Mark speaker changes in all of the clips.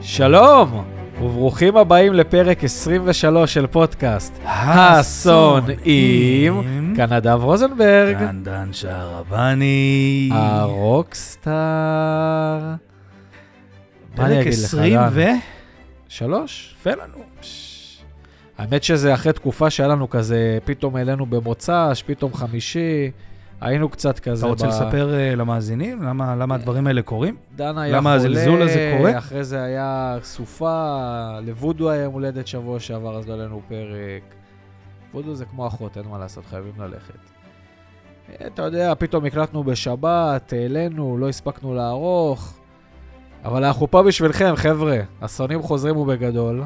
Speaker 1: שלום, וברוכים הבאים לפרק 23 של פודקאסט השונאים, כאן נדב רוזנברג,
Speaker 2: כאן דן שערבני.
Speaker 1: אה, הרוקסטאר. מה אני
Speaker 2: פרק
Speaker 1: אגיד לך,
Speaker 2: 20
Speaker 1: דן?
Speaker 2: ו...
Speaker 1: שלוש?
Speaker 2: יפה לנו.
Speaker 1: האמת שזה אחרי תקופה שהיה לנו כזה, פתאום העלינו במוצ"ש, פתאום חמישי, היינו קצת כזה...
Speaker 2: אתה רוצה
Speaker 1: ב- אה,
Speaker 2: לספר אה, למאזינים למה למה הדברים האלה קורים?
Speaker 1: דן היה
Speaker 2: למה הזלזול הזה קורה?
Speaker 1: אחרי זה היה סופה, לוודו היה יום הולדת שבוע שעבר, אז לא עלינו פרק. וודו זה כמו אחות, אין מה לעשות, חייבים ללכת. אה, אתה יודע, פתאום הקלטנו בשבת, העלינו, לא הספקנו לערוך, אבל אנחנו פה בשבילכם, חבר'ה. השונאים חוזרים ובגדול.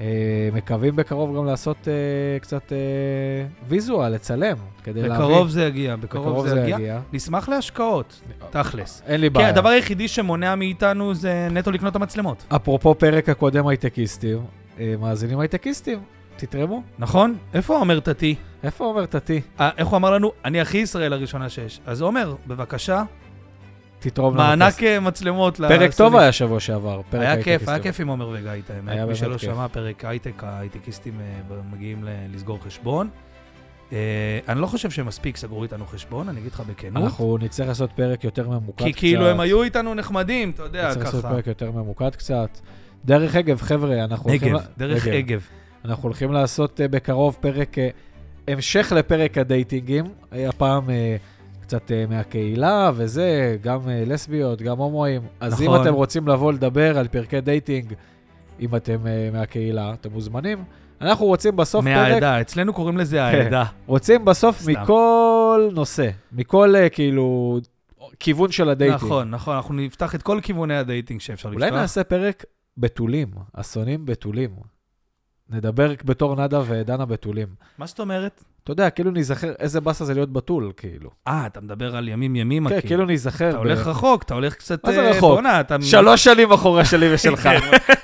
Speaker 1: אה, מקווים בקרוב גם לעשות אה, קצת אה, ויזואל, לצלם, כדי להביא.
Speaker 2: בקרוב זה יגיע, בקרוב זה יגיע. נשמח להשקעות, תכלס.
Speaker 1: אין לי
Speaker 2: כי
Speaker 1: בעיה.
Speaker 2: הדבר היחידי שמונע מאיתנו זה נטו לקנות את המצלמות,
Speaker 1: אפרופו פרק הקודם הייטקיסטים, אה, מאזינים הייטקיסטים, תתרמו.
Speaker 2: נכון? איפה עומר טאטי?
Speaker 1: איפה אומר תתי?
Speaker 2: אה, איך הוא אמר לנו? אני הכי ישראל הראשונה שיש. אז עומר, בבכשה,
Speaker 1: תתרום לנו.
Speaker 2: מענק
Speaker 1: כסף.
Speaker 2: אה, מצלמות.
Speaker 1: פרק
Speaker 2: לשונאים.
Speaker 1: טוב היה שבוע שעבר, פרק
Speaker 2: היה כיף,
Speaker 1: הייטקיסטים.
Speaker 2: היה כיף עם עומר וגיא, את האמת.
Speaker 1: היה
Speaker 2: מי
Speaker 1: באמת
Speaker 2: שלא
Speaker 1: כיף.
Speaker 2: שמע, פרק הייטק, ההייטקיסטים אה, ב- מגיעים ל- לסגור חשבון. אה, אני לא חושב שהם מספיק סגרו איתנו חשבון, אני אגיד לך בכנות.
Speaker 1: אנחנו נצטרך לעשות פרק יותר ממוקד
Speaker 2: כי
Speaker 1: קצת.
Speaker 2: כאילו הם היו איתנו נחמדים, אתה יודע,
Speaker 1: נצטרך לעשות
Speaker 2: ככה.
Speaker 1: פרק יותר ממוקד קצת. דרך אגב, חבר'ה, אנחנו הולכים...
Speaker 2: נגב,
Speaker 1: ל-
Speaker 2: דרך אגב.
Speaker 1: אנחנו הולכים לעשות אה, בקרוב פרק, אה, המשך לפרק הדייטינגים. אה, הפעם אה, קצת אה, מהקהילה וזה, גם אה, לסביות, גם הומואים. אז אם
Speaker 2: נכון.
Speaker 1: אתם רוצים לבוא לדבר על פרקי דייטינג, אם אתם אה, מהקהילה, אתם מוזמנים. אנחנו רוצים בסוף פרק, כן,
Speaker 2: מהעדה, אצלנו קוראים לזה העדה.
Speaker 1: רוצים בסוף
Speaker 2: סתם.
Speaker 1: מכל נושא, מכל אה, כאילו כיוון של הדייטינג.
Speaker 2: נכון, נכון, אנחנו נפתח את כל כיווני הדייטינג שאפשר לפתוח.
Speaker 1: אולי נעשה פרק בתולים, אסונים בתולים. נדבר בתור נאדה ודנה בתולים.
Speaker 2: מה זאת אומרת?
Speaker 1: אתה יודע, כאילו ניזכר איזה באסה זה להיות בתול, כאילו.
Speaker 2: אה, אתה מדבר על ימים ימימה,
Speaker 1: כן, כאילו ניזכר.
Speaker 2: אתה
Speaker 1: ב-
Speaker 2: הולך רחוק, אתה הולך קצת...
Speaker 1: מה זה
Speaker 2: אה,
Speaker 1: רחוק?
Speaker 2: בואנה, אתה...
Speaker 1: שלוש שנים אחורה שלי ושלך.
Speaker 2: כן,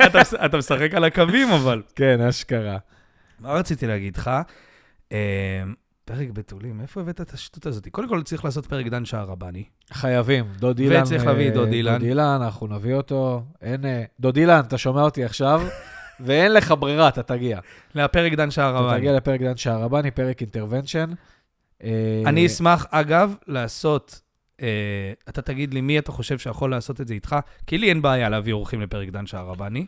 Speaker 2: אתה- אתה משחק על הקווים, אבל.
Speaker 1: כן, אשכרה.
Speaker 2: מה רציתי להגיד לך? אה, פרק בתולים, איפה הבאת את השטות הזאת? קודם כל צריך לעשות פרק דן שערבני.
Speaker 1: חייבים, דוד אילן.
Speaker 2: וצריך להביא את דוד
Speaker 1: אה,
Speaker 2: אילן.
Speaker 1: דוד אילן, אנחנו נביא אותו. אין... אה, דוד אילן, אתה שומע אותי עכשיו, ואין לך ברירה, אתה תגיע.
Speaker 2: לפרק דן
Speaker 1: אתה
Speaker 2: שערבני.
Speaker 1: תגיע לפרק דן שערבני, פרק אינטרוונשן. אה,
Speaker 2: אני אשמח, אגב, לעשות... אה, אתה תגיד לי מי אתה חושב שיכול לעשות את זה איתך, כי לי אין בעיה להביא אורחים לפרק דן שערבני,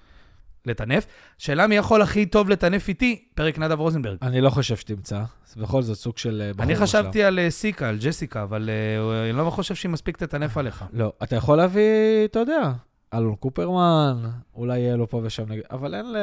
Speaker 2: לטנף. שאלה מי יכול הכי טוב לטנף איתי, פרק נדב רוזנברג.
Speaker 1: אני לא חושב שתמצא, זה בכל זאת סוג של אה, בחור
Speaker 2: אני
Speaker 1: מושלם.
Speaker 2: חשבתי על אה, סיקה, על ג'סיקה, אבל אה, אני לא חושב שהיא מספיק תטנף עליך.
Speaker 1: לא, אתה יכול להביא, אתה יודע, אלון קופרמן, אולי יהיה לו פה ושם נגד, אבל אין ל...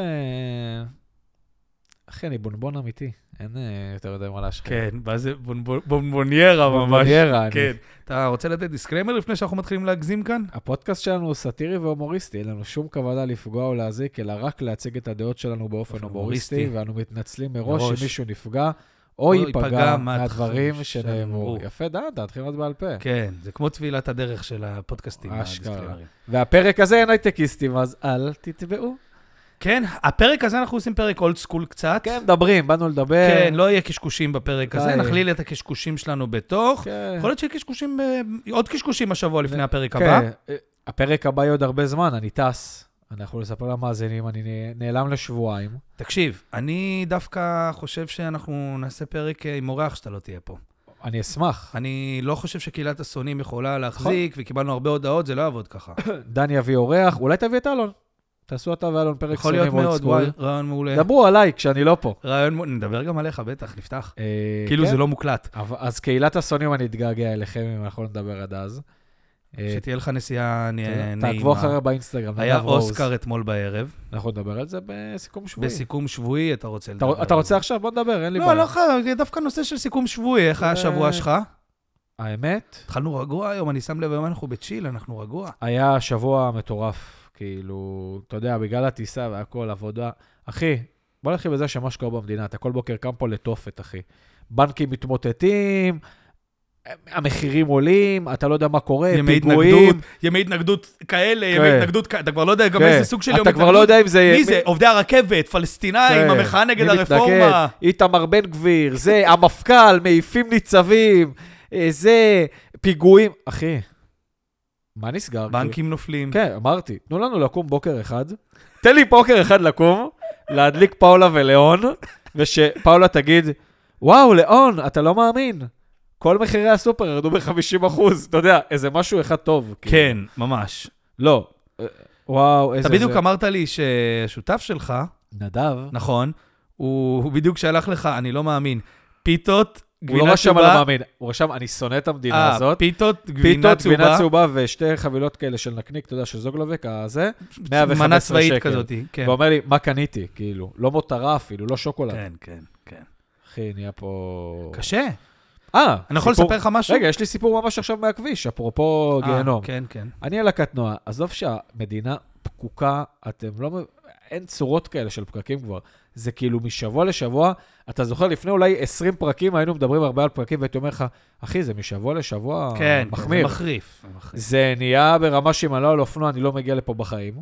Speaker 1: אחי, אני בונבון אמיתי, אין אה, יותר מדי מה להשחק.
Speaker 2: כן, ואז זה בונבון- בונבוניירה ממש.
Speaker 1: בונבוניירה, אני-
Speaker 2: כן. אתה רוצה לתת דיסקליימר לפני שאנחנו מתחילים להגזים כאן?
Speaker 1: הפודקאסט שלנו הוא סאטירי והומוריסטי, אין לנו שום כוונה לפגוע או להזיק, אלא רק להציג את הדעות שלנו באופן
Speaker 2: באופן
Speaker 1: הומוריסטי,
Speaker 2: הומוריסטי.
Speaker 1: ואנו מתנצלים מראש
Speaker 2: מראש.
Speaker 1: אם מישהו נפגע או ייפגע מהדברים שנאמרו.
Speaker 2: שנאמרו.
Speaker 1: יפה, דן, אתה מתחיל לדעת בעל פה.
Speaker 2: כן, זה כמו טבילת הדרך של הפודקאסטים,
Speaker 1: אשכרה.
Speaker 2: הדיסקליימרים.
Speaker 1: והפרק הזה אין הייטקיסטים, אז אל תתבעו.
Speaker 2: כן, הפרק הזה אנחנו עושים פרק אולד סקול קצת.
Speaker 1: כן, מדברים, באנו לדבר.
Speaker 2: כן, לא יהיה קשקושים בפרק הזה,
Speaker 1: די.
Speaker 2: נכליל את הקשקושים שלנו בתוך.
Speaker 1: כן.
Speaker 2: יכול להיות שיהיה קשקושים, ב- עוד קשקושים השבוע לפני הפרק
Speaker 1: כן,
Speaker 2: הבא.
Speaker 1: אה, הפרק הבא יהיה עוד הרבה זמן, אני טס. אנחנו נספר למאזינים, אני נ- נעלם לשבועיים.
Speaker 2: תקשיב, אני דווקא חושב שאנחנו נעשה פרק אה, עם אורח שאתה לא תהיה פה.
Speaker 1: אני אשמח.
Speaker 2: אני לא חושב שקהילת השונאים יכולה
Speaker 1: נכון.
Speaker 2: להחזיק, וקיבלנו הרבה הודעות, זה לא יעבוד ככה.
Speaker 1: דן יביא אורח, אולי תביא את אלון. תעשו אתה ואלון פרק
Speaker 2: יכול
Speaker 1: סונים
Speaker 2: להיות
Speaker 1: אולד
Speaker 2: מאוד,
Speaker 1: סקול.
Speaker 2: וואי, רעיון מעולה.
Speaker 1: דברו עליי כשאני לא פה.
Speaker 2: רעיון, מעולה. נדבר גם עליך, בטח, נפתח.
Speaker 1: אה,
Speaker 2: כאילו
Speaker 1: כן.
Speaker 2: זה לא מוקלט.
Speaker 1: אבל- אז קהילת הסונים, אני אתגעגע אליכם, אם אנחנו לא נדבר עד אז. אה,
Speaker 2: שתהיה לך נסיעה
Speaker 1: תודה.
Speaker 2: נ-
Speaker 1: תעקבו
Speaker 2: נעימה.
Speaker 1: אחרי באינסטגרם,
Speaker 2: היה
Speaker 1: נדב רוז.
Speaker 2: אוסקר אתמול בערב,
Speaker 1: אנחנו נדבר על זה בסיכום שבועי.
Speaker 2: בסיכום שבועי, אתה רוצה
Speaker 1: אתה-
Speaker 2: לדבר.
Speaker 1: אתה
Speaker 2: על
Speaker 1: רוצה
Speaker 2: זה.
Speaker 1: עכשיו? בוא נדבר, אין לי בעיה.
Speaker 2: לא, לא חייב, זה דווקא נושא של סיכום שבועי, איך היה
Speaker 1: אה,
Speaker 2: השבוע שלך?
Speaker 1: האמת,
Speaker 2: התחלנו רגוע היום, אני שם לב, היום אנחנו בצ'יל, אנחנו רגוע.
Speaker 1: היה שבוע מטורף, כאילו, אתה יודע, בגלל הטיסה והכל, עבודה. אחי, בוא נתחיל בזה שמה שקורה במדינה, אתה כל בוקר קם פה לתופת, אחי. בנקים מתמוטטים, המחירים עולים, אתה לא יודע מה קורה,
Speaker 2: ימי
Speaker 1: פיגועים.
Speaker 2: התנגדות, ימי התנגדות כאלה,
Speaker 1: כן.
Speaker 2: ימי התנגדות כאלה, אתה כבר לא יודע גם
Speaker 1: כן.
Speaker 2: איזה סוג של יום
Speaker 1: אתה כבר לא יודע אם זה...
Speaker 2: מי
Speaker 1: מי-
Speaker 2: זה? עובדי הרכבת, פלסטינאים,
Speaker 1: כן.
Speaker 2: המחאה נגד
Speaker 1: מי מתנגד? אוקיי.
Speaker 2: הרפורמה.
Speaker 1: איתמר בן גביר, זה, המפכ"ל, מעיפים ניצבים, אה, זה, פיגועים. אחי, מה נסגר?
Speaker 2: בנקים נופלים.
Speaker 1: כן, אמרתי, תנו לנו לקום בוקר אחד, תן לי בוקר אחד לקום, להדליק פאולה ולאון, ושפאולה תגיד, וואו, לאון, אתה לא מאמין, כל מחירי הסופר ירדו ב-50 אחוז, אתה יודע, איזה משהו אחד טוב. כאילו.
Speaker 2: כן, ממש.
Speaker 1: לא. אה, וואו, איזה...
Speaker 2: אתה בדיוק
Speaker 1: זה-
Speaker 2: אמרת לי שהשותף שלך,
Speaker 1: נדב,
Speaker 2: נכון, הוא הוא בדיוק שלח לך, אני לא מאמין, פיתות,
Speaker 1: הוא לא
Speaker 2: גבינה
Speaker 1: רשם על
Speaker 2: צהובה.
Speaker 1: המאמין, הוא רשם, אני שונא את המדינה
Speaker 2: אה,
Speaker 1: הזאת.
Speaker 2: פיתות, גבינה
Speaker 1: פיתות, גבינה
Speaker 2: צהובה.
Speaker 1: צהובה ושתי חבילות כאלה של נקניק, אתה יודע, של זוגלובק, הזה,
Speaker 2: כן.
Speaker 1: 115
Speaker 2: מנה צבאית
Speaker 1: שקל.
Speaker 2: כזאת, כן.
Speaker 1: ואומר לי, מה קניתי? כאילו, לא מותרה אפילו, לא שוקולד.
Speaker 2: כן, כן, כן.
Speaker 1: אחי, נהיה פה...
Speaker 2: קשה.
Speaker 1: אה,
Speaker 2: אני יכול
Speaker 1: סיפור-
Speaker 2: לספר לך משהו?
Speaker 1: רגע, יש לי סיפור ממש עכשיו מהכביש, אפרופו
Speaker 2: אה,
Speaker 1: גיהנום.
Speaker 2: כן, כן.
Speaker 1: אני על הקטנוע, עזוב שהמדינה פקוקה, אתם לא... מב- אין צורות כאלה של פקקים כבר. זה כאילו משבוע לשבוע, אתה זוכר, לפני אולי 20 פרקים היינו מדברים הרבה על פקקים, והייתי אומר לך, אחי, זה משבוע לשבוע
Speaker 2: כן, כן, זה
Speaker 1: מחמיר.
Speaker 2: מחריף. זה מחריף.
Speaker 1: אוקיי. זה נהיה ברמה שאם אני לא על אופנוע, אני לא מגיע לפה בחיים.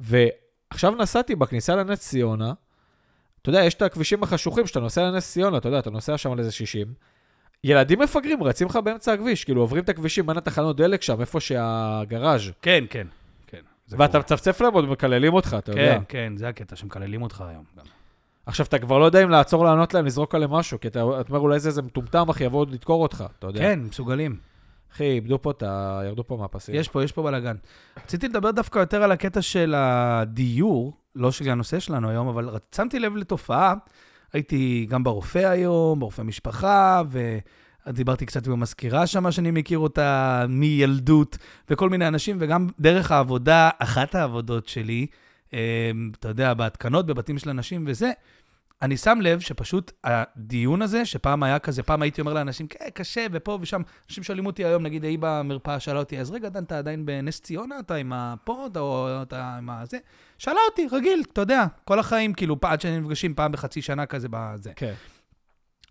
Speaker 1: ועכשיו נסעתי בכניסה לנס ציונה, אתה יודע, יש את הכבישים החשוכים, שאתה נוסע לנס ציונה, אתה יודע, אתה נוסע שם על איזה 60. ילדים מפגרים, רצים לך באמצע הכביש, כאילו עוברים את הכבישים בין התחנות דלק שם, איפה שהגראז'ה.
Speaker 2: כן, כן, כן. זה
Speaker 1: ואתה
Speaker 2: קורה.
Speaker 1: מצפצף להם עוד מקללים אותך, אתה יודע.
Speaker 2: כן, כן, זה הקטע שמקללים אותך היום. גם.
Speaker 1: עכשיו, אתה כבר לא יודע אם לעצור לענות להם, לזרוק עליהם משהו, כי אתה אתה אומר, אולי זה איזה מטומטם, אחי, יבואו לדקור אותך, אתה יודע.
Speaker 2: כן, מסוגלים.
Speaker 1: אחי, איבדו פה את ה... ירדו פה מהפסים.
Speaker 2: יש פה, יש פה בלאגן. רציתי לדבר דווקא יותר על הקטע של הדיור, לא שזה הנושא שלנו היום, אבל רצ- שמתי לב לתופעה. הייתי גם ברופא היום, ברופא משפחה, ודיברתי קצת עם המזכירה שמה שאני מכיר אותה מילדות, וכל מיני אנשים, וגם דרך העבודה, אחת העבודות שלי, אה, אתה יודע, בהתקנות, בבתים של אנשים וזה, אני שם לב שפשוט הדיון הזה, שפעם היה כזה, פעם הייתי אומר לאנשים, כן, קשה, ופה ושם, אנשים שואלים אותי היום, נגיד, ההיא במרפאה שאלה אותי, אז רגע, דן, אתה עדיין בנס ציונה, אתה עם הפוד, או אתה עם הזה? שאלה אותי, רגיל, אתה יודע, כל החיים, כאילו, פעם- עד שנפגשים פעם בחצי שנה כזה בזה.
Speaker 1: כן.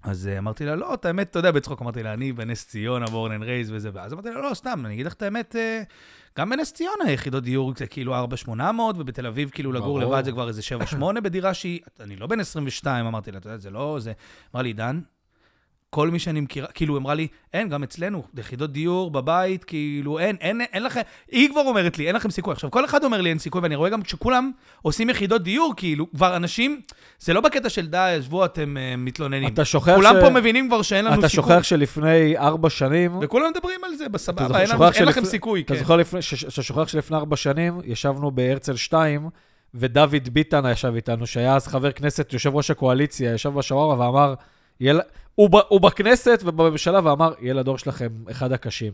Speaker 2: אז אה, אמרתי לה, לא, את האמת, אתה יודע, בצחוק אמרתי לה, אני בנס ציונה, בורן אנד רייז וזה, ואז אמרתי לה, לא, סתם, אני אגיד לך את האמת, אה, גם בנס ציונה יחידות דיור זה כאילו 4,800, ובתל אביב כאילו
Speaker 1: ברור.
Speaker 2: לגור לבד זה כבר איזה 7-8 בדירה שהיא, אני לא בן 22, אמרתי לה, אתה יודע, זה לא, זה... אמר לי, עידן, כל מי שאני מכירה, כאילו, היא אמרה לי, אין, גם אצלנו, יחידות דיור בבית, כאילו, אין, אין, אין לכם, היא כבר אומרת לי, אין לכם סיכוי. עכשיו, כל אחד אומר לי, אין סיכוי, ואני רואה גם כשכולם עושים יחידות דיור, כאילו, כבר אנשים, זה לא בקטע של די, עזבו, אתם uh, מתלוננים.
Speaker 1: אתה שוכח
Speaker 2: כולם
Speaker 1: ש-
Speaker 2: פה מבינים כבר שאין לנו
Speaker 1: אתה
Speaker 2: סיכוי.
Speaker 1: שוכח שלפני ארבע שנים...
Speaker 2: וכולם מדברים על זה,
Speaker 1: אתה
Speaker 2: בסבבה,
Speaker 1: זוכר-
Speaker 2: אין, לנו,
Speaker 1: שוכח
Speaker 2: אין
Speaker 1: שלפ-
Speaker 2: לכם סיכוי,
Speaker 1: אתה
Speaker 2: כן.
Speaker 1: זוכר לפני- ש- ש- ששוכח שלפני ארבע שנים ישבנו בהרצל 2, ודוד ביטן ישב איתנו, שהיה אז חבר כנסת, יושב ראש הקואליציה, ישב בשווארה ואמר, יהיה ל- הוא ב- הוא בכנסת ובממשלה ואמר, יהיה לדור שלכם אחד הקשים.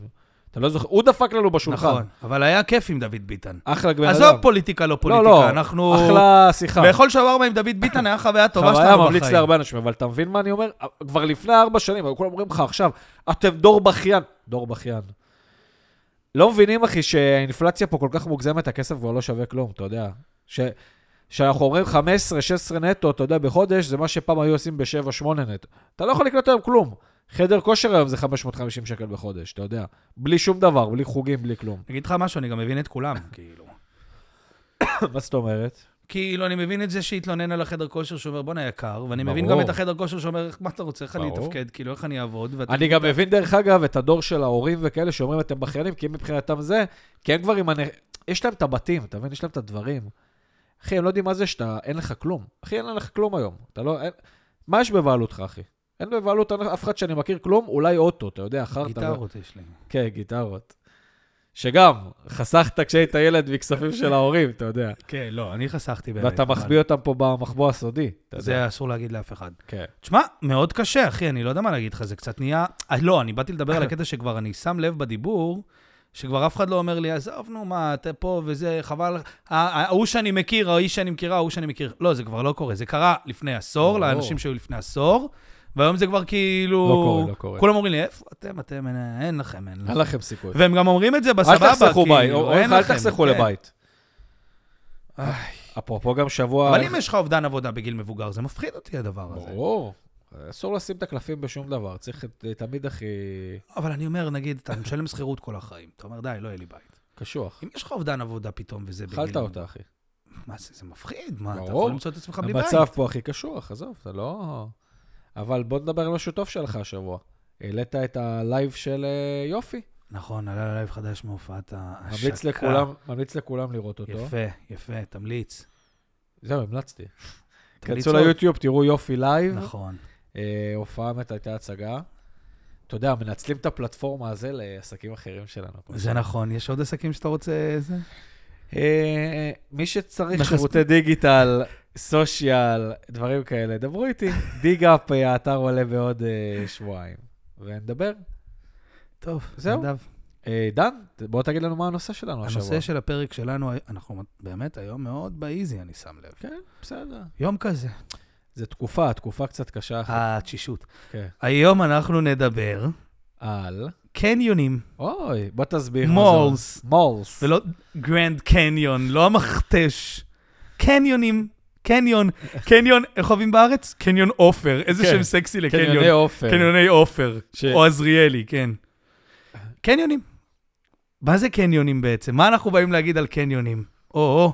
Speaker 1: אתה לא זוכר, הוא דפק לנו בשולחן.
Speaker 2: נכון, אבל היה כיף עם דוד ביטן.
Speaker 1: אחלה בן אדם.
Speaker 2: עזוב פוליטיקה, לא פוליטיקה,
Speaker 1: לא, לא,
Speaker 2: אנחנו...
Speaker 1: אחלה שיחה.
Speaker 2: לאכול שווארמה עם דוד ביטן היה חוויה טובה שלנו
Speaker 1: חוויה
Speaker 2: בחיים.
Speaker 1: ממליץ להרבה אנשים, אבל אתה מבין מה אני אומר? כבר לפני ארבע שנים, היו כולם אומרים לך עכשיו, אתם דור בכיין. דור בכיין. לא מבינים, אחי, שהאינפלציה פה כל כך מוגזמת, הכסף כבר לא שווה כלום, אתה יודע. ש... כשאנחנו אומרים 15-16 נטו, אתה יודע, בחודש, זה מה שפעם היו עושים ב-7-8 נטו. אתה לא יכול לקנות היום כלום. חדר כושר היום זה 550 שקל בחודש, אתה יודע. בלי שום דבר, בלי חוגים, בלי כלום.
Speaker 2: אני אגיד לך משהו, אני גם מבין את כולם, כאילו.
Speaker 1: מה זאת אומרת?
Speaker 2: כאילו, אני מבין את זה שהתלונן על החדר כושר שאומר, בואנה יקר, ואני מבין
Speaker 1: ברור.
Speaker 2: גם את החדר כושר שאומר, "איך- מה אתה רוצה, איך אני
Speaker 1: ברור.
Speaker 2: אתפקד, כאילו, איך אני אעבוד, ואתה-
Speaker 1: אני גם מבין, דרך אגב, את הדור של ההורים וכאלה שאומרים, אתם בכיינים, כי הם מבחינתם זה, כי הם כבר עם הנ... יש להם את הבתים, אתה מבין? יש להם את הדברים. אחי, הם לא יודעים מה זה שאתה, אין לך כלום. אחי, אין לך כלום היום. אתה לא... אין... מה יש בבעלותך, אחי? אין בבעלות אף אחד שאני מכיר כלום, אולי אוטו, אתה יודע, אחרת...
Speaker 2: גיטרות יש לי.
Speaker 1: כן, גיטרות. שגם, חסכת כשהיית ילד מכספים של ההורים, אתה יודע.
Speaker 2: כן, לא, אני חסכתי באמת.
Speaker 1: ואתה
Speaker 2: אבל
Speaker 1: מחביא אותם פה במחבוא הסודי, אתה יודע.
Speaker 2: זה אסור להגיד לאף אחד.
Speaker 1: כן.
Speaker 2: תשמע, מאוד קשה, אחי, אני לא יודע מה להגיד לך, זה קצת נהיה... אה, לא, אני באתי לדבר על הקטע שכבר אני שם לב בדיבור, שכבר אף אחד לא אומר לי, עזוב, נו, מה, אתה פה וזה, חבל, אה, ההוא שאני מכיר, האיש שאני מכירה, ההוא שאני מכיר. לא, זה כבר לא קורה, זה קרה לפני עשור,
Speaker 1: ברור.
Speaker 2: לאנשים שהיו לפני עשור, והיום זה כבר כאילו...
Speaker 1: לא קורה, לא קורה.
Speaker 2: כולם אומרים לי, איפה אתם, אתם, אין- אין לכם, אין
Speaker 1: אין
Speaker 2: לכם.
Speaker 1: לכם סיכוי.
Speaker 2: והם גם אומרים את זה
Speaker 1: אל
Speaker 2: בסבבה, כאילו,
Speaker 1: תחסכו בית,
Speaker 2: אין
Speaker 1: אל
Speaker 2: לכם,
Speaker 1: תחסכו
Speaker 2: כן.
Speaker 1: לבית. אפרופו גם שבוע...
Speaker 2: אבל אם יש לך אובדן עבודה בגיל מבוגר, זה מפחיד אותי הדבר הזה.
Speaker 1: ברור. אסור לשים את הקלפים בשום דבר, צריך את- אה, תמיד הכי
Speaker 2: אבל אני אומר, נגיד, אתה משלם שכירות כל החיים, אתה אומר, די, לא יהיה לי בית.
Speaker 1: קשוח.
Speaker 2: אם יש לך אובדן עבודה פתאום וזה בגיל...
Speaker 1: אכלת אותה, אחי.
Speaker 2: מה זה, זה מפחיד, מה, אתה
Speaker 1: ברור.
Speaker 2: יכול למצוא את עצמך בלי בית.
Speaker 1: המצב פה הכי קשוח, עזוב, אתה לא... אבל בוא נדבר על משהו טוב שלך השבוע. העלית את הלייב של אה, יופי.
Speaker 2: נכון, עלה ללייב חדש מהופעת ההשקה.
Speaker 1: ממליץ לכולם, ממליץ לכולם לראות אותו.
Speaker 2: יפה, יפה, תמליץ.
Speaker 1: זהו, המלצתי.
Speaker 2: תמליץ
Speaker 1: כנסו
Speaker 2: עוד.
Speaker 1: ליוטיוב, תראו יופי לייב.
Speaker 2: נכון.
Speaker 1: אה, הופעה מת הייתה הצגה. אתה יודע, מנצלים את הפלטפורמה הזו לעסקים אחרים שלנו.
Speaker 2: זה נכון, יש עוד עסקים שאתה רוצה... זה?
Speaker 1: אה, מי שצריך
Speaker 2: מכס-
Speaker 1: שירותי דיגיטל, סושיאל, דברים כאלה, דברו איתי. דיגאפ, האתר עולה בעוד אה, שבועיים. ונדבר.
Speaker 2: טוב,
Speaker 1: זהו.
Speaker 2: נדב.
Speaker 1: אה, דן, בוא תגיד לנו מה הנושא שלנו השבוע.
Speaker 2: הנושא של הפרק שלנו, אנחנו באמת היום מאוד באיזי, אני שם לב.
Speaker 1: כן, בסדר.
Speaker 2: יום כזה.
Speaker 1: זה תקופה, תקופה קצת קשה
Speaker 2: אה.
Speaker 1: אחת.
Speaker 2: התשישות.
Speaker 1: כן.
Speaker 2: היום אנחנו נדבר
Speaker 1: על.
Speaker 2: קניונים,
Speaker 1: אוי, בוא תסביר. מה זה אומר.
Speaker 2: מולס,
Speaker 1: מולס.
Speaker 2: ולא גרנד קניון, לא המכתש. קניונים, קניון, קניון, איך אוהבים בארץ? קניון עופר, איזה
Speaker 1: כן.
Speaker 2: שם סקסי לקניון.
Speaker 1: קניוני עופר.
Speaker 2: קניוני עופר,
Speaker 1: ש-
Speaker 2: או עזריאלי, כן. קניונים. מה זה קניונים בעצם? מה אנחנו באים להגיד על קניונים? או-או.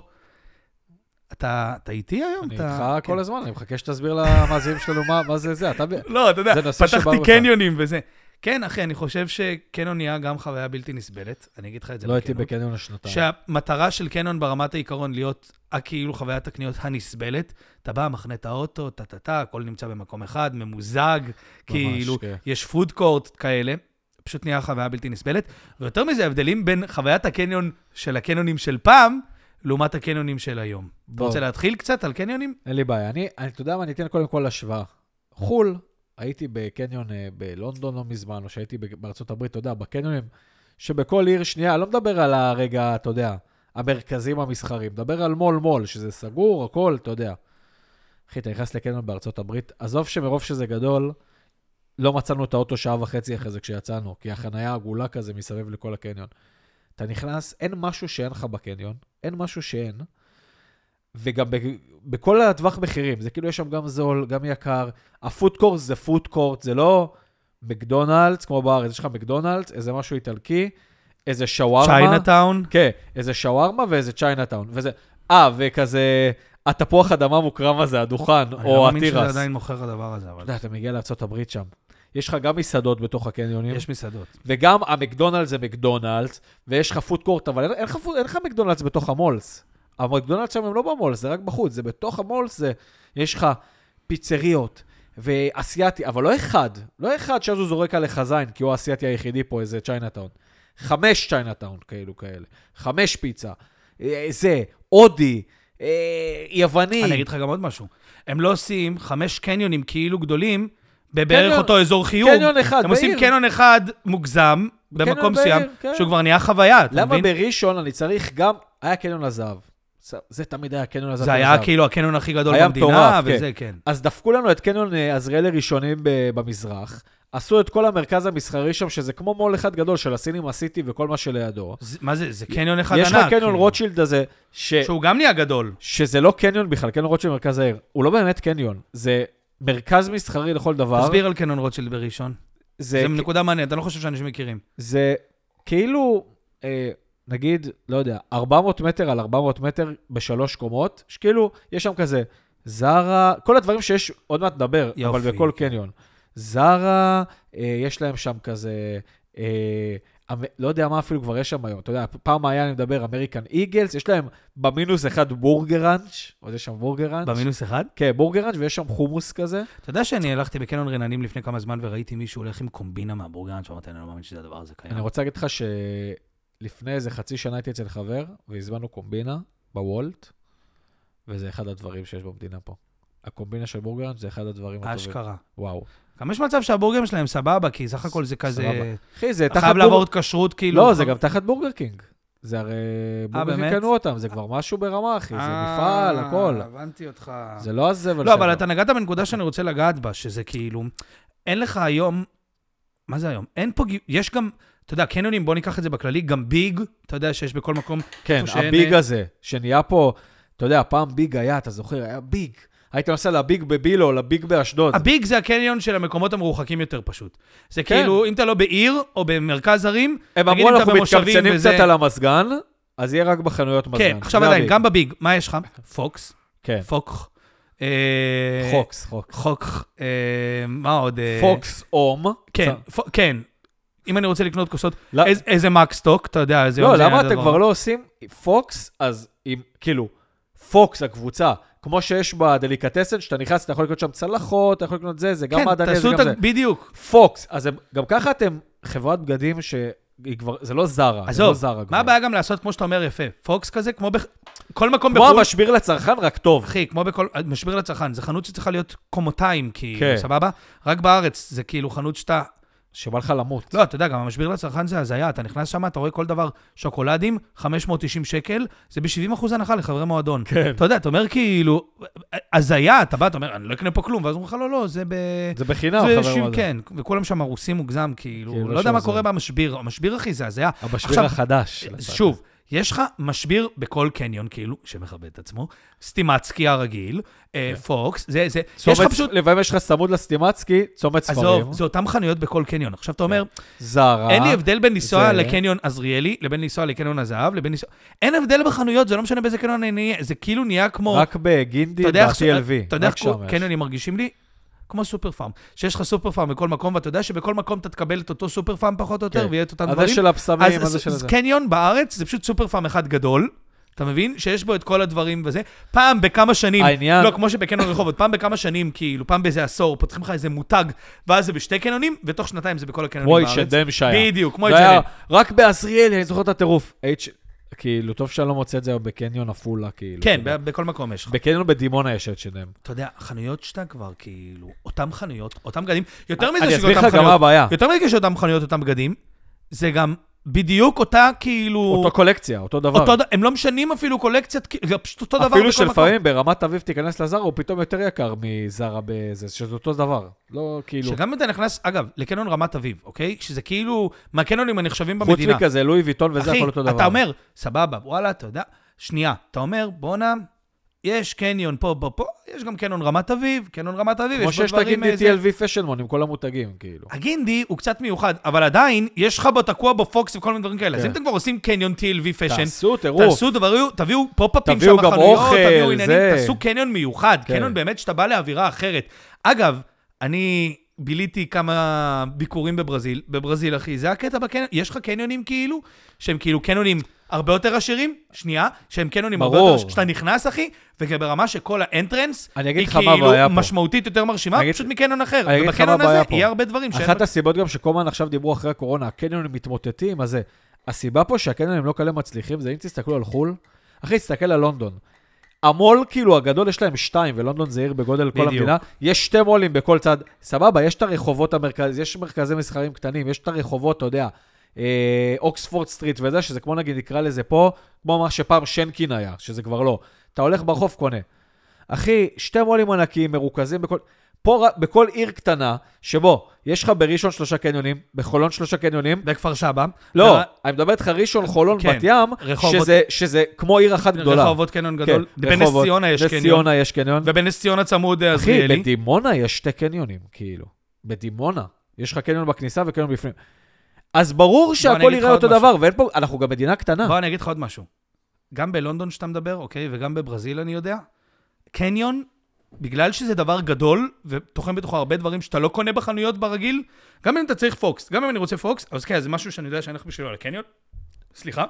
Speaker 2: אתה אתה איתי היום?
Speaker 1: אני
Speaker 2: אתה-
Speaker 1: איתך
Speaker 2: כן.
Speaker 1: כל הזמן, אני מחכה שתסביר למאזינים שלנו מה- מה זה זה. אתה ב-
Speaker 2: לא, אתה יודע,
Speaker 1: זה נושא שבא
Speaker 2: פתחתי
Speaker 1: לך.
Speaker 2: קניונים וזה. כן, אחי, אני חושב שקניון נהיה גם חוויה בלתי נסבלת. אני אגיד לך את זה
Speaker 1: לא הייתי
Speaker 2: בכנות.
Speaker 1: בקניון השנתיים.
Speaker 2: שהמטרה של קניון ברמת העיקרון להיות ה- כאילו חוויית הקניות הנסבלת. אתה בא, מחנה את האוטו, טה-טה-טה, הכל נמצא במקום אחד, ממוזג, כאילו,
Speaker 1: כן.
Speaker 2: יש פוד קורט כאלה. פשוט נהיה חוויה בלתי נסבלת. ויותר מזה, ההבדלים בין חוויית הקניון של הקניונים של פעם, לעומת הקניונים של היום. אתה
Speaker 1: בוא.
Speaker 2: רוצה להתחיל קצת על קניונים?
Speaker 1: אין לי בעיה. אני, אני- אתה יודע מה, אני אתן קודם כל השוואה. חו"ל, הייתי בקניון אה, בלונדון לא מזמן, או שהייתי בג- בארצות הברית, אתה יודע, בקניונים, שבכל עיר שנייה, אני לא מדבר על הרגע, אתה יודע, המרכזים המסחרים, מדבר על מול מול, שזה סגור, הכל, אתה יודע. אחי, אתה נכנס לקניון בארצות הברית, עזוב שמרוב שזה גדול, לא מצאנו את האוטו שעה וחצי אחרי זה כשיצאנו, כי החנייה עגולה כזה מסביב לכל הקניון. אתה נכנס, אין משהו שאין לך בקניון, אין משהו שאין, וגם ב, בכל הטווח מחירים, זה כאילו יש שם גם זול, גם יקר. הפוד קורט זה פוד קורט, זה לא מקדונלדס, כמו בארץ, יש לך מקדונלדס, איזה משהו איטלקי, איזה שווארמה.
Speaker 2: צ'יינאטאון.
Speaker 1: כן, איזה שווארמה ואיזה צ'יינאטאון, וזה... אה, וכזה, התפוח אדמה מוקרם הזה, הדוכן,
Speaker 2: אני לא
Speaker 1: או
Speaker 2: מאמין שזה
Speaker 1: התירס.
Speaker 2: עדיין מוכר הדבר הזה, אבל
Speaker 1: אתה יודע, אתה מגיע לארה"ב שם. יש לך גם מסעדות בתוך הקניונים,
Speaker 2: יש מסעדות.
Speaker 1: וגם המקדונלדס זה מקדונלדס, ויש לך פוד קורט, אבל אין- אין לך פוד- אין לך מקדונלדס בתוך המולס. המקדונלדס שם הם לא במולס, זה רק בחוץ, זה בתוך המולס, זה... יש לך פיצריות ואסייתי, אבל לא אחד, לא אחד שאז הוא זורק עליך זין, כי הוא האסייתי היחידי פה, איזה צ'יינאטאון. חמש צ'יינאטאון כאלו כאלה, חמש פיצה, אה, זה, הודי, אה, יווני.
Speaker 2: אני אגיד לך גם עוד משהו. הם לא עושים חמש קניונים כאילו גדולים, בבערך
Speaker 1: קניון-
Speaker 2: אותו אזור חיוב.
Speaker 1: קניון אחד
Speaker 2: הם עושים
Speaker 1: אה, בעיר.
Speaker 2: קניון אחד מוגזם, במקום
Speaker 1: בעיר,
Speaker 2: מסוים,
Speaker 1: כן.
Speaker 2: שהוא כבר נהיה חוויה, אתה
Speaker 1: למה
Speaker 2: מבין?
Speaker 1: בראשון אני צריך גם, היה קניון הזהב. זה תמיד היה קניון הזהב.
Speaker 2: זה היה כאילו הקניון הכי גדול
Speaker 1: היה
Speaker 2: במדינה,
Speaker 1: מטורף, כן.
Speaker 2: וזה, כן.
Speaker 1: אז דפקו לנו את קניון אה, עזריאלי ראשונים ב- במזרח, עשו את כל המרכז המסחרי שם, שזה כמו מול אחד גדול של הסינים הסיטי וכל מה שלידו.
Speaker 2: זה- מה זה, זה קניון אחד ענק.
Speaker 1: יש לך קניון
Speaker 2: כאילו.
Speaker 1: רוטשילד הזה, ש...
Speaker 2: שהוא גם נהיה גדול.
Speaker 1: שזה לא קניון בכלל, קניון רוטשילד מרכז העיר. הוא לא באמת קניון, זה מרכז מסחרי לכל דבר.
Speaker 2: תסביר על קניון רוטשילד בראשון.
Speaker 1: זה,
Speaker 2: זה נקודה מעניינת, אני לא חושב שאנשים מכירים.
Speaker 1: זה כאילו, אה, נגיד, לא יודע, 400 מטר על 400 מטר בשלוש קומות, שכאילו, יש שם כזה, זרה, כל הדברים שיש, עוד מעט נדבר,
Speaker 2: יופי.
Speaker 1: אבל בכל קניון. זרה, אה, יש להם שם כזה, אה, אמ- לא יודע מה אפילו כבר יש שם היום, אתה יודע, פעם היה, אני מדבר, אמריקן איגלס, יש להם במינוס אחד בורגראנץ', עוד יש שם בורגראנץ'.
Speaker 2: במינוס אחד?
Speaker 1: כן, בורגראנץ', ויש שם חומוס כזה.
Speaker 2: אתה יודע שאני הלכתי בקניון רננים לפני כמה זמן וראיתי מישהו הולך עם קומבינה מהבורגן, שאמרתי, אני לא מאמין שזה הדבר הזה קיים.
Speaker 1: אני רוצה להגיד לך שלפני איזה חצי שנה הייתי אצל חבר, והזמנו קומבינה בוולט, וזה אחד הדברים שיש במדינה פה. הקומבינה של בורגראנץ' זה אחד הדברים הטובים.
Speaker 2: אשכרה.
Speaker 1: וואו.
Speaker 2: גם יש מצב שהבורגרים שלהם סבבה, כי סך הכל זה כזה...
Speaker 1: סבבה. אחי, זה
Speaker 2: אתה חייב
Speaker 1: תחת
Speaker 2: לעבור
Speaker 1: בורגר...
Speaker 2: את כשרות, כאילו.
Speaker 1: לא, זה גם תחת בורגר קינג. זה הרי... בורגר
Speaker 2: אה, באמת?
Speaker 1: קנו אותם, זה כבר משהו ברמה, אחי. זה
Speaker 2: אה,
Speaker 1: מפעל, הכל.
Speaker 2: הבנתי אותך.
Speaker 1: זה לא הזבל
Speaker 2: לא, אבל
Speaker 1: שלנו.
Speaker 2: אתה נגעת בנקודה שאני רוצה לגעת בה, שזה כאילו, אין לך היום, מה זה היום? אין פה, גי- יש גם, אתה יודע, קניונים, בוא ניקח את זה בכללי, גם ביג, אתה יודע שיש בכל מקום.
Speaker 1: כן,
Speaker 2: איפה שאין,
Speaker 1: הביג
Speaker 2: אה,
Speaker 1: הזה, שנהיה פה, אתה יודע, פעם ביג היה, אתה זוכר, היה ביג. היית נוסע לביג בבילו, לביג באשדוד.
Speaker 2: הביג זה הקניון של המקומות המרוחקים יותר פשוט. זה
Speaker 1: כן.
Speaker 2: כאילו, אם אתה לא בעיר או במרכז ערים,
Speaker 1: הם
Speaker 2: נגיד
Speaker 1: אמרו,
Speaker 2: אם אתה
Speaker 1: אנחנו
Speaker 2: במושבים
Speaker 1: מתקבצנים
Speaker 2: וזה-
Speaker 1: קצת על המזגן, אז יהיה רק בחנויות מזגן.
Speaker 2: כן, עכשיו
Speaker 1: זה
Speaker 2: עדיין,
Speaker 1: הביג.
Speaker 2: גם בביג, מה יש לך? פוקס,
Speaker 1: כן,
Speaker 2: פוקח. אה,
Speaker 1: חוקס, חוקס.
Speaker 2: חוק, אה, מה עוד? אה,
Speaker 1: פוקס אום.
Speaker 2: כן,
Speaker 1: צ-
Speaker 2: פו- כן. אם אני רוצה לקנות כוסות,
Speaker 1: לא-
Speaker 2: איז- איזה מקסטוק, אתה יודע, איזה יום
Speaker 1: לא,
Speaker 2: זה
Speaker 1: למה
Speaker 2: היה
Speaker 1: אתם
Speaker 2: דבר.
Speaker 1: כבר לא עושים פוקס, אז אם, כאילו, פוקס, הקבוצה, כמו שיש בדליקטסן, שאתה נכנס, אתה יכול לקנות שם צלחות, אתה יכול לקנות זה, זה גם
Speaker 2: כן,
Speaker 1: מעדני, זה
Speaker 2: תעשו
Speaker 1: גם
Speaker 2: את ה...
Speaker 1: זה.
Speaker 2: בדיוק.
Speaker 1: פוקס, אז הם, גם ככה אתם חברת בגדים שהיא כבר, זה לא זרה, זה לא
Speaker 2: עזוב,
Speaker 1: זרה. כבר.
Speaker 2: מה הבעיה גם לעשות, כמו שאתה אומר יפה, פוקס כזה, כמו בח- כל מקום
Speaker 1: כמו
Speaker 2: בחו"ל,
Speaker 1: המשביר לצרכן, רק טוב.
Speaker 2: אחי, כמו בכל, אה, משביר לצרכן, זו חנות שצריכה להיות קומותיים, כאילו,
Speaker 1: כן.
Speaker 2: סבבה? רק בארץ, זה כאילו חנות שאתה...
Speaker 1: שבא לך למות.
Speaker 2: לא, אתה יודע, גם המשביר לצרכן זה הזיה, אתה נכנס שם, אתה רואה כל דבר, שוקולדים, 590 שקל, זה ב-70% הנחה לחברי מועדון.
Speaker 1: כן.
Speaker 2: אתה יודע, אתה אומר כאילו, הזיה, אתה בא, אתה אומר, אני לא אקנה פה כלום, ואז אומרים לך, לא, לא, זה ב...
Speaker 1: זה בחינם,
Speaker 2: זה
Speaker 1: חבר
Speaker 2: שיב-
Speaker 1: מועדון.
Speaker 2: כן, וכולם שם הרוסים מוגזם,
Speaker 1: כן,
Speaker 2: כאילו,
Speaker 1: לא
Speaker 2: לא יודע מה
Speaker 1: שעוזר.
Speaker 2: קורה במשביר, המשביר, אחי, זה הזיה.
Speaker 1: המשביר
Speaker 2: עכשיו-
Speaker 1: החדש.
Speaker 2: שוב, יש לך משביר בכל קניון, כאילו, שמכבד את עצמו, סטימצקי הרגיל, אה,
Speaker 1: כן.
Speaker 2: פוקס, זה, זה, יש לך פשוט...
Speaker 1: לפעמים יש לך צמוד לסטימצקי, צומת ספרים.
Speaker 2: עזוב, זה אותן חנויות בכל קניון. עכשיו אתה אומר,
Speaker 1: זרה.
Speaker 2: אין לי הבדל בין לנסוע
Speaker 1: זה-
Speaker 2: לקניון עזריאלי, לבין לנסוע לקניון הזהב, לבין לנסוע... אין הבדל בחנויות, זה לא משנה באיזה קניון אני אהיה, זה כאילו נהיה כמו...
Speaker 1: רק בגינדי,
Speaker 2: אתה יודע איך ש-
Speaker 1: ב-TLV.
Speaker 2: אתה יודע
Speaker 1: רק
Speaker 2: איך כן, כל-
Speaker 1: שם יש.
Speaker 2: קניונים מרגישים לי? כמו סופר פארם. שיש לך סופר פארם בכל מקום, ואתה יודע שבכל מקום אתה תקבל את אותו סופר פארם פחות או יותר,
Speaker 1: כן.
Speaker 2: ויהיה את אותם
Speaker 1: הזה
Speaker 2: דברים.
Speaker 1: של הבשמים,
Speaker 2: אז
Speaker 1: הזה של
Speaker 2: אז
Speaker 1: הזה.
Speaker 2: קניון בארץ זה פשוט סופר פארם אחד גדול. אתה מבין? שיש בו את כל הדברים וזה. פעם בכמה שנים,
Speaker 1: העניין-
Speaker 2: לא, כמו שבקניון רחובות, פעם בכמה שנים, כאילו, פעם באיזה עשור, פותחים לך איזה מותג, ואז זה בשתי קניונים, ותוך שנתיים זה בכל הקניונים
Speaker 1: כמו
Speaker 2: בארץ.
Speaker 1: H&M שהיה.
Speaker 2: בדיוק, כמו
Speaker 1: זה היה
Speaker 2: H&M.
Speaker 1: רק בעזריאלי, אני זוכר את הטירוף. H- כאילו, טוב שאני לא מוצא את זה היום בקניון עפולה, כאילו.
Speaker 2: כן,
Speaker 1: אתה יודע.
Speaker 2: ב- בכל מקום יש לך.
Speaker 1: בקניון בדימונה יש H&M.
Speaker 2: אתה יודע, חנויות שאתה כבר, כאילו, אותם חנויות, אותם בגדים, יותר מזה
Speaker 1: אני
Speaker 2: שזה
Speaker 1: אסביר
Speaker 2: אותם
Speaker 1: לך גם מה
Speaker 2: חנויות,
Speaker 1: הבעיה.
Speaker 2: יותר מזה שאותם חנויות, אותם בגדים, זה גם בדיוק אותה, כאילו...
Speaker 1: אותו קולקציה, אותו דבר.
Speaker 2: אותו דבר. הם לא משנים אפילו קולקציית, כאילו, זה פשוט אותו דבר בכל
Speaker 1: אפילו
Speaker 2: מקום.
Speaker 1: שלפעמים ברמת אביב תיכנס לזרה, הוא פתאום יותר יקר מזרה בזה, שזה אותו דבר. לא, כאילו...
Speaker 2: שגם אם אתה נכנס, אגב, לקניון רמת אביב, אוקיי? שזה כאילו, מהקניונים הנחשבים
Speaker 1: חוץ
Speaker 2: במדינה.
Speaker 1: מכזה, לואי ויטון וזה, הכל אותו דבר.
Speaker 2: אחי, אתה אומר, סבבה, וואלה, אתה יודע, שנייה, אתה אומר, בואנה, יש קניון פה, פה, פה, יש גם קניון רמת אביב, קניון רמת אביב,
Speaker 1: כמו
Speaker 2: יש בו
Speaker 1: שיש את
Speaker 2: דברים...
Speaker 1: הגינדי
Speaker 2: איזה-
Speaker 1: TLV פשן מון עם כל המותגים, כאילו.
Speaker 2: הגינדי הוא קצת מיוחד, אבל עדיין, יש לך בו תקוע בו פוקס וכל מיני דברים כאלה. אז
Speaker 1: כן.
Speaker 2: אם אתם כבר עושים קניון TLV פשן,
Speaker 1: תעשו טירוף.
Speaker 2: תעשו דברים, תביאו פופ-אפים שם
Speaker 1: תביאו גם
Speaker 2: בחנויות,
Speaker 1: אוכל,
Speaker 2: תביאו עניינים,
Speaker 1: זה.
Speaker 2: תעשו קניון מיוחד,
Speaker 1: כן.
Speaker 2: קניון באמת שאתה בא לאווירה אחרת. אגב, אני ביליתי כמה ביקורים בברזיל, בברזיל, אחי, זה הקטע בקניון, יש לך קניונים כאילו, שהם כאילו קניונים הרבה יותר עשירים, שנייה, שהם קניונים הרבה
Speaker 1: ברור.
Speaker 2: יותר, כשאתה נכנס, אחי, וגם ברמה שכל האנטרנס,
Speaker 1: אני אגיד
Speaker 2: היא
Speaker 1: לך מה הבעיה
Speaker 2: כאילו
Speaker 1: פה.
Speaker 2: משמעותית יותר מרשימה,
Speaker 1: אני אגיד-
Speaker 2: פשוט מקניון אחר.
Speaker 1: אני אגיד לך מה
Speaker 2: ובקניון
Speaker 1: הבעיה
Speaker 2: הזה
Speaker 1: פה.
Speaker 2: יהיה הרבה דברים שאין...
Speaker 1: אחת הסיבות גם שכל הזמן עכשיו דיברו אחרי הקורונה, הקניונים מתמוטטים, אז זה. הסיבה פה שהקניונים לא כאלה מצליחים, זה אם תסתכלו על חו"ל, אחי, תסתכל על לונדון. המו"ל, כאילו, הגדול, יש להם שתיים, ולונדון זה עיר בגודל כל
Speaker 2: בדיוק.
Speaker 1: המדינה. יש שתי מו"לים בכל צד. סבבה, יש את הרחובות המרכז, יש מרכזי מסחרים קטנים, יש את הרחובות, אתה יודע, אה, אוקספורד סטריט וזה, שזה כמו נגיד, נקרא לזה פה, כמו מה שפעם שנקין היה, שזה כבר לא. אתה הולך ברחוב, קונה. אחי, שתי מו"לים ענקיים מרוכזים בכל... פה, ר- בכל עיר קטנה, שבו יש לך בראשון שלושה קניונים, בחולון שלושה קניונים.
Speaker 2: בכפר סבא.
Speaker 1: לא,
Speaker 2: ורא-
Speaker 1: אני מדבר איתך ראשון, חולון,
Speaker 2: כן,
Speaker 1: בת ים,
Speaker 2: רחובות. כן,
Speaker 1: שזה, שזה כמו עיר אחת גדולה. כן,
Speaker 2: רחובות קניון גדול. בנס
Speaker 1: רחובות.
Speaker 2: ציונה יש
Speaker 1: נס
Speaker 2: קניון.
Speaker 1: ציונה יש קניון.
Speaker 2: ובנס ציונה צמוד אה,
Speaker 1: אחי,
Speaker 2: עזריאלי.
Speaker 1: בדימונה יש שתי קניונים, כאילו. בדימונה. יש לך קניון בכניסה וקניון בפנים. אז ברור
Speaker 2: אני
Speaker 1: שהכל
Speaker 2: אגיד לך
Speaker 1: יראה
Speaker 2: עוד
Speaker 1: אותו
Speaker 2: משהו.
Speaker 1: דבר, ואין פה, אנחנו גם מדינה קטנה.
Speaker 2: בוא, אני אגיד לך עוד משהו. גם בלונדון שאתה מדבר, אוקיי, וגם בברזיל אני יודע, קניון, בגלל שזה דבר גדול, וטוחן בתוכו הרבה דברים שאתה לא קונה בחנויות ברגיל, גם אם אתה צריך פוקס, גם אם אני רוצה פוקס, אז כן, זה משהו שאני יודע שאני הולך בשבילו לקניון. סליחה.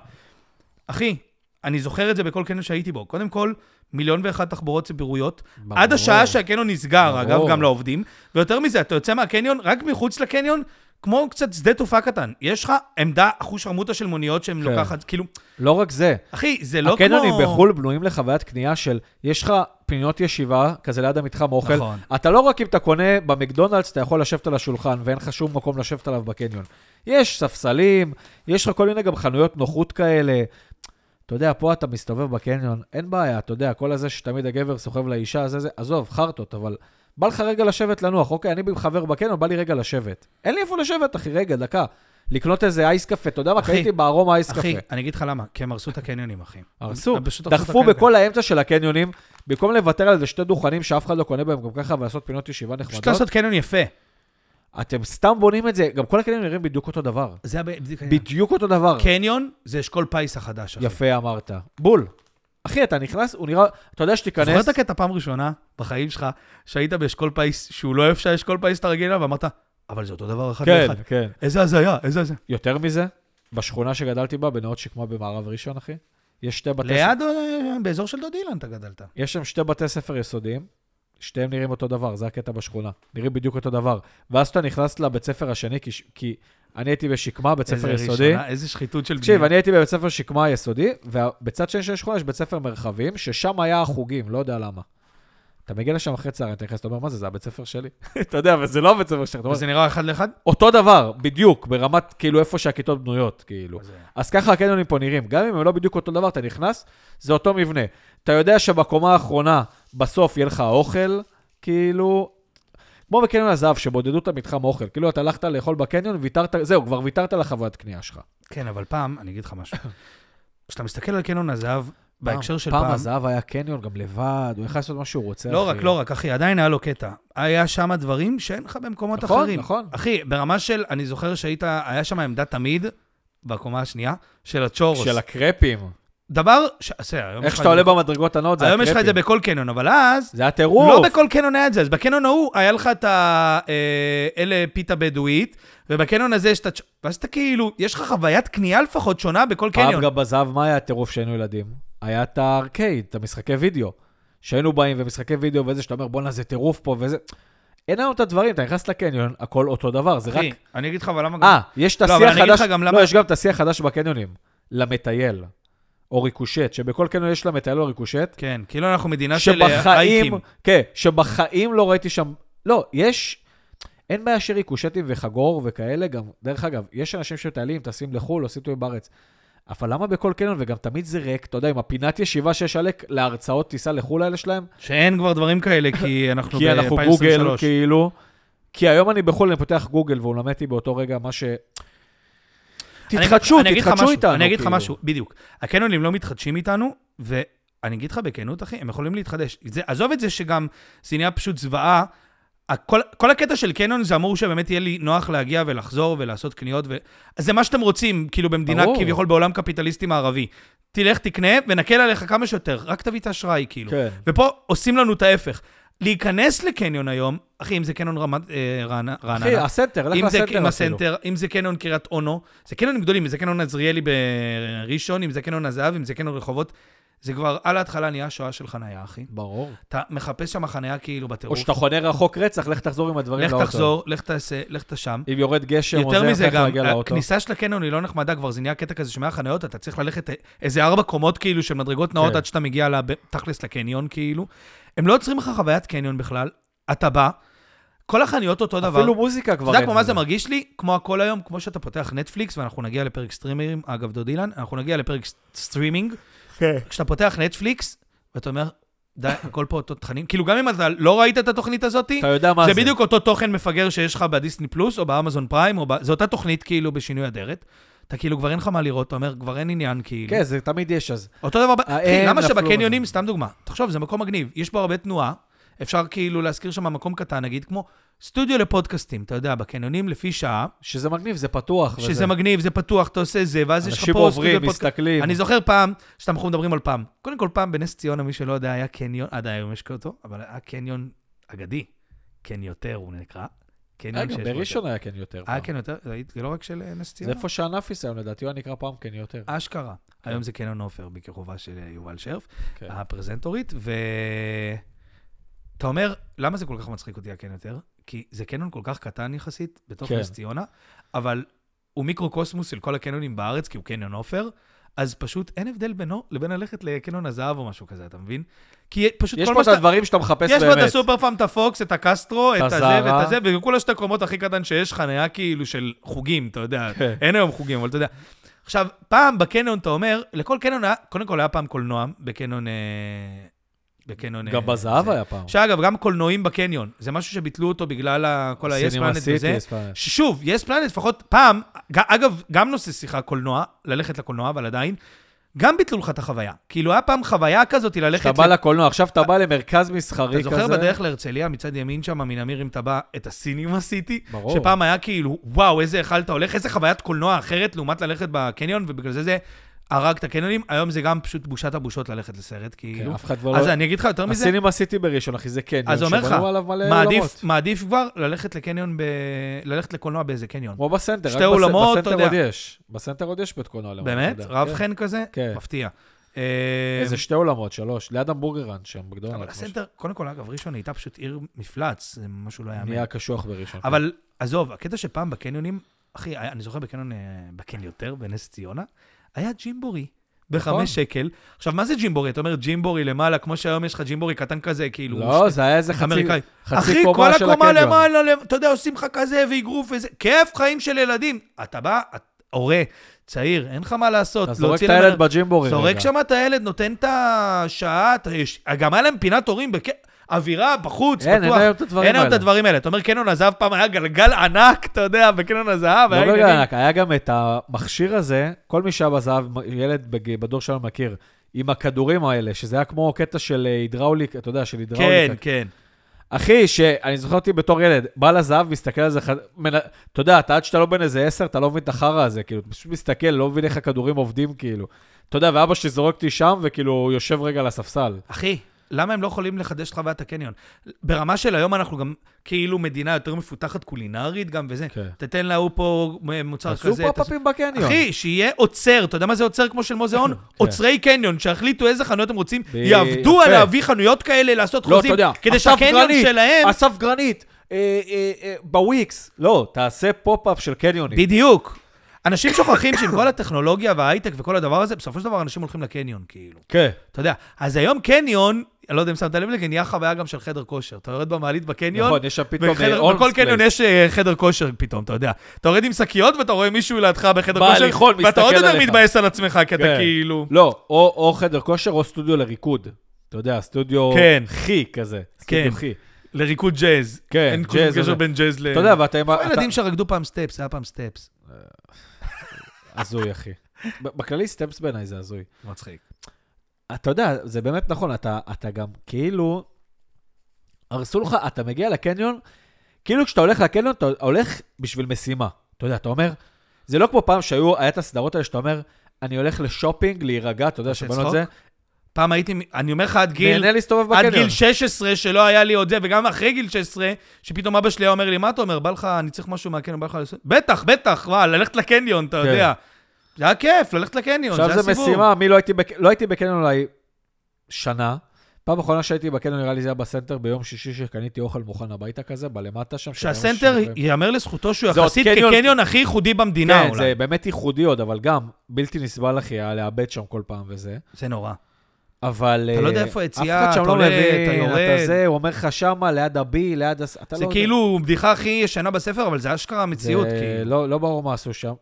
Speaker 2: אחי, אני זוכר את זה בכל קניון שהייתי בו. קודם כל, מיליון ואחת תחבורות ציבוריות,
Speaker 1: ברור.
Speaker 2: עד השעה שהקניון נסגר, אגב,
Speaker 1: ברור.
Speaker 2: גם לא. לעובדים. ויותר מזה, אתה יוצא מהקניון, רק מחוץ לקניון, כמו קצת שדה תעופה קטן. יש לך עמדה אחושרמוטה של מוניות שהן
Speaker 1: כן.
Speaker 2: לוקחת, כאילו,
Speaker 1: לא רק זה.
Speaker 2: אחי, זה לא כמו...
Speaker 1: הקניונים בחו"ל בנויים לחוויית קנייה של, יש לך פינות ישיבה, כזה ליד המתחם אוכל,
Speaker 2: נכון.
Speaker 1: אתה לא רק אם אתה קונה במקדונלדס, אתה יכול לשבת על השולחן, ואין לך שום מקום לשבת עליו בקניון. יש ספסלים, יש לך כל מיני גם חנויות נוחות כאלה. אתה יודע, פה אתה מסתובב בקניון, אין בעיה, אתה יודע, כל הזה שתמיד הגבר סוחב לאישה, זה זה, עזוב, חרטות, אבל בא לך רגע לשבת לנוח, אוקיי, אני חבר בקניון, בא לי רגע לשבת. אין לי איפה לשבת, אחי, רגע, דקה. לקנות איזה אייס קפה, אתה יודע מה?
Speaker 2: אחי,
Speaker 1: קניתי בארום אייס קפה.
Speaker 2: אחי, אני אגיד לך למה, כי הם הרסו את הקניונים, אחי.
Speaker 1: הרסו,
Speaker 2: הם פשוט את
Speaker 1: דחפו
Speaker 2: הקניונים.
Speaker 1: בכל האמצע של הקניונים, במקום לוותר על איזה שתי דוכנים שאף אחד לא קונה בהם גם ככה ולעשות פינות ישיבה
Speaker 2: פשוט
Speaker 1: נחמדות,
Speaker 2: לעשות קניון יפה.
Speaker 1: אתם סתם בונים את זה, גם כל הקניונים נראים בדיוק אותו דבר.
Speaker 2: זה היה בדיוק העניין.
Speaker 1: בדיוק אותו דבר.
Speaker 2: קניון זה אשכול פיס החדש, אחי.
Speaker 1: יפה אמרת. בול. אחי, אתה נכנס, הוא נראה, אתה יודע
Speaker 2: זוכר
Speaker 1: שתיכנס,
Speaker 2: את הקטע פעם ראשונה בחיים שלך, שהיית באשכול פיס, שהוא לא איפה שהאשכול פיס אתה רגיל אליו, ואמרת, אבל זה אותו דבר אחד
Speaker 1: כן,
Speaker 2: לאחד.
Speaker 1: כן.
Speaker 2: איזה הזיה, איזה הזיה.
Speaker 1: יותר מזה, בשכונה שגדלתי בה, בנאות שקמה במערב ראשון, אחי, יש שתי בתי ספר.
Speaker 2: ליד, אה, באזור של דוד אילן אתה גדלת.
Speaker 1: יש שם שתי בתי ספר יסודיים, שתיהם נראים אותו דבר, זה הקטע בשכונה. נראים בדיוק אותו דבר. ואז אתה נכנס לבית ספר השני, כי, ש- כי אני הייתי בשקמה, בית ספר
Speaker 2: איזה
Speaker 1: יסודי.
Speaker 2: ראשונה, איזה שחיתות של
Speaker 1: תקשיב,
Speaker 2: בנייה.
Speaker 1: אני הייתי בבית ספר שקמה יסודי, ובצד שני של השכונה יש בית ספר מרחבים, ששם היה החוגים, לא יודע למה. אתה מגיע לשם אחרי צהריים, אתה נכנס, אתה אומר, מה זה, זה הבית ספר שלי. אתה יודע, אבל זה לא הבית ספר שלך. אתה אומר,
Speaker 2: וזה נראה אחד לאחד?
Speaker 1: אותו דבר, בדיוק, ברמת, כאילו, איפה שהכיתות בנויות, כאילו.
Speaker 2: אז, אה,
Speaker 1: אז ככה הקניונים פה נראים. גם אם הם לא בדיוק אותו דבר, אתה נכנס, זה אותו מבנה. אתה יודע שבקומה האחרונה, בסוף יהיה לך אוכל, כאילו... כמו בקניון הזהב, שבודדו את המתחם אוכל. כאילו, אתה הלכת לאכול בקניון, ויתרת, זהו, כבר ויתרת על החוויית קנייה שלך.
Speaker 2: כן, אבל פעם, אני אגיד לך משהו. כשאתה מסתכל על קניון הזהב, בהקשר של
Speaker 1: פעם
Speaker 2: פעם...
Speaker 1: הזהב היה קניון גם לבד, הוא יכול לעשות מה שהוא רוצה.
Speaker 2: לא
Speaker 1: אחי.
Speaker 2: רק, לא רק, אחי, עדיין היה לו קטע. היה שם דברים שאין לך במקומות
Speaker 1: נכון,
Speaker 2: אחרים.
Speaker 1: נכון.
Speaker 2: אחי, ברמה של, אני זוכר שהיית, היה שם עמדה תמיד, בקומה השנייה, של הצ'ורוס.
Speaker 1: של הקרפים.
Speaker 2: דבר, ש... בסדר, היום יש
Speaker 1: איך
Speaker 2: לך
Speaker 1: שאתה
Speaker 2: את זה-
Speaker 1: עולה במדרגות הנאות, זה הקרפים.
Speaker 2: היום יש לך את זה בכל קניון, אבל אז,
Speaker 1: זה היה טירוף.
Speaker 2: לא בכל קניון היה את זה, אז בקניון ההוא היה לך את ה... אה, אלה פיתה בדואית, ובקניון הזה יש את ה... ואז אתה כאילו, יש לך חוויית קנייה לפחות שונה בכל
Speaker 1: פעם
Speaker 2: קניון.
Speaker 1: גם בזהב, מה היה הטירוף שהיינו ילדים? היה את הארקייד, את המשחקי וידאו. שהיינו באים ומשחקי וידאו וזה, שאתה אומר, בואנה, זה טירוף פה וזה. אין לנו את הדברים, אתה נכנס לקניון, הכל אותו דבר, זה רק...
Speaker 2: אחי, אני אגיד לך, אבל למה גם...
Speaker 1: אה, יש את
Speaker 2: לא, אבל
Speaker 1: השיא
Speaker 2: אני אגיד
Speaker 1: החדש,
Speaker 2: לך גם
Speaker 1: לא,
Speaker 2: למה-
Speaker 1: יש גם את השיא החדש בקניונים, למטייל, או ריקושט, שבכל קניון יש למטייל או ריקושט,
Speaker 2: כן, כאילו אנחנו מדינה של אה,
Speaker 1: שבחיים,
Speaker 2: אייקים.
Speaker 1: כן, שבחיים לא ראיתי שם, לא, יש, אין בעיה שריקושטים וחגור וכאלה, גם, דרך אגב, יש אנשים שמטיילים, טסים לחו"ל, עושים טועים בארץ, אבל למה בכל קניון, וגם תמיד זה ריק, אתה יודע, עם הפינת ישיבה שיש עלק להרצאות טיסה לחו"ל האלה שלהם,
Speaker 2: שאין כבר דברים כאלה, כי אנחנו
Speaker 1: כי אנחנו גוגל,
Speaker 2: לא, ב-2023.
Speaker 1: כאילו, כי היום אני בחו"ל, אני פותח גוגל והוא למד אותי באותו רגע מה ש... תתחדשו, תתחדשו איתנו.
Speaker 2: אני אגיד לך
Speaker 1: כאילו.
Speaker 2: משהו, בדיוק. הקנונים לא מתחדשים איתנו, ואני אגיד לך בכנות, אחי, הם יכולים להתחדש. זה, עזוב את זה שגם זה נהיה פשוט זוועה. הכל, כל הקטע של קנון זה אמור שבאמת יהיה לי נוח להגיע ולחזור ולעשות קניות. ו... אז זה מה שאתם רוצים, כאילו במדינה,
Speaker 1: ברור.
Speaker 2: ברור. כביכול בעולם קפיטליסטי מערבי. תלך, תקנה, ונקל עליך כמה שיותר, רק תביא את האשראי, כאילו.
Speaker 1: כן.
Speaker 2: ופה עושים לנו את ההפך. להיכנס לקניון היום, אחי, אם זה קניון רמת, אה, רענ- רעננה,
Speaker 1: אחי, הסנטר, לך
Speaker 2: אם זה
Speaker 1: לסנטר
Speaker 2: עם
Speaker 1: אפילו.
Speaker 2: הסנטר, אם זה קניון קריית אונו, זה קניונים גדולים, אם זה קניון עזריאלי בראשון, אם זה קניון הזהב, אם זה קניון רחובות, זה כבר על ההתחלה נהיה שואה של חניה, אחי.
Speaker 1: ברור.
Speaker 2: אתה מחפש שם חניה כאילו בטירוף.
Speaker 1: או שאתה חונה רחוק רצח, לך תחזור עם הדברים
Speaker 2: לך
Speaker 1: לאוטו.
Speaker 2: תחזור, לך תעשה, לך תשם.
Speaker 1: אם יורד גשם,
Speaker 2: יותר
Speaker 1: עוזר
Speaker 2: מזה
Speaker 1: לך
Speaker 2: גם, אה,
Speaker 1: להגיע לאוטו.
Speaker 2: הכניסה של הקניון היא לא נחמדה כבר, זה נהיה קטע כזה שמאה חניות, אתה צריך ללכת אה, איזה ארבע קומות כאילו של מדרגות נאות
Speaker 1: כן.
Speaker 2: עד שאתה מגיע לב- תכלס לקניון כאילו. הם לא יוצרים לך חוויית קניון בכלל, אתה בא, כל החניות אותו דבר.
Speaker 1: אפילו מוזיקה כבר
Speaker 2: אתה יודע
Speaker 1: אין.
Speaker 2: כמו מה
Speaker 1: לנו.
Speaker 2: זה מרגיש לי? כמו הכל היום, כמו שאתה פותח נטפליקס, ואנחנו נגיע לפרק סטרימרים, אגב, דוד אילן, אנחנו נגיע לפרק ס- סטרימינג, כשאתה פותח נטפליקס, ואתה אומר, די, הכל פה אותו תכנים, כאילו גם אם אתה לא ראית את התוכנית הזאת,
Speaker 1: אתה יודע מה
Speaker 2: זה
Speaker 1: זה.
Speaker 2: בדיוק אותו תוכן מפגר שיש לך בדיסני פלוס, או באמזון פריים, או ב... זו אותה תוכנית כאילו בשינוי אדרת. אתה כאילו כבר אין לך מה לראות, אתה אומר, כבר אין עניין כאילו.
Speaker 1: כן, זה תמיד יש אז.
Speaker 2: אותו דבר, ב-
Speaker 1: אה,
Speaker 2: אחי,
Speaker 1: הם
Speaker 2: למה
Speaker 1: נפלו
Speaker 2: שבקניונים,
Speaker 1: בזה.
Speaker 2: סתם דוגמה, תחשוב, זה מקום מגניב, יש בו הרבה תנועה, אפשר כאילו להזכיר שם מקום קטן, נגיד, כמו סטודיו לפודקאסטים, אתה יודע, בקניונים לפי שעה,
Speaker 1: שזה מגניב, זה פתוח. וזה.
Speaker 2: שזה מגניב, זה פתוח, אתה עושה זה, ואז יש לך פה
Speaker 1: אנשים עוברים,
Speaker 2: סטודיו לפודקאסט.
Speaker 1: מסתכלים.
Speaker 2: אני זוכר פעם, שאתם אנחנו מדברים על פעם. קודם כל, פעם בנס ציונה, מי שלא יודע, היה קניון, עד היום יש אותו, אבל היה קניון אגדי, קניותר הוא נקרא.
Speaker 1: אה,
Speaker 2: קניון
Speaker 1: גם
Speaker 2: שיש אה, בו
Speaker 1: בראשון היה כן יותר. פעם.
Speaker 2: היה קניותר, זה לא רק של אה, נס
Speaker 1: זה
Speaker 2: ציונה.
Speaker 1: איפה שהנאפיס היום, לדעתי הוא היה נקרא פעם כן יותר.
Speaker 2: אשכרה. היום זה קניון עופר, בכיכובה של אה, יובל שרף.
Speaker 1: כן.
Speaker 2: אה, הפרזנטורית, ו... אתה אומר, למה זה כל כך מצחיק אותי הקניון יותר? כי זה קניון כל כך קטן יחסית, בתוך
Speaker 1: כן.
Speaker 2: נס ציונה, אבל הוא מיקרוקוסמוס של כל הקניונים בארץ, כי הוא קניון עופר, אז פשוט אין הבדל בינו לבין ללכת לקניון הזהב או משהו כזה, אתה מבין? כי פשוט
Speaker 1: יש
Speaker 2: כל
Speaker 1: פה
Speaker 2: מה
Speaker 1: את
Speaker 2: שאתה...
Speaker 1: הדברים שאתה מחפש
Speaker 2: יש פה את
Speaker 1: באמת.
Speaker 2: הסופר פארם, את הפוקס, את הקסטרו, את הזה
Speaker 1: הזרה.
Speaker 2: ואת הזה, וכולה שתי קומות הכי קטן שיש, חניה כאילו של חוגים, אתה יודע.
Speaker 1: כן.
Speaker 2: אין היום חוגים, אבל אתה יודע. עכשיו, פעם בקניון אתה אומר, לכל קניון היה, קודם כל היה פעם קולנועם, בקניון... אה, בקניון... אה,
Speaker 1: גם בזהב
Speaker 2: זה.
Speaker 1: היה פעם.
Speaker 2: שאגב, גם קולנועים בקניון, זה משהו שביטלו אותו בגלל ה- כל ה-yes
Speaker 1: סינמה
Speaker 2: planet
Speaker 1: סיטי,
Speaker 2: וזה. אה,
Speaker 1: yes planet.
Speaker 2: ששוב, יס פלנט, לפחות פעם, ג- אגב, גם נושא שיחה קולנוע, ללכת לקולנוע, אבל עדיין, גם ביטלו לך את החוויה. כאילו, היה פעם חוויה כזאת ללכת...
Speaker 1: אתה בא לקולנוע, עכשיו אתה בא למרכז מסחרי
Speaker 2: אה, אתה
Speaker 1: כזה.
Speaker 2: זוכר בדרך להרצליה, מצד ימין שם, מן אמיר, אם אתה בא, את הסינימה סיטי?
Speaker 1: ברור.
Speaker 2: שפעם היה כאילו, וואו, איזה היכל אתה הולך, איזה חוויית קולנוע אחרת לעומת ללכת בקניון, ובגלל זה זה... הרג את הקניונים, היום זה גם פשוט בושת הבושות ללכת לסרט, כאילו.
Speaker 1: כן, אף אחד כבר
Speaker 2: אז
Speaker 1: לא...
Speaker 2: אני אגיד לך יותר מזה,
Speaker 1: הסינים עשיתי בראשון, אחי, זה קניון,
Speaker 2: אז אומר לך,
Speaker 1: שבנו עליו מלא
Speaker 2: מעדיף-
Speaker 1: עולמות.
Speaker 2: מעדיף כבר ללכת לקניון, ב- ללכת לקולנוע באיזה קניון.
Speaker 1: כמו בסנטר, רק
Speaker 2: שתי
Speaker 1: בס-
Speaker 2: עולמות, אתה
Speaker 1: בסנטר
Speaker 2: יודע.
Speaker 1: עוד יש. בסנטר עוד יש בית קולנוע למטה.
Speaker 2: באמת? רב חן כזה?
Speaker 1: לא, כן.
Speaker 2: מפתיע.
Speaker 1: איזה
Speaker 2: אה,
Speaker 1: שתי עולמות, שלוש. ליד המבורגרן שם, בגדול.
Speaker 2: אבל הסנטר, קודם כל, אגב, ראשון הייתה פשוט עיר מפלץ, זה משהו לא יאמן.
Speaker 1: נהיה קשוח בראשון.
Speaker 2: אבל עזוב, הקטע שפעם בקניונים, אחי, היה- אני זוכר בקניון, אה, בקן יותר, בנס ציונה, היה ג'ימבורי.
Speaker 1: נכון.
Speaker 2: בחמש שקל. עכשיו, מה זה ג'ימבורי? אתה אומר ג'ימבורי למעלה, כמו שהיום יש לך ג'ימבורי קטן כזה, כאילו...
Speaker 1: לא,
Speaker 2: ש-
Speaker 1: זה היה איזה חצי
Speaker 2: אמריקאי.
Speaker 1: חצי קומה
Speaker 2: אחי,
Speaker 1: של
Speaker 2: כל הקומה
Speaker 1: הקניון.
Speaker 2: למעלה, למ- אתה יודע, עושים לך כזה ואגרוף וזה. כיף חיים של ילדים. אתה בא, את- הורה, צעיר, אין לך מה לעשות.
Speaker 1: אתה זורק
Speaker 2: להוציא
Speaker 1: את הילד
Speaker 2: למעלה-
Speaker 1: בג'ימבורי.
Speaker 2: זורק
Speaker 1: רגע.
Speaker 2: שם את הילד, נותן את השעה, את- יש- גם היה להם פינת הורים, בק- אווירה, בחוץ,
Speaker 1: אין, אין
Speaker 2: פתוח.
Speaker 1: היום את הדברים האלה.
Speaker 2: אין היום את הדברים האלה. אתה אומר, קניון הזהב פעם היה גלגל ענק, אתה יודע, בקניון הזהב,
Speaker 1: לא
Speaker 2: היה
Speaker 1: בגלל
Speaker 2: עניינים.
Speaker 1: ענק, היה גם את המכשיר הזה, כל מי שהיה בזהב, ילד בג- בדור שלנו מכיר, עם הכדורים האלה, שזה היה כמו קטע של אה, הידראוליק, אתה יודע, של
Speaker 2: כן,
Speaker 1: הידראוליקה.
Speaker 2: כן.
Speaker 1: אחי, שאני זוכר אותי בתור ילד, בא לזהב, מסתכל על זה, ח- מנ- אתה יודע, אתה עד שאתה לא בן איזה עשר, אתה לא מבין את החרא הזה, כאילו, אתה פשוט מסתכל, לא מבין איך הכדורים עובדים, כאילו. אתה יודע, ואבא שלי זורק אותי שם, וכאילו, הוא יושב רגע על הספסל.
Speaker 2: אחי, למה הם לא יכולים לחדש את חוויית הקניון? ברמה של היום אנחנו גם כאילו מדינה יותר מפותחת קולינרית גם וזה.
Speaker 1: כן.
Speaker 2: תתן להוא פה מוצר
Speaker 1: עשו
Speaker 2: כזה. תעשו-
Speaker 1: פופ-אפים בקניון. לא,
Speaker 2: אחי, שיהיה עוצר, אתה יודע מה זה עוצר כמו של מוזיאון? עוצרי קניון, שיחליטו איזה חנויות הם רוצים,
Speaker 1: כן. ב-
Speaker 2: יעבדו
Speaker 1: יפה.
Speaker 2: על להביא חנויות כאלה, לעשות
Speaker 1: לא, אתה
Speaker 2: חוזים,
Speaker 1: יודע,
Speaker 2: כדי
Speaker 1: אסף
Speaker 2: שהקניון
Speaker 1: גרנית,
Speaker 2: שלהם...
Speaker 1: אסף גרנית, אה, אה, אה, בוויקס. לא, תעשה פופ-אפ של קניונים.
Speaker 2: בדיוק. אנשים שוכחים שעם כל הטכנולוגיה וההייטק וכל הדבר הזה, בסופו של דבר אנשים הולכים לקניון, כאילו.
Speaker 1: כן.
Speaker 2: אתה יודע, אז היום קניון, אני לא יודע אם שמת לב לזה, נהיה חוויה גם של חדר כושר. אתה יורד במעלית בקניון,
Speaker 1: נכון, יש שם פתאום...
Speaker 2: בחדר-
Speaker 1: אה,
Speaker 2: בכל
Speaker 1: Allspace.
Speaker 2: קניון יש אה, חדר כושר פתאום, אתה יודע. אתה יורד עם שקיות ואתה רואה מישהו לידך בחדר
Speaker 1: בעל
Speaker 2: כושר,
Speaker 1: איכון
Speaker 2: ואתה
Speaker 1: מסתכל
Speaker 2: עוד יותר
Speaker 1: עליך.
Speaker 2: מתבאס על עצמך, כי אתה
Speaker 1: כן.
Speaker 2: כאילו...
Speaker 1: לא, או או חדר כושר או סטודיו לריקוד. אתה יודע, סטודיו
Speaker 2: כן.
Speaker 1: חי כזה. סטודיו
Speaker 2: כן.
Speaker 1: חי.
Speaker 2: לריקוד ג'אז.
Speaker 1: כן,
Speaker 2: אין
Speaker 1: ג'אז,
Speaker 2: כלום
Speaker 1: אתה
Speaker 2: קשר
Speaker 1: יודע.
Speaker 2: בין ג'אז ל...
Speaker 1: אתה יודע, ואתה...
Speaker 2: אה, איפה הילדים שרקדו פעם סטפס, היה פעם סטפס.
Speaker 1: הזוי, אחי. ב- בכללי סטמפס בעיניי זה הזוי.
Speaker 2: מצחיק.
Speaker 1: אתה יודע, זה באמת נכון, אתה, אתה גם כאילו... הרסו לך, אתה מגיע לקניון, כאילו כשאתה הולך לקניון, אתה הולך בשביל משימה. אתה יודע, אתה אומר, זה לא כמו פעם שהיו, היה את הסדרות האלה שאתה אומר, אני הולך לשופינג, להירגע, אתה יודע,
Speaker 2: עושה
Speaker 1: שבנו את זה.
Speaker 2: פעם הייתי, מ- אני אומר לך, עד גיל...
Speaker 1: נהנה להסתובב
Speaker 2: עד
Speaker 1: בקניון.
Speaker 2: גיל 16, שלא היה לי עוד זה, וגם אחרי גיל 16, שפתאום אבא שלי היה אומר לי, מה אתה אומר, בא לך, אני צריך משהו מהקניון, בא לך לעשות... בטח, בטח, מה, ללכת לקניון, אתה
Speaker 1: כן.
Speaker 2: יודע. זה היה כיף, ללכת לקניון, זה היה
Speaker 1: עכשיו
Speaker 2: סיבוב.
Speaker 1: זה משימה, מי לא הייתי, בק... לא הייתי בקניון אולי שנה. פעם אחרונה שהייתי בקניון, נראה לי זה היה בסנטר ביום שישי שקניתי אוכל מוכן הביתה כזה, בלמטה שם. שהיה ממש
Speaker 2: שהסנטר,
Speaker 1: שווה.
Speaker 2: ייאמר לזכותו שהוא
Speaker 1: זה עוד
Speaker 2: יחסית
Speaker 1: קניון-
Speaker 2: כקניון הכי ייחודי במדינה,
Speaker 1: כן,
Speaker 2: אולי.
Speaker 1: זה באמת ייחודי עוד, אבל גם בלתי נסבל אחי, היה לאבד שם כל פעם וזה.
Speaker 2: זה נורא.
Speaker 1: אבל...
Speaker 2: אתה לא
Speaker 1: אה,
Speaker 2: יודע איפה היציאה,
Speaker 1: אף אחד שם
Speaker 2: אתה
Speaker 1: לא
Speaker 2: עולה,
Speaker 1: מבין,
Speaker 2: אתה יורד.
Speaker 1: אתה זה, הוא אומר לך שמה, ליד הבי, ליד... הס- אתה
Speaker 2: זה
Speaker 1: לא יודע.
Speaker 2: כאילו בדיחה הכי ישנה בספר, אבל זה אשכרה המציאות,
Speaker 1: זה
Speaker 2: כאילו.
Speaker 1: לא, לא ברור מה עשו שם.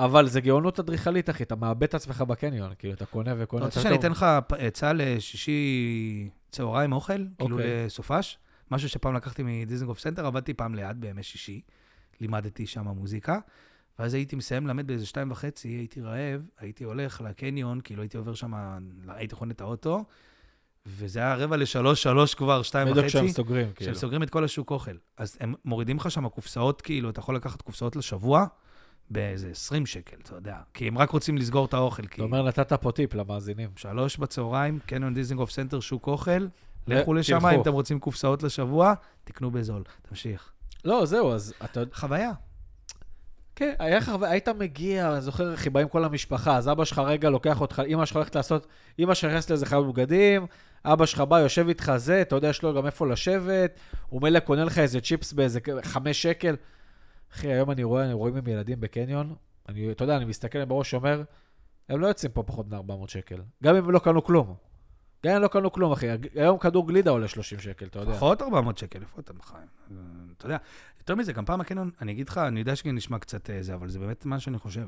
Speaker 1: אבל זה גאונות אדריכלית, אחי, אתה מאבד את עצמך בקניון, כאילו, אתה קונה וקונה.
Speaker 2: אתה רוצה
Speaker 1: יותר
Speaker 2: שאני
Speaker 1: טוב.
Speaker 2: אתן לך פ- אה, עצה לשישי צהריים אוכל? כאילו
Speaker 1: אוקיי.
Speaker 2: לסופש? משהו שפעם לקחתי מדיזנגוף סנטר, עבדתי פעם ליד בימי שישי, לימדתי שם מוזיקה, ואז הייתי מסיים ללמד באיזה שתיים וחצי, הייתי רעב, הייתי הולך לקניון, כאילו הייתי עובר שם, הייתי חונה את האוטו, וזה היה רבע לשלוש, שלוש כבר, שתיים
Speaker 1: בדיוק כשהם
Speaker 2: וחצי.
Speaker 1: סוגרים, כאילו.
Speaker 2: שהם סוגרים את כל השוק אוכל. אז הם מורידים לך שם קופסאות, כאילו, אתה יכול לקחת קופסאות לשבוע באיזה 20 שקל, אתה יודע. כי הם רק רוצים לסגור את האוכל,
Speaker 1: אתה
Speaker 2: כאילו.
Speaker 1: אומר, נתת פה טיפ למאזינים.
Speaker 2: שלוש בצהריים, קניון דיזנגוף סנטר, שוק אוכל,
Speaker 1: ו-
Speaker 2: לכו לשם,
Speaker 1: תלכו.
Speaker 2: אם אתם רוצים קופסאות לשבוע, תקנו בזול. תמשיך.
Speaker 1: לא, זהו, אז אתה...
Speaker 2: חוויה.
Speaker 1: כן, היה לך, היית מגיע, אני זוכר איך היא באה עם כל המשפחה, אז אבא שלך רגע לוקח אותך, אמא שלך הולכת לעשות, אמא שלך נכנסת לאיזה חייב בגדים, אבא שלך בא, יושב איתך זה, אתה יודע, יש לו גם איפה לשבת, הוא מילא קונה לך איזה צ'יפס באיזה כ- חמש שקל. אחי, היום אני רואה, אני רואים עם ילדים בקניון, אני, אתה יודע, אני מסתכל להם בראש, אומר, הם לא יוצאים פה פחות מ-400 שקל, גם אם הם לא קנו כלום. גם אם הם לא קנו כלום, אחי, היום כדור גלידה עולה 30 שקל, אתה יודע.
Speaker 2: פחות 400 שקל, איפה אתה מחיים? אה, אתה יודע, יותר מזה, גם פעם הקניון, אני אגיד לך, אני יודע שכן נשמע קצת אה, זה, אבל זה באמת מה שאני חושב.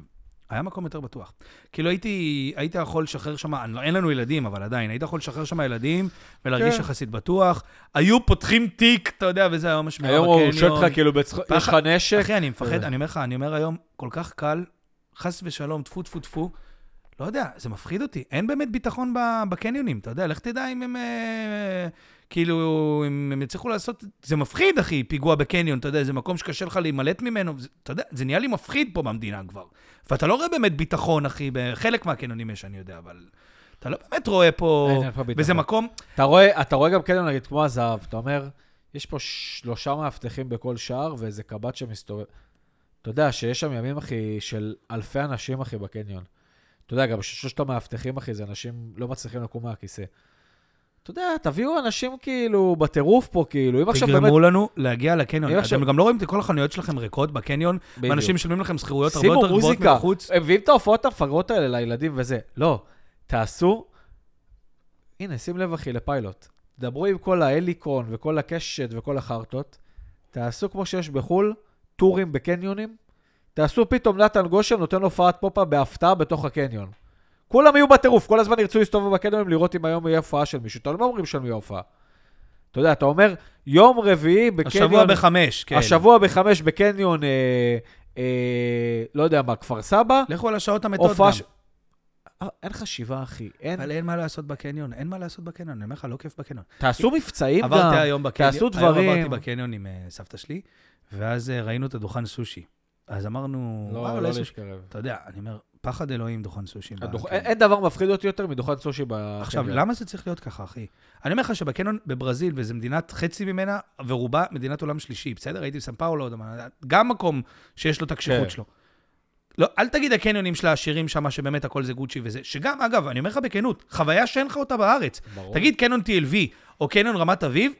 Speaker 2: היה מקום יותר בטוח. כאילו הייתי, היית יכול לשחרר שם, אני לא- אין לנו ילדים, אבל עדיין, היית יכול לשחרר שם ילדים ולהרגיש
Speaker 1: כן.
Speaker 2: יחסית בטוח. היו פותחים תיק, אתה יודע, וזה היום משמיעה
Speaker 1: היום
Speaker 2: בקניון.
Speaker 1: הוא שואל אותך, כאילו, בצחוק,
Speaker 2: פחד-
Speaker 1: יש לך נשק?
Speaker 2: אחי, אני מפחד,
Speaker 1: אה.
Speaker 2: אני אומר לך, אני אומר היום, כל כך קל, חס ושלום, טפו טפו טפו, לא יודע, זה מפחיד אותי. אין באמת ביטחון ב- בקניונים, אתה יודע, לך תדע אם הם... אה, כאילו, אם הם יצליחו לעשות... זה מפחיד, אחי, פיגוע בקניון, אתה יודע, זה מקום שקשה לך להימלט ממנו. זה- אתה יודע, זה נהיה לי מפחיד פה במדינה כבר. ואתה לא רואה באמת ביטחון, אחי, בחלק מהקניונים יש, אני יודע, אבל... אתה לא באמת רואה פה...
Speaker 1: אין, אין פה ביטחון.
Speaker 2: וזה מקום...
Speaker 1: אתה רואה, אתה רואה גם קניון, נגיד, כמו הזהב, אתה אומר, יש פה שלושה מאבטחים בכל שער ואיזה קב"ט שמסתובב. אתה יודע שיש שם ימים, אחי, של אלפי אנשים, אחי, בקניון. אתה יודע, גם שלושת המאבטחים, אחי, זה אנשים לא מצליחים לקום מהכיסא. אתה יודע, תביאו אנשים כאילו בטירוף פה, כאילו, אם עכשיו באמת...
Speaker 2: תגרמו לנו להגיע לקניון.
Speaker 1: אם עכשיו-
Speaker 2: אתם גם לא רואים את כל החנויות שלכם ריקות בקניון,
Speaker 1: בדיוק.
Speaker 2: ואנשים משלמים לכם שכירויות הרבה
Speaker 1: שימו
Speaker 2: יותר גבוהות
Speaker 1: מוזיקה,
Speaker 2: מבחוץ.
Speaker 1: הם מביאים את ההופעות המפגרות האלה לילדים וזה. לא, תעשו... הנה, שים לב, אחי, לפיילוט. דברו עם כל ההליקון וכל הקשת וכל החרטות. תעשו כמו שיש בחו"ל, טורים בקניונים. תעשו פתאום נתן גושן נותן הופעת פופ-אפ בהפתעה בתוך הקניון. כולם יהיו בטירוף, כל הזמן ירצו להסתובב בקניונים לראות אם היום יהיה הופעה של מישהו. אתה לא אומרים שם יהיה הופעה. אתה יודע, אתה אומר, יום רביעי בקניון...
Speaker 2: השבוע בחמש, כן.
Speaker 1: השבוע בחמש בקניון, אה, אה, לא יודע מה, כפר סבא.
Speaker 2: לכו על השעות המתות
Speaker 1: הופעה
Speaker 2: גם.
Speaker 1: ש- אה, אין חשיבה, אחי. אין.
Speaker 2: אבל אין מה לעשות בקניון, אין מה לעשות בקניון, אני אומר לך, לא כיף בקניון.
Speaker 1: תעשו מבצעים גם.
Speaker 2: עברתי היום בקניון,
Speaker 1: תעשו
Speaker 2: היום
Speaker 1: דברים.
Speaker 2: עברתי בקניון עם אה, סבתא שלי, ואז אה, ראינו את הדוכן סושי. אז אמרנו, "וואו,
Speaker 1: לא,
Speaker 2: אולי
Speaker 1: לא
Speaker 2: סושי."
Speaker 1: להתקרב.
Speaker 2: אתה יודע, אני אומר, פחד אלוהים דוכן סושי.
Speaker 1: הדוכ- אה,
Speaker 2: בקניון."
Speaker 1: אין אין דבר מפחיד אותי יותר מדוכן סושי בקניון.
Speaker 2: אה, כן. עכשיו, למה זה צריך להיות ככה, אחי? אני אומר לך שבקניון בברזיל, וזו מדינת חצי ממנה, ורובה מדינת עולם שלישי, בסדר? הייתי בסן פאולו, עוד מעט, גם מקום שיש לו את
Speaker 1: כן.
Speaker 2: הקשיחות שלו. לא, אל תגיד הקניונים של העשירים שם, שבאמת הכל זה גוצ'י וזה, שגם, אגב, אני אומר לך בכנות, חוויה שאין לך אותה בארץ.
Speaker 1: ברור.
Speaker 2: תגיד קניון TLV או קניון רמת אביב,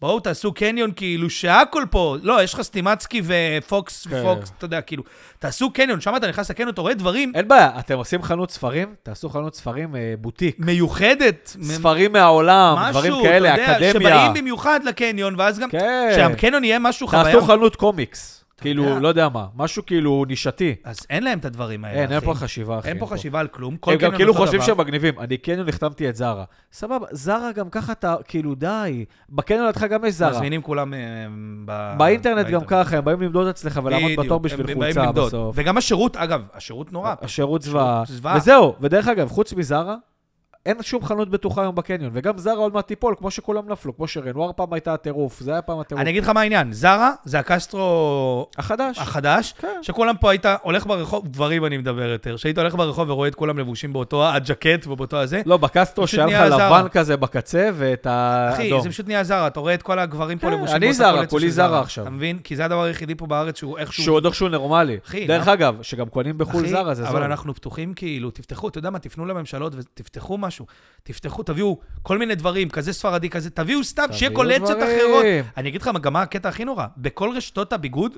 Speaker 2: בואו תעשו קניון כאילו שהכל פה, לא, יש לך סטימצקי ופוקס,
Speaker 1: כן.
Speaker 2: פוקס, אתה יודע, כאילו, תעשו קניון, שם אתה נכנס לקניון, אתה רואה דברים
Speaker 1: אין בעיה, אתם עושים חנות ספרים? תעשו חנות ספרים אה, בוטיק.
Speaker 2: מיוחדת. מ-
Speaker 1: ספרים מהעולם,
Speaker 2: משהו,
Speaker 1: דברים כאלה,
Speaker 2: אתה יודע,
Speaker 1: אקדמיה.
Speaker 2: שבאים במיוחד לקניון, ואז גם...
Speaker 1: כן.
Speaker 2: שהקניון יהיה משהו חוויה.
Speaker 1: תעשו חנות קומיקס. כאילו,
Speaker 2: יודע.
Speaker 1: לא יודע מה, משהו כאילו נישתי.
Speaker 2: אז אין להם את הדברים האלה,
Speaker 1: אין, אין
Speaker 2: אחי.
Speaker 1: פה חשיבה, אחי.
Speaker 2: אין פה חשיבה על כלום. כל
Speaker 1: הם גם
Speaker 2: קניון
Speaker 1: כאילו
Speaker 2: אותו
Speaker 1: חושבים
Speaker 2: דבר.
Speaker 1: שהם מגניבים. אני קניון החתמתי את זרה. סבבה, זרה גם ככה אתה, כאילו די. בקניון לידך גם יש זרה.
Speaker 2: מזמינים כולם אה, ב...
Speaker 1: באינטרנט גם ככה, הם באים למדוד אצלך ולעמוד
Speaker 2: בדיוק,
Speaker 1: בתור
Speaker 2: הם
Speaker 1: בשביל
Speaker 2: באים
Speaker 1: חולצה
Speaker 2: למדוד.
Speaker 1: בסוף.
Speaker 2: וגם השירות, אגב, השירות נורא.
Speaker 1: השירות זוועה.
Speaker 2: זוועה.
Speaker 1: וזהו, ודרך אגב, חוץ מזרה, אין שום חנות בטוחה היום בקניון. וגם זרה עוד מעט תיפול, כמו שכולם נפלו, כמו שרנואר פעם הייתה הטירוף, זה היה פעם הטירוף.
Speaker 2: אני אגיד לך מה העניין, זרה זה הקסטרו
Speaker 1: החדש.
Speaker 2: החדש,
Speaker 1: כן.
Speaker 2: שכולם פה היית הולך ברחוב, גברים אני מדבר יותר, שהיית הולך ברחוב ורואה את כולם לבושים באותו הג'קט ובאותו הזה,
Speaker 1: לא, בקסטרו
Speaker 2: פשוט
Speaker 1: שהיה
Speaker 2: נהיה
Speaker 1: לך
Speaker 2: זרה.
Speaker 1: לבן כזה בקצה, ואת לא.
Speaker 2: אחי,
Speaker 1: האדום.
Speaker 2: זה פשוט נהיה זרה, אתה רואה את כל הגברים פה
Speaker 1: אה, כן,
Speaker 2: לבושים
Speaker 1: אני
Speaker 2: באותה
Speaker 1: זרה,
Speaker 2: קולציה
Speaker 1: כולי
Speaker 2: של
Speaker 1: זרה עכשיו.
Speaker 2: אתה מבין? כי זה הדבר היחידי פה בארץ שהוא איכשהו...
Speaker 1: שהוא עוד איכשהו נורמלי.
Speaker 2: אחי,
Speaker 1: דרך
Speaker 2: למה-
Speaker 1: אגב, שגם קונים בחו"ל
Speaker 2: אחי,
Speaker 1: זרה, זה
Speaker 2: אבל
Speaker 1: זול.
Speaker 2: אנחנו פתוחים כאילו, תפתחו, אתה יודע מה, תפנו לממשלות ותפתחו משהו. תפתחו, תביאו כל מיני דברים, כזה ספרדי, כזה, תביאו סתם, שיהיה
Speaker 1: תביאו
Speaker 2: קולציות
Speaker 1: דברים.
Speaker 2: אחרות. אני אגיד לך מה, גם מה הקטע הכי נורא, בכל רשתות הביגוד,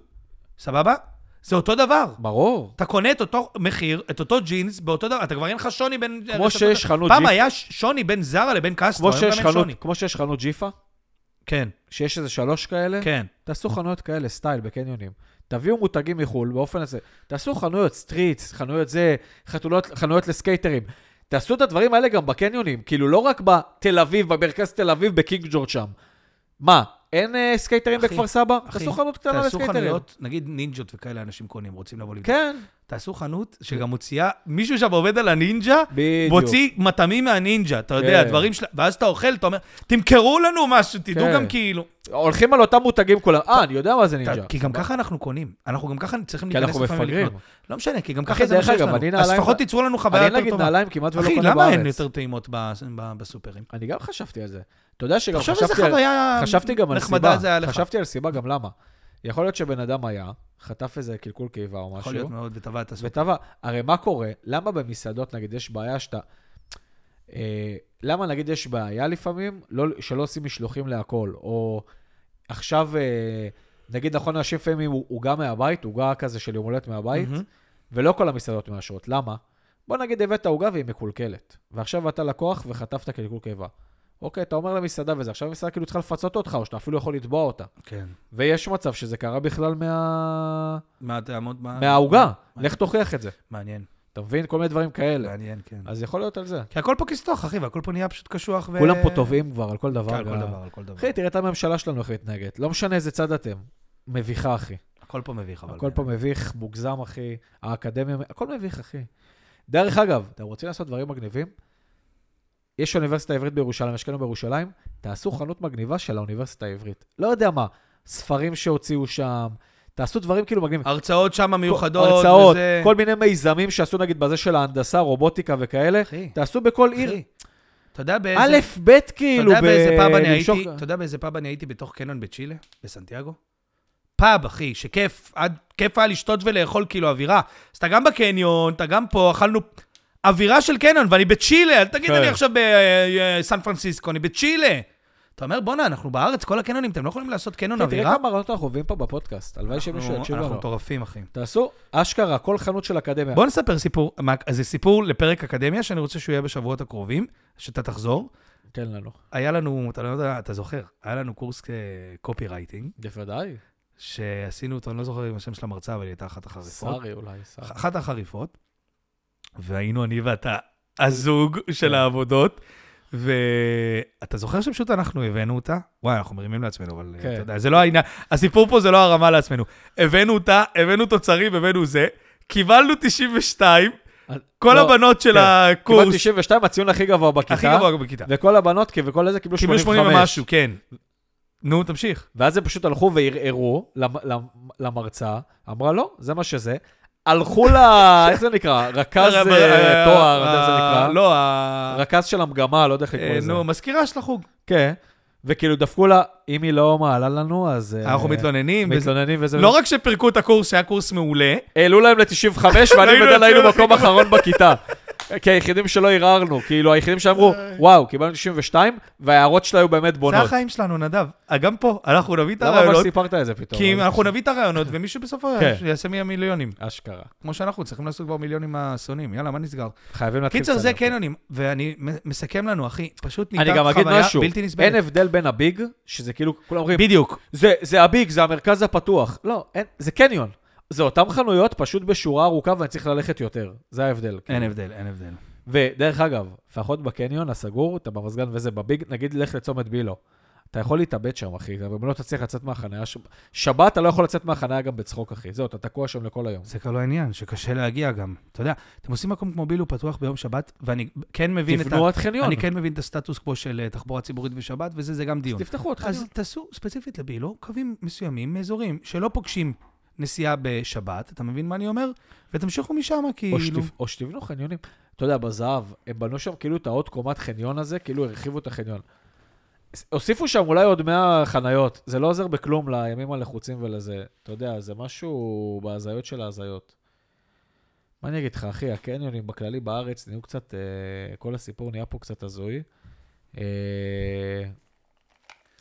Speaker 2: סבבה? זה אותו דבר.
Speaker 1: ברור.
Speaker 2: אתה קונה את אותו מחיר, את אותו ג'ינס, באותו דבר, אתה כבר אין לך שוני בין...
Speaker 1: כמו שיש חנות
Speaker 2: פעם
Speaker 1: ג'י-
Speaker 2: היה ש- שוני בין זרה לבין קסטרו,
Speaker 1: כמו
Speaker 2: היום גם
Speaker 1: שיש,
Speaker 2: אין
Speaker 1: חנות,
Speaker 2: שוני.
Speaker 1: כמו שיש חנות ג'יפה,
Speaker 2: כן,
Speaker 1: שיש איזה שלוש כאלה,
Speaker 2: כן.
Speaker 1: תעשו חנויות כאלה, סטייל, בקניונים. תביאו מותגים מחו"ל באופן הזה. תעשו חנויות סטריטס, חנויות זה, חתולות, חנויות לסקייטרים. תעשו את הדברים האלה גם בקניונים, כאילו לא רק בתל אביב, במרכז תל אביב, בקינג ג'ורג' שם. מה, אין אה, סקייטרים
Speaker 2: אחי,
Speaker 1: בכפר סבא?
Speaker 2: אחי,
Speaker 1: תעשו חנות קטנה
Speaker 2: תעשו
Speaker 1: לסקייטרים.
Speaker 2: חנויות, נגיד נינג'ות וכאלה אנשים קונים, רוצים לבוא לבדוק.
Speaker 1: כן,
Speaker 2: תעשו חנות שגם מוציאה, מישהו שם עובד על הנינג'ה,
Speaker 1: בדיוק.
Speaker 2: מוציא מטעמים מהנינג'ה, אתה יודע,
Speaker 1: כן.
Speaker 2: דברים של... ואז אתה אוכל, אתה אומר, תמכרו לנו משהו, תדעו
Speaker 1: כן.
Speaker 2: גם כאילו.
Speaker 1: הולכים על אותם מותגים כולם. אה, אני יודע מה זה
Speaker 2: אתה-
Speaker 1: נינג'ה.
Speaker 2: כי גם ככה אנחנו קונים, אנחנו גם ככה צריכים
Speaker 1: כי
Speaker 2: להיכנס
Speaker 1: אנחנו
Speaker 2: לפעמים
Speaker 1: מפגרים.
Speaker 2: ולקנות. לא משנה, כי גם
Speaker 1: אחי,
Speaker 2: ככה זה מה
Speaker 1: דרך
Speaker 2: שיש
Speaker 1: אגב, אני
Speaker 2: לנו. אז
Speaker 1: נעליים-
Speaker 2: לפחות תיצרו לנו חוויה
Speaker 1: אני
Speaker 2: יותר
Speaker 1: נגיד
Speaker 2: טובה.
Speaker 1: נעליים כמעט ולא
Speaker 2: אחי,
Speaker 1: קונה בארץ.
Speaker 2: למה אין יותר טעימות בס- ב- בסופרים?
Speaker 1: אני גם חשבתי על זה. אתה יודע שגם
Speaker 2: תחשוב
Speaker 1: לא, חשבתי
Speaker 2: איזה
Speaker 1: על...
Speaker 2: חוויה
Speaker 1: חשבתי גם על סיבה.
Speaker 2: נחמדה זה היה לך.
Speaker 1: חשבתי על סיבה גם למה. יכול להיות שבן אדם היה, חטף איזה קלקול קיבה או
Speaker 2: יכול להיות
Speaker 1: משהו,
Speaker 2: מאוד, וטבע את הסופר.
Speaker 1: וטבע. הרי מה קורה? למה במסעדות, נגיד, יש בעיה שאתה... אה, למה, נגיד, יש בעיה לפעמים לא, שלא עושים משלוחים להכל? או עכשיו, אה, נגיד, נכון, אנשים לפעמים הוא- עוגה מהבית, עוגה כזה של יום הולדת מהבית,
Speaker 2: מהמם.
Speaker 1: ולא כל המסעדות מאשרות. למה? בוא נגיד הבאת עוגה והיא מקולקלת, ועכשיו אתה לקוח וחטפת קלקול קיבה. אוקיי, אתה אומר למסעדה וזה, עכשיו המסעדה כאילו צריכה לפצות אותך, או שאתה אפילו יכול לתבוע אותה.
Speaker 2: כן.
Speaker 1: ויש מצב שזה קרה בכלל מה...
Speaker 2: מה, תעמוד, מה...
Speaker 1: מהעוגה. לך תוכיח את זה.
Speaker 2: מעניין,
Speaker 1: אתה מבין? כל מיני דברים כאלה.
Speaker 2: מעניין, כן.
Speaker 1: אז יכול להיות על זה.
Speaker 2: כי הכל פה כסתוך, אחי, והכל פה נהיה פשוט קשוח ו...
Speaker 1: כולם פה תובעים כבר על כל דבר.
Speaker 2: כן, על כל
Speaker 1: גם.
Speaker 2: דבר, על כל דבר.
Speaker 1: אחי, תראה את הממשלה שלנו איך היא מתנהגת. לא משנה איזה צד אתם. מביכה, אחי.
Speaker 2: הכל פה מביך, אבל... כן.
Speaker 1: הכל פה מביך, מוגזם, אחי. האקדמיה, הכל מביך, אחי. דרך אגב, אתם רוצים לעשות דברים מגניבים? יש אוניברסיטה עברית בירושלים, יש כאלה בירושלים, תעשו חנות מגניבה של האוניברסיטה העברית. לא יודע מה, ספרים שהוציאו שם, תעשו דברים כאילו מגניבים.
Speaker 2: הרצאות שם מיוחדות.
Speaker 1: הרצאות,
Speaker 2: וזה-
Speaker 1: כל מיני מיזמים שעשו נגיד בזה של ההנדסה, רובוטיקה וכאלה,
Speaker 2: אחי,
Speaker 1: תעשו בכל עיר.
Speaker 2: אחי, אתה יודע באיזה...
Speaker 1: א', ב',
Speaker 2: אתה
Speaker 1: כאילו,
Speaker 2: יודע באיזה
Speaker 1: ב-
Speaker 2: פאב אני
Speaker 1: למשוך-
Speaker 2: הייתי? אתה יודע באיזה פאב אני הייתי בתוך קניון בצ'ילה? בסנטיאגו? פאב, אחי, שכיף, עד, כיף היה לשתות ולאכול כאילו אווירה. אז אתה גם בקניון, אתה גם פה, אכלנו אווירה של קניון, ואני בצ'ילה, אל תגיד
Speaker 1: כן.
Speaker 2: אני עכשיו בסן פרנסיסקו, אני בצ'ילה. אתה אומר, בואנה, אנחנו בארץ, כל הקניונים, אתם לא יכולים לעשות קניון
Speaker 1: כן, תראה
Speaker 2: אווירה?
Speaker 1: כמה רעיונות אנחנו עובדים פה בפודקאסט, הלוואי שמישהו
Speaker 2: אנחנו
Speaker 1: כן, יקשיב
Speaker 2: אנחנו
Speaker 1: לנו. כן.
Speaker 2: מטורפים, אחי.
Speaker 1: תעשו אשכרה, כל חנות של אקדמיה.
Speaker 2: בוא נספר סיפור, מה- אז זה סיפור לפרק אקדמיה, שאני רוצה שהוא יהיה בשבועות הקרובים, שאתה תחזור.
Speaker 1: תן כן, לנו.
Speaker 2: היה לנו, אתה לא יודע, אתה זוכר, היה לנו קורס קופי רייטינג,
Speaker 1: בוודאי.
Speaker 2: שעשינו אותו, אני לא זוכר אם השם של המרצה, אבל היא הייתה אחת החריפות.
Speaker 1: שרי אולי, שרי.
Speaker 2: אחת החריפות, והיינו אני ואתה הזוג
Speaker 1: כן.
Speaker 2: של העבודות, ואתה זוכר שפשוט אנחנו הבאנו אותה? וואי, אנחנו מרימים לעצמנו, אבל
Speaker 1: כן.
Speaker 2: אתה יודע, זה לא העניין, הסיפור פה זה לא הרמה לעצמנו. הבאנו אותה, הבאנו תוצרים, הבאנו זה, קיבלנו 92, כל
Speaker 1: לא,
Speaker 2: הבנות של
Speaker 1: כן. קיבלתי
Speaker 2: הקורס,
Speaker 1: 92, הציון הכי גבוה בכיתה.
Speaker 2: הכי גבוה בכיתה,
Speaker 1: וכל הבנות כי- וכל איזה קיבלו
Speaker 2: קיבלו
Speaker 1: 85.
Speaker 2: 80 ומשהו, כן. נו, תמשיך.
Speaker 1: ואז הם פשוט הלכו וערערו למ- למ- למרצה, אמרה לא, זה מה שזה. הלכו ל... איך זה נקרא? רכז
Speaker 2: הרב-
Speaker 1: אה,
Speaker 2: ה-
Speaker 1: תואר,
Speaker 2: ה-
Speaker 1: איך זה נקרא?
Speaker 2: לא, ה-
Speaker 1: רכז של המגמה, לא יודע איך לקרוא
Speaker 2: אה,
Speaker 1: לזה.
Speaker 2: נו, מזכירה של החוג.
Speaker 1: כן. וכאילו דפקו לה, אם היא לא מעלה לנו, אז... אה,
Speaker 2: אנחנו מתלוננים. וזה-
Speaker 1: מתלוננים וזה...
Speaker 2: לא רק שפירקו את הקורס, שהיה קורס מעולה,
Speaker 1: העלו להם ל-95, ואני
Speaker 2: והיינו
Speaker 1: ודן היינו
Speaker 2: יוצאים
Speaker 1: מקום אחרון בכיתה. כי היחידים שלא ערערנו, כאילו היחידים שאמרו, וואו, קיבלנו 92, וההערות שלה היו באמת
Speaker 2: זה
Speaker 1: בונות. לא,
Speaker 2: החיים שלנו, נדב. אה, גם פה, אנחנו נביא את
Speaker 1: למה אבל
Speaker 2: הרעיונות,
Speaker 1: סיפרת את זה פתאום? אוקיי.
Speaker 2: כי אם אנחנו נביא את הרעיונות, ומישהו בסוף
Speaker 1: כן.
Speaker 2: יעשה מי המיליונים.
Speaker 1: אשכרה.
Speaker 2: כמו שאנחנו צריכים לעשות כבר מיליונים מהשונאים, יאללה, מה נסגר?
Speaker 1: חייבים להתחיל
Speaker 2: קיצר, זה
Speaker 1: לסדר.
Speaker 2: קניונים, ואני מ- מסכם לנו, אחי, פשוט
Speaker 1: אני גם
Speaker 2: ניתן
Speaker 1: אגיד
Speaker 2: חוויה
Speaker 1: משהו,
Speaker 2: בלתי
Speaker 1: אין
Speaker 2: נסבלת.
Speaker 1: הבדל בין הביג, שזה כאילו, כולם אומרים,
Speaker 2: בדיוק.
Speaker 1: "זה- זה הביג, זה המרכז הפתוח. לא, אין- זה קניון. זה אותן חנויות, פשוט בשורה ארוכה ואני צריך ללכת יותר. זה ההבדל.
Speaker 2: אין
Speaker 1: כאילו.
Speaker 2: הבדל, אין הבדל.
Speaker 1: ודרך אגב, לפחות בקניון הסגור, אתה במזגן וזה בביג, נגיד לך לצומת בילו. אתה יכול להתאבד שם, אחי, אתה גם לא תצליח לצאת מהחניה. ש... שבת אתה לא יכול לצאת מהחניה גם בצחוק, אחי. זהו, אתה תקוע שם לכל היום.
Speaker 2: זה כבר לא העניין, שקשה להגיע גם. אתה יודע, אתם עושים מקום כמו בילו פתוח ביום שבת, ואני כן מבין את ה...
Speaker 1: תבנו עד חניון.
Speaker 2: אני כן מבין את הסטטוס פה של אה, תחבורה ציבורית ושבת, וזה זה גם דיון.
Speaker 1: תפתחו עוד חניון.
Speaker 2: אז תעשו ספציפית לבילו קווים מסוימים מאזורים שלא פוגשים נסיעה בשבת, אתה מבין מה אני אומר? ותמשיכו משם,
Speaker 1: או,
Speaker 2: כאילו...
Speaker 1: שתב... או שתבנו חניונים. אתה יודע, בזהב, הם בנו שם כאילו את העוד קומת חניון הזה, כאילו הרחיבו את החניון. הוסיפו שם אולי עוד 100 חניות, זה לא עוזר בכלום לימים הלחוצים ולזה. אתה יודע, זה משהו בהזיות של ההזיות. מה אני אגיד לך, אחי, הקניונים בכללי בארץ נהיו קצת, אה, כל הסיפור נהיה פה קצת הזוי. אה,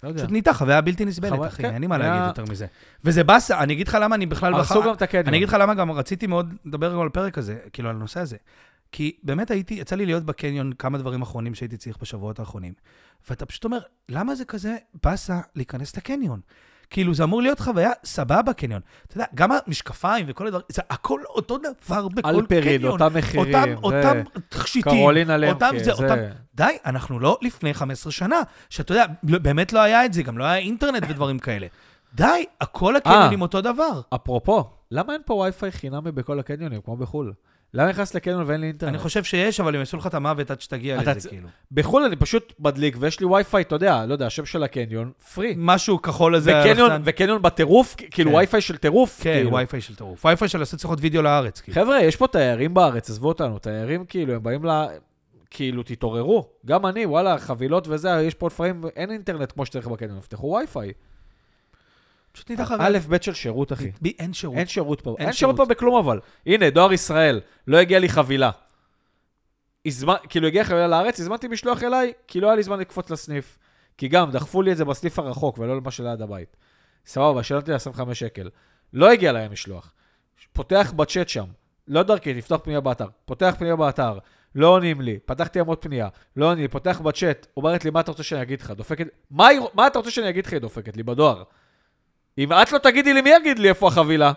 Speaker 1: לא יודע,
Speaker 2: פשוט נהייתה חוויה בלתי נסבלת,
Speaker 1: חוויה-
Speaker 2: אחי,
Speaker 1: כן,
Speaker 2: אין לי מה
Speaker 1: היה-
Speaker 2: להגיד יותר מזה. וזה באסה, אני אגיד לך למה אני בכלל...
Speaker 1: הרסו
Speaker 2: בח-
Speaker 1: גם את הקניון.
Speaker 2: אני אגיד לך למה גם רציתי מאוד לדבר גם על הפרק הזה, כאילו על הנושא הזה. כי באמת הייתי, יצא לי להיות בקניון כמה דברים אחרונים שהייתי צריך בשבועות האחרונים. ואתה פשוט אומר, למה זה כזה באסה להיכנס לקניון? כאילו, זה אמור להיות חוויה סבבה קניון. אתה יודע, גם המשקפיים וכל הדברים, זה הכל אותו דבר בכל קניון.
Speaker 1: אלפרין, אותם מחירים,
Speaker 2: אותם,
Speaker 1: זה-
Speaker 2: אותם תכשיטים.
Speaker 1: קרולינה למקה,
Speaker 2: אותם זה,
Speaker 1: זה.
Speaker 2: אותם... די, אנחנו לא לפני 15 שנה, שאתה יודע, לא- באמת לא היה את זה, גם לא היה אינטרנט ודברים כאלה. די, הכל
Speaker 1: אה.
Speaker 2: הקניונים אותו דבר.
Speaker 1: אפרופו, למה אין פה וי-פיי חינמי בכל הקניונים, כמו בחו"ל? למה נכנס לקניון ואין לי אינטרנט?
Speaker 2: אני חושב שיש, אבל הם יעשו לך את המוות עד שתגיע
Speaker 1: אתה
Speaker 2: לזה,
Speaker 1: צ-
Speaker 2: כאילו.
Speaker 1: בחו"ל אני פשוט מדליק, ויש לי וי-פיי, אתה יודע, לא יודע, השם של הקניון, פרי.
Speaker 2: משהו כחול הזה,
Speaker 1: וקניון,
Speaker 2: הלחצן.
Speaker 1: וקניון בטירוף, כ- כאילו
Speaker 2: כן.
Speaker 1: וי-פיי של טירוף.
Speaker 2: כן,
Speaker 1: כאילו. כן.
Speaker 2: וי-פיי של טירוף. וי-פיי של לעשות שיחות וידאו לארץ, כאילו.
Speaker 1: חבר'ה, יש פה תיירים בארץ, עזבו אותנו, תיירים כאילו, הם באים ל... כאילו, תתעוררו. גם אני, וואלה, חבילות וזה, יש פה לפעמים, אין אינטרנט כמו שצריך בקניון, יפתחו וי-פיי.
Speaker 2: פשוט נדע חבר.
Speaker 1: א', ב' של שירות, אחי.
Speaker 2: בי אין שירות.
Speaker 1: אין שירות פה,
Speaker 2: אין
Speaker 1: אין שירות פה
Speaker 2: שירות.
Speaker 1: בכלום אבל. הנה, דואר ישראל, לא הגיעה לי חבילה. הזמנ... כאילו, הגיעה חבילה לארץ, הזמנתי משלוח אליי, כי לא היה לי זמן לקפוץ לסניף. כי גם, דחפו לי את זה בסניף הרחוק, ולא למה שליד הבית. סבבה, שילמתי לה 25 שקל. לא הגיע להם משלוח. פותח בצ'אט שם, לא דרכי, לפתוח פנייה באתר. פותח פנייה באתר, לא עונים לי. פתחתי עמוד פנייה, לא עונים לי. פותח בצ'אט, אומרת לי, מה אתה רוצה שאני אגיד לך? דופקת... מה, היא- מה אתה רוצה שאני אגיד לך? היא דופקת לי בדואר. אם את לא תגידי לי, מי יגיד לי איפה החבילה?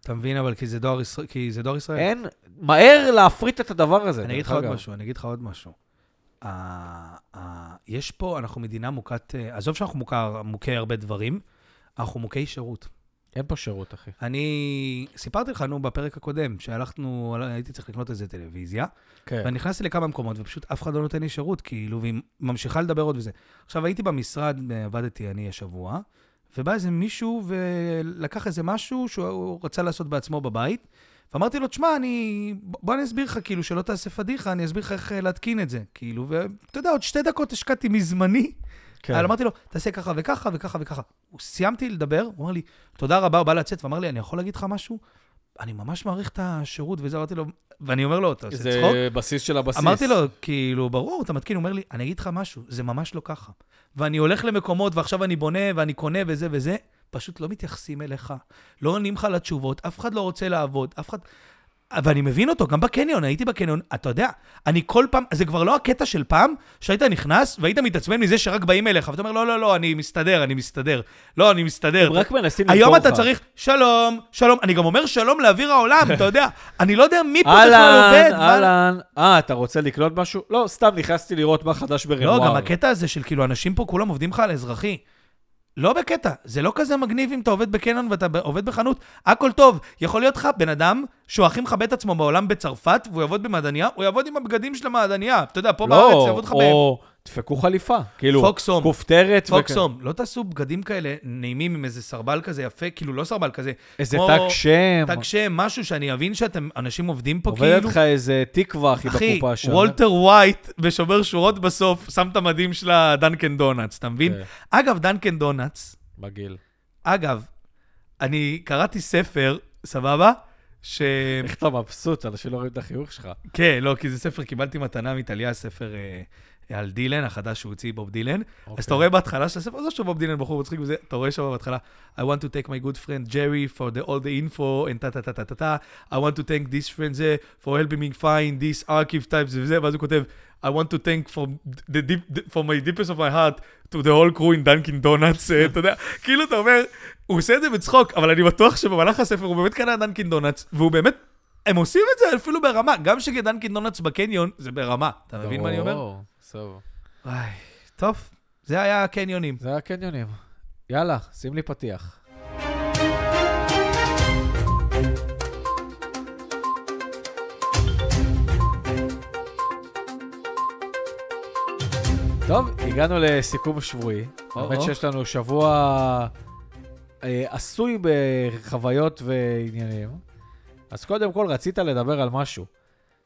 Speaker 2: אתה מבין, אבל כי זה דואר ישראל- כי זה דואר ישראל.
Speaker 1: אין, מהר להפריט את הדבר הזה.
Speaker 2: אני אגיד
Speaker 1: דרך
Speaker 2: לך עוד
Speaker 1: אגב.
Speaker 2: משהו, אני אגיד לך עוד משהו. ה- ה- יש פה, אנחנו מדינה מוכת, אה, עזוב שאנחנו מוכר- מוכי הרבה דברים, אנחנו מוכי שירות.
Speaker 1: אין פה שירות, אחי.
Speaker 2: אני סיפרתי לך, נו, בפרק הקודם, שהלכנו, הייתי צריך לקנות איזה טלוויזיה,
Speaker 1: כן.
Speaker 2: ואני נכנסתי לכמה מקומות, ופשוט אף אחד לא נותן לי שירות, כאילו, והיא ממשיכה לדבר עוד וזה. עכשיו, הייתי במשרד, עבדתי אני השבוע, ובא איזה מישהו ולקח איזה משהו שהוא רצה לעשות בעצמו בבית, ואמרתי לו, תשמע, אני... בוא אני אסביר לך, כאילו, שלא תעשה פדיחה, אני אסביר לך איך אה, להתקין את זה. כאילו, ואתה יודע, עוד שתי דקות השקעתי מזמני.
Speaker 1: כן.
Speaker 2: אבל אמרתי לו, תעשה ככה וככה וככה וככה. הוא- סיימתי לדבר, הוא אמר לי, תודה רבה, הוא בא לצאת, ואמר לי, אני יכול להגיד לך משהו? אני ממש מעריך את השירות וזה, אמרתי לו, ואני אומר לו, אתה עושה
Speaker 1: זה
Speaker 2: צחוק?
Speaker 1: בסיס של הבסיס.
Speaker 2: אמרתי לו, כאילו, ברור, אתה מתקין, הוא אומר לי, אני אגיד לך משהו, זה ממש לא ככה. ואני הולך למקומות, ועכשיו אני בונה, ואני קונה, וזה וזה, פשוט לא מתייחסים אליך. לא עונים לך לתשובות, אף אחד לא רוצה לעבוד, אף אחד... ואני מבין אותו, גם בקניון, הייתי בקניון, אתה יודע, אני כל פעם, זה כבר לא הקטע של פעם, שהיית נכנס והיית מתעצבן מזה שרק באים אליך, ואתה אומר, לא, לא, לא, אני מסתדר, אני מסתדר. לא, אני מסתדר.
Speaker 1: הם רק מנסים למכור לך.
Speaker 2: היום אתה צריך, שלום, שלום, אני גם אומר שלום לאוויר העולם, אתה יודע, אני לא יודע מי פה בכלל עובד.
Speaker 1: אהלן,
Speaker 2: מה-
Speaker 1: אהלן. אה, אתה רוצה לקנות משהו? לא, סתם נכנסתי לראות מה חדש ברנואר.
Speaker 2: לא, גם הקטע הזה של כאילו, אנשים פה כולם עובדים לך על אזרחי. לא בקטע, זה לא כזה מגניב אם אתה עובד בקניון ואתה ב- עובד בחנות, הכל טוב. יכול להיות לך בן אדם שהוא הכי מכבד את עצמו בעולם בצרפת, והוא יעבוד במעדניה, הוא יעבוד עם הבגדים של המעדניה. אתה יודע, פה בארץ יעבוד לך
Speaker 1: לא,
Speaker 2: ב...
Speaker 1: או דפקו חליפה. כאילו,
Speaker 2: פוקסום.
Speaker 1: כופתרת. וכ-
Speaker 2: פוקסום, לא תעשו בגדים כאלה נעימים עם איזה סרבל כזה יפה, כאילו לא סרבל כזה.
Speaker 1: איזה
Speaker 2: כמו-
Speaker 1: תג שם.
Speaker 2: תג שם, משהו שאני אבין שאתם, אנשים עובדים פה כאילו...
Speaker 1: עובדת לך איזה תקווה, אחי,
Speaker 2: אחי,
Speaker 1: בקופה שם. כן,
Speaker 2: וולטר וייט בשומר שורות בסוף, שם את המדים של הדנקן דונלדס, אתה מבין?
Speaker 1: כן.
Speaker 2: אגב, דנקן דונלדס,
Speaker 1: מגעיל.
Speaker 2: אגב, אני קראתי ספר, סבבה? ש...
Speaker 1: איך אתה מבסוט, אנשים לא רואים את החיוך שלך.
Speaker 2: כן, לא, כי זה ספר, קיבלתי מתנה מטליה, ספר אה, על דילן, החדש שהוא הוציא, בוב דילן.
Speaker 1: אוקיי.
Speaker 2: אז אתה רואה בהתחלה של הספר, לא עזוב שבוב דילן בחור מצחיק וזה, אתה רואה שם בהתחלה, I want to take my good friend Jerry for the, all the info, and טה טה טה טה טה טה, I want to thank this friend זה, for helping me find this archive types וזה, ואז הוא כותב, I want to thank from, the deep, from my deepest of my heart to the whole crew in Dunkin' Donuts, אה, אתה יודע, כאילו אתה אומר, הוא עושה את זה בצחוק, אבל אני בטוח שבמהלך הספר הוא באמת קנה דנקין דונלדס, והוא באמת... הם עושים את זה אפילו ברמה, גם שדנקין דונלדס בקניון, זה ברמה. אתה
Speaker 1: אוקיי.
Speaker 2: מבין מה אני אומר?
Speaker 1: ברור, בסדר.
Speaker 2: איי, טוב, זה היה הקניונים.
Speaker 1: זה הקניונים. יאללה, שים לי פתיח. טוב, הגענו לסיכום שבועי.
Speaker 2: או-או.
Speaker 1: האמת שיש לנו שבוע אה, עשוי בחוויות ועניינים. אז קודם כל רצית לדבר על משהו.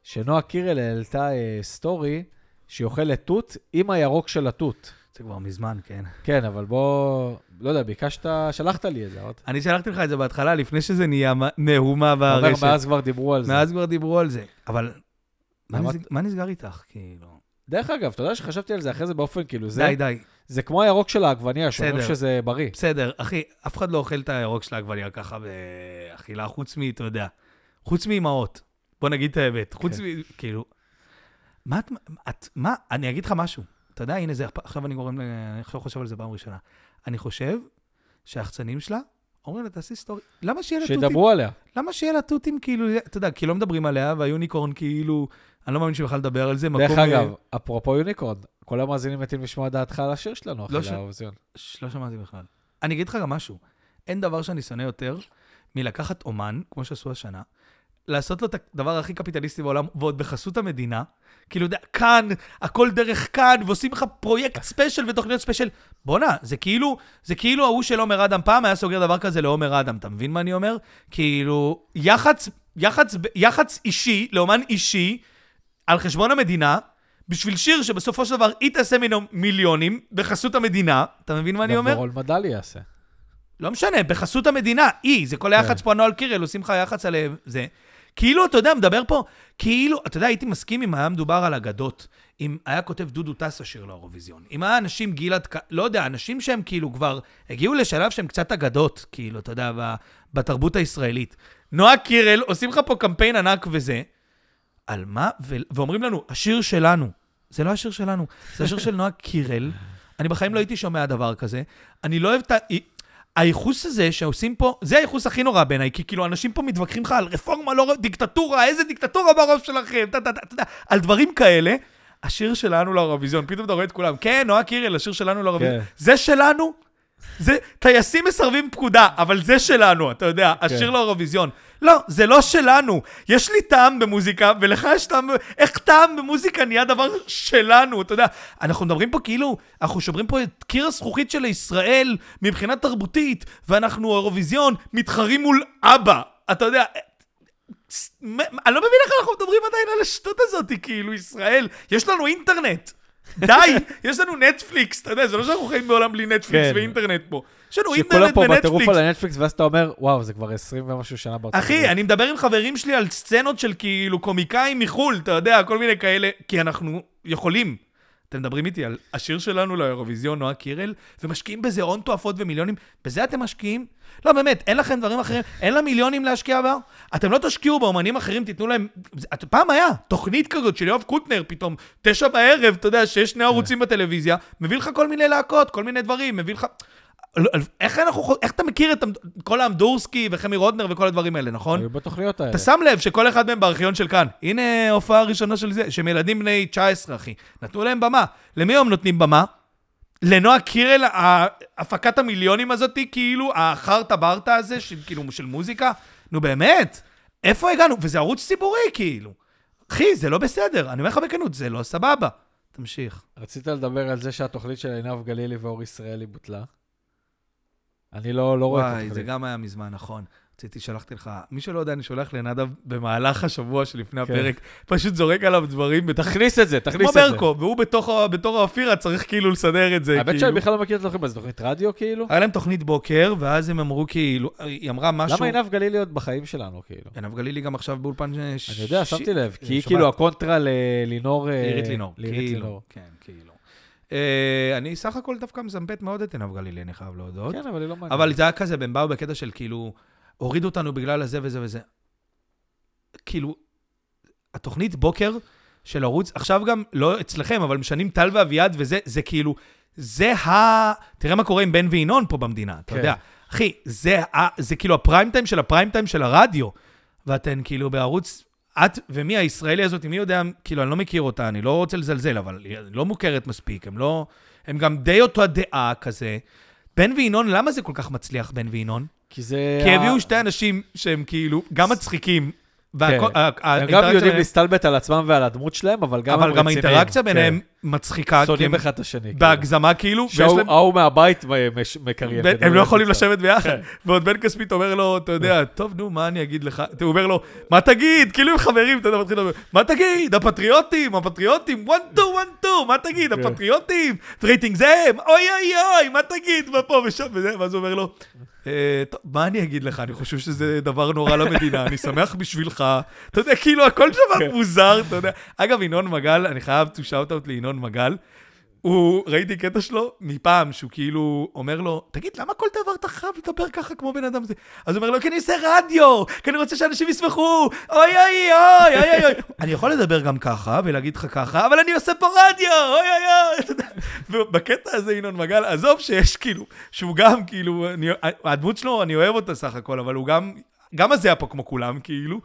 Speaker 1: שנועה קירל העלתה אה, סטורי שהיא אוכלת תות עם הירוק של התות.
Speaker 2: זה כבר מזמן, כן.
Speaker 1: כן, אבל בוא, לא יודע, ביקשת, שלחת לי את זה, אמרת.
Speaker 2: אני שלחתי לך את זה בהתחלה, לפני שזה נהיה מה-
Speaker 1: אתה
Speaker 2: נהומה
Speaker 1: אומר,
Speaker 2: ברשת.
Speaker 1: מאז כבר דיברו על זה.
Speaker 2: אה, מאז כבר דיברו על זה. אבל מה
Speaker 1: למה-
Speaker 2: נסג- מה נסגר איתך, כאילו?
Speaker 1: דרך אגב, אתה יודע שחשבתי על זה אחרי זה באופן כאילו, זה,
Speaker 2: די, די.
Speaker 1: זה כמו הירוק של העגבנייה, שאומרים
Speaker 2: בסדר.
Speaker 1: שזה בריא.
Speaker 2: בסדר, אחי, אף אחד לא אוכל את הירוק של העגבניה ככה באכילה, חוץ מ... אתה יודע, חוץ מאימהות. בוא נגיד את האמת. חוץ
Speaker 1: כן.
Speaker 2: מ... כאילו... מה את... את... מה? אני אגיד לך משהו. אתה יודע, הנה זה, עכשיו אני גורם ל... אני עכשיו חושב על זה פעם ראשונה. אני חושב שהיחצנים שלה אומרים לה, תעשי סטורי. למה שיהיה לה תותים?
Speaker 1: שידברו עליה.
Speaker 2: למה שיהיה לה תותים כאילו, אתה יודע, כי לא מדברים עליה, והיוניקורן כאילו, אני לא מאמין שבכלל לדבר על זה.
Speaker 1: דרך
Speaker 2: מקום, אה,
Speaker 1: אגב, אפרופו יוניקורן, כל המאזינים מתים לשמוע דעתך על השיר שלנו, אחי,
Speaker 2: לא ש-
Speaker 1: לאירוויזיון.
Speaker 2: ש- לא שמעתי בכלל. אני אגיד לך גם משהו. אין דבר שאני שונא יותר מלקחת אומן, כמו שעשו השנה, לעשות לו את הדבר הכי קפיטליסטי בעולם, ועוד בחסות המדינה. כאילו, אתה יודע, כאן, הכל דרך כאן, ועושים לך פרויקט ספיישל ותוכניות ספיישל. בואנה, זה כאילו, זה כאילו ההוא של עומר אדם. פעם היה סוגר דבר כזה לעומר אדם, אתה מבין מה אני אומר? כאילו, יח"צ, יח"צ, יח"צ אישי, לאומן אישי, על חשבון המדינה, בשביל שיר שבסופו של דבר היא תעשה ממנו מיליונים, בחסות המדינה, אתה מבין מה אני
Speaker 1: גם
Speaker 2: אומר?
Speaker 1: דורון מדלי יעשה.
Speaker 2: לא משנה, בחסות המדינה, היא, זה כל היח"צ פה, נוהל קירל, עושים לך יח"צ על אה, זה. כאילו, אתה יודע, מדבר פה, כאילו, אתה יודע, הייתי מסכים אם היה מדובר על אגדות, אם היה כותב דודו טסה שיר לאירוויזיון, אם היה אנשים גלעד, ק- לא יודע, אנשים שהם כאילו כבר הגיעו לשלב שהם קצת אגדות, כאילו, אתה יודע, ב- בתרבות הישראלית. נועה קירל, עושים לך פה קמפיין ענק וזה, על מה? ו- ואומרים לנו, השיר שלנו. זה לא השיר שלנו, זה השיר של נועה קירל. אני בחיים לא הייתי שומע דבר כזה. אני לא אוהב את ה... הייחוס הזה שעושים פה, זה הייחוס הכי נורא בעיניי, כי כאילו אנשים פה מתווכחים לך על רפורמה, לא רפורמה, דיקטטורה, איזה דיקטטורה ברוב שלכם, אתה יודע, על דברים כאלה. השיר שלנו לאירוויזיון, פתאום אתה רואה את כולם, כן, נועה קירל, השיר שלנו לאירוויזיון.
Speaker 1: כן.
Speaker 2: זה שלנו? זה, טייסים מסרבים פקודה, אבל זה שלנו, אתה יודע, השיר לאירוויזיון. לא, זה לא שלנו. יש לי טעם במוזיקה, ולך יש טעם... ב- איך טעם במוזיקה נהיה דבר שלנו, אתה יודע? אנחנו מדברים פה כאילו, אנחנו שוברים פה את קיר הזכוכית של ישראל מבחינה תרבותית, ואנחנו האירוויזיון מתחרים מול אבא. אתה יודע, ס- מ- אני לא מבין איך אנחנו מדברים עדיין על השטות הזאת, כאילו, ישראל, יש לנו אינטרנט. די, יש לנו נטפליקס, אתה יודע, זה לא שאנחנו חיים בעולם בלי נטפליקס
Speaker 1: כן.
Speaker 2: ואינטרנט פה. יש לנו
Speaker 1: שכולם
Speaker 2: אינטרנט
Speaker 1: פה בטירוף על
Speaker 2: ונטפליקס.
Speaker 1: הנטפליקס, ואז אתה אומר, וואו, זה כבר 20 ומשהו שנה בארצות
Speaker 2: אחי, אני מדבר עם חברים שלי על סצנות של כאילו קומיקאים מחו"ל, אתה יודע, כל מיני כאלה, כי אנחנו יכולים. אתם מדברים איתי על השיר שלנו לאירוויזיון, נועה קירל, ומשקיעים בזה הון תועפות ומיליונים. בזה אתם משקיעים? לא, באמת, אין לכם דברים אחרים? אין לה מיליונים להשקיע בה? אתם לא תשקיעו באמנים אחרים, תיתנו להם... זה- את- פעם היה תוכנית כזאת של יואב קוטנר, פתאום, תשע בערב, אתה יודע, שיש שני ערוצים בטלוויזיה, מביא לך כל מיני להקות, כל מיני דברים, מביא לך... לא, איך אנחנו... חו- איך אתה מכיר את המד- כל האמדורסקי וחמי רודנר וכל הדברים האלה, נכון?
Speaker 1: היו בתוכניות האלה.
Speaker 2: אתה שם לב שכל אחד מהם בארכיון של כאן. הנה ההופעה הראשונה של זה, שהם ילדים בני 19, אחי. נתנו להם במה. למי הם נותנים במה? לנועה קירל, ה- הפקת המיליונים הזאתי, כאילו, החרטה ברטה הזה, של, כאילו, של מוזיקה? נו באמת, איפה הגענו? וזה ערוץ ציבורי, כאילו. אחי, זה לא בסדר, אני אומר לך בכנות, זה לא סבבה. תמשיך.
Speaker 1: רצית לדבר על זה שהתוכנית של עינב גלילי ואור ישראלי בוטלה? אני לא לא רואה את
Speaker 2: וואי, זה
Speaker 1: התוכנית.
Speaker 2: גם היה מזמן, נכון. רציתי, שלחתי לך, מי שלא יודע, אני שולח לנדב במהלך השבוע שלפני
Speaker 1: כן.
Speaker 2: הפרק, פשוט זורק עליו דברים בתוך
Speaker 1: תכניס את זה, תכניס
Speaker 2: כמו
Speaker 1: את זה.
Speaker 2: ברקו, והוא בתוך ה- בתור האופירה צריך כאילו לסדר את זה,
Speaker 1: האמת שאני
Speaker 2: כאילו.
Speaker 1: בכלל לא מכיר את התוכנית, מה, זו תוכנית רדיו כאילו?
Speaker 2: היה להם תוכנית בוקר, ואז הם אמרו כאילו, היא אמרה משהו...
Speaker 1: למה לא- עינב גלילי עוד בחיים שלנו כאילו?
Speaker 2: עינב גלילי גם עכשיו באולפן...
Speaker 1: אני יודע, שמתי לב, כי היא
Speaker 2: שומעת.
Speaker 1: כאילו הקונטרה ללינור... אה,
Speaker 2: עירית לינור.
Speaker 1: לעירית
Speaker 2: כאילו,
Speaker 1: לינור.
Speaker 2: כן, כאילו. אה, אני סך הכל דווקא מזמפט מאוד את עינב גלילי, אני חייב להודות.
Speaker 1: כן, אבל היא לא מעניינת.
Speaker 2: כאילו. אבל זה היה כזה, הם באו בקטע של כאילו, הורידו אותנו בגלל הזה וזה וזה. כאילו, התוכנית בוקר של ערוץ, עכשיו גם, לא אצלכם, אבל משנים טל ואביעד, וזה זה כאילו, זה ה... תראה מה קורה עם בן וינון פה במדינה, אתה
Speaker 1: כן.
Speaker 2: יודע. אחי, זה, ה... זה כאילו הפריים טיים של הפריים טיים של הרדיו. ואתן כאילו בערוץ, את ומי הישראלי הזאת, מי יודע, כאילו, אני לא מכיר אותה, אני לא רוצה לזלזל, אבל היא לא מוכרת מספיק, הם לא... הם גם די אותה דעה כזה. בן וינון, למה זה כל כך מצליח, בן וינון?
Speaker 1: כי זה...
Speaker 2: כי
Speaker 1: ה-
Speaker 2: הביאו שתי אנשים שהם כאילו גם מצחיקים, והכל-
Speaker 1: אה, כן. הם
Speaker 2: ה-
Speaker 1: גם
Speaker 2: האינטראקציה
Speaker 1: יודעים
Speaker 2: ביניהם-
Speaker 1: להסתלבט על עצמם ועל הדמות שלהם, אבל גם הם
Speaker 2: אבל גם
Speaker 1: רציניים.
Speaker 2: האינטראקציה
Speaker 1: כן.
Speaker 2: ביניהם מצחיקה, כי
Speaker 1: שונאים
Speaker 2: הם
Speaker 1: אחד את השני. כאילו.
Speaker 2: בהגזמה כאילו, ויש
Speaker 1: שההוא
Speaker 2: להם...
Speaker 1: ההוא מהבית מ- מש- מקריין.
Speaker 2: בין-
Speaker 1: כדי
Speaker 2: הם לא יכולים
Speaker 1: לצאת.
Speaker 2: לשבת ביחד.
Speaker 1: כן.
Speaker 2: ועוד בן כספית אומר לו, אתה יודע, טוב, נו, מה אני אגיד לך? הוא אומר לו, מה תגיד? כאילו הם חברים, אתה יודע, מתחיל לדבר, מה תגיד? הפטריוטים, הפטריוטים, וואן טו, וואן טו, מה תגיד?
Speaker 1: כן.
Speaker 2: הפטריוטים, רייטינג זה הם, אוי אוי אוי, מה תגיד? מה פה ושם וזה, ואז הוא אומר לו, "אה, טוב, מה אני אגיד לך? אני חושב שזה דבר נורא למדינה, אני שמח בשבילך. אתה יודע, כאילו, הכל
Speaker 1: כן.
Speaker 2: שם מוזר, אתה יודע. אגב, ינון מגל, אני חייב to shout out לינון מגל. הוא, ראיתי קטע שלו מפעם, שהוא כאילו אומר לו, תגיד, למה כל דבר אתה חייב לדבר ככה כמו בן אדם זה? אז הוא אומר לו, כי אני עושה רדיו, כי אני רוצה שאנשים ישמחו, אוי אוי אוי אוי אוי אוי. אני יכול לדבר גם ככה ולהגיד לך ככה, אבל אני עושה פה רדיו, אוי אוי אוי. אתה יודע, ובקטע הזה, ינון מגל, עזוב שיש כאילו, שהוא גם כאילו, אני, הדמות שלו, אני אוהב אותה סך הכל, אבל הוא גם, גם הזה היה פה כמו כולם, כאילו.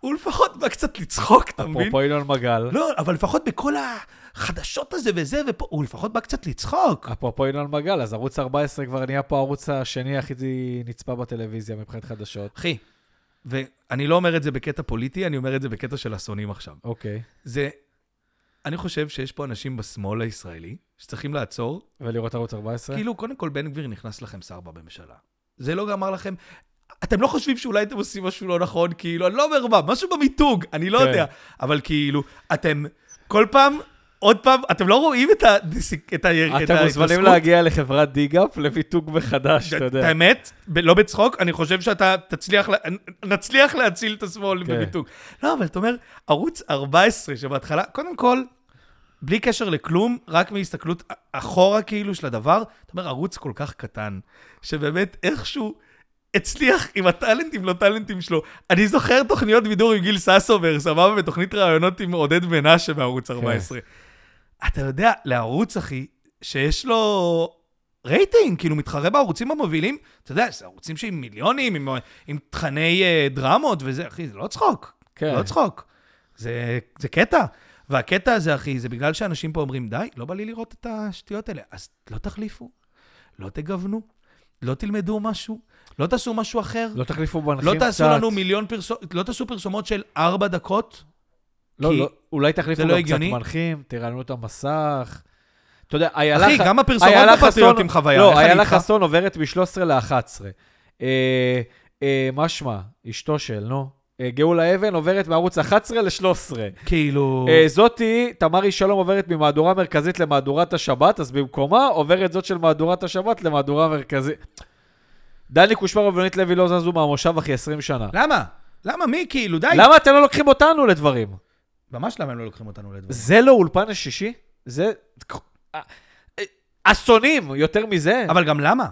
Speaker 2: הוא לפחות בא קצת לצחוק, אתה מבין?
Speaker 1: אפרופו ינון מגל,
Speaker 2: לא, אבל לפחות בכל החדשות הזה וזה, ופה, הוא לפחות בא קצת לצחוק.
Speaker 1: אפרופו ינון מגל, אז ערוץ 14 כבר נהיה פה הערוץ השני הכי נצפה בטלוויזיה מבחינת חדשות.
Speaker 2: אחי, ואני לא אומר את זה בקטע פוליטי, אני אומר את זה בקטע של אסונים עכשיו.
Speaker 1: אוקיי.
Speaker 2: זה, אני חושב שיש פה אנשים בשמאל הישראלי שצריכים לעצור.
Speaker 1: ולראות ערוץ 14?
Speaker 2: כאילו, קודם כל, בן גביר נכנס לכם שר בממשלה. זה לא גמר לכם... אתם לא חושבים שאולי אתם עושים משהו לא נכון, כאילו, אני לא אומר מה, משהו במיתוג, אני לא
Speaker 1: כן.
Speaker 2: יודע. אבל כאילו, אתם כל פעם, עוד פעם, אתם לא רואים את ה... את ה- את
Speaker 1: אתם מוזמנים
Speaker 2: ההתרסקות?
Speaker 1: להגיע לחברת דיגאפ למיתוג מחדש, אתה יודע.
Speaker 2: האמת, ב- לא בצחוק, אני חושב שאתה תצליח, לה- נצליח להציל את השמאל
Speaker 1: כן.
Speaker 2: במיתוג. לא, אבל אתה אומר, ערוץ 14, שבהתחלה, קודם כל, בלי קשר לכלום, רק מהסתכלות א- אחורה כאילו של הדבר, אתה אומר, ערוץ כל כך קטן, שבאמת איכשהו הצליח עם הטאלנטים, לא טאלנטים שלו. אני זוכר תוכניות בידור עם גיל ססובר, סבבה, ותוכנית ראיונות עם עודד מנשה בערוץ 14. אתה יודע, לערוץ, אחי, שיש לו רייטינג, כאילו מתחרה בערוצים המובילים, אתה יודע, זה ערוצים שעם מיליונים, עם, עם תכני אה, דרמות וזה, אחי, זה לא צחוק.
Speaker 1: כן.
Speaker 2: לא צחוק. זה, זה קטע. והקטע הזה, אחי, זה בגלל שאנשים פה אומרים, די, לא בא לי לראות את השטויות האלה, אז לא תחליפו. לא תגוונו, לא תלמדו משהו, לא תעשו משהו אחר,
Speaker 1: לא תחליפו בנחים
Speaker 2: לא
Speaker 1: קצת.
Speaker 2: תעשו לנו מיליון פרסומות, לא תעשו פרסומות של ארבע דקות.
Speaker 1: לא,
Speaker 2: כי
Speaker 1: לא, אולי תחליפו
Speaker 2: זה לא
Speaker 1: גם קצת
Speaker 2: הגיוני.
Speaker 1: מנחים, תרעננו את המסך. אתה יודע, איילה
Speaker 2: אחי,
Speaker 1: ח-
Speaker 2: גם הפרסומות
Speaker 1: איילה
Speaker 2: בפטריוט
Speaker 1: חסון-
Speaker 2: עם חוויה,
Speaker 1: לא,
Speaker 2: איך אני
Speaker 1: איילה
Speaker 2: איתך?
Speaker 1: חסון עוברת מ-13 ל-11. אה, אה, מה שמה? אשתו של, נו. אה, גאולה אבן עוברת מערוץ 11 ל-13.
Speaker 2: כאילו...
Speaker 1: אה, זאתי, תמרי שלום עוברת ממהדורה מרכזית למהדורת השבת, אז במקומה עוברת זאת של מהדורת השבת למהדורה מרכזית. דני קושמרו ויונית לוי לא זזו מהמושב אחי 20 שנה.
Speaker 2: למה? למה? מי? כאילו, די.
Speaker 1: למה אתם לא לוקחים אותנו לדברים?
Speaker 2: ממש למה הם לא לוקחים אותנו לדברים?
Speaker 1: זה לא אולפן השישי? זה... אה, אסונים, יותר מזה?
Speaker 2: אבל גם למה?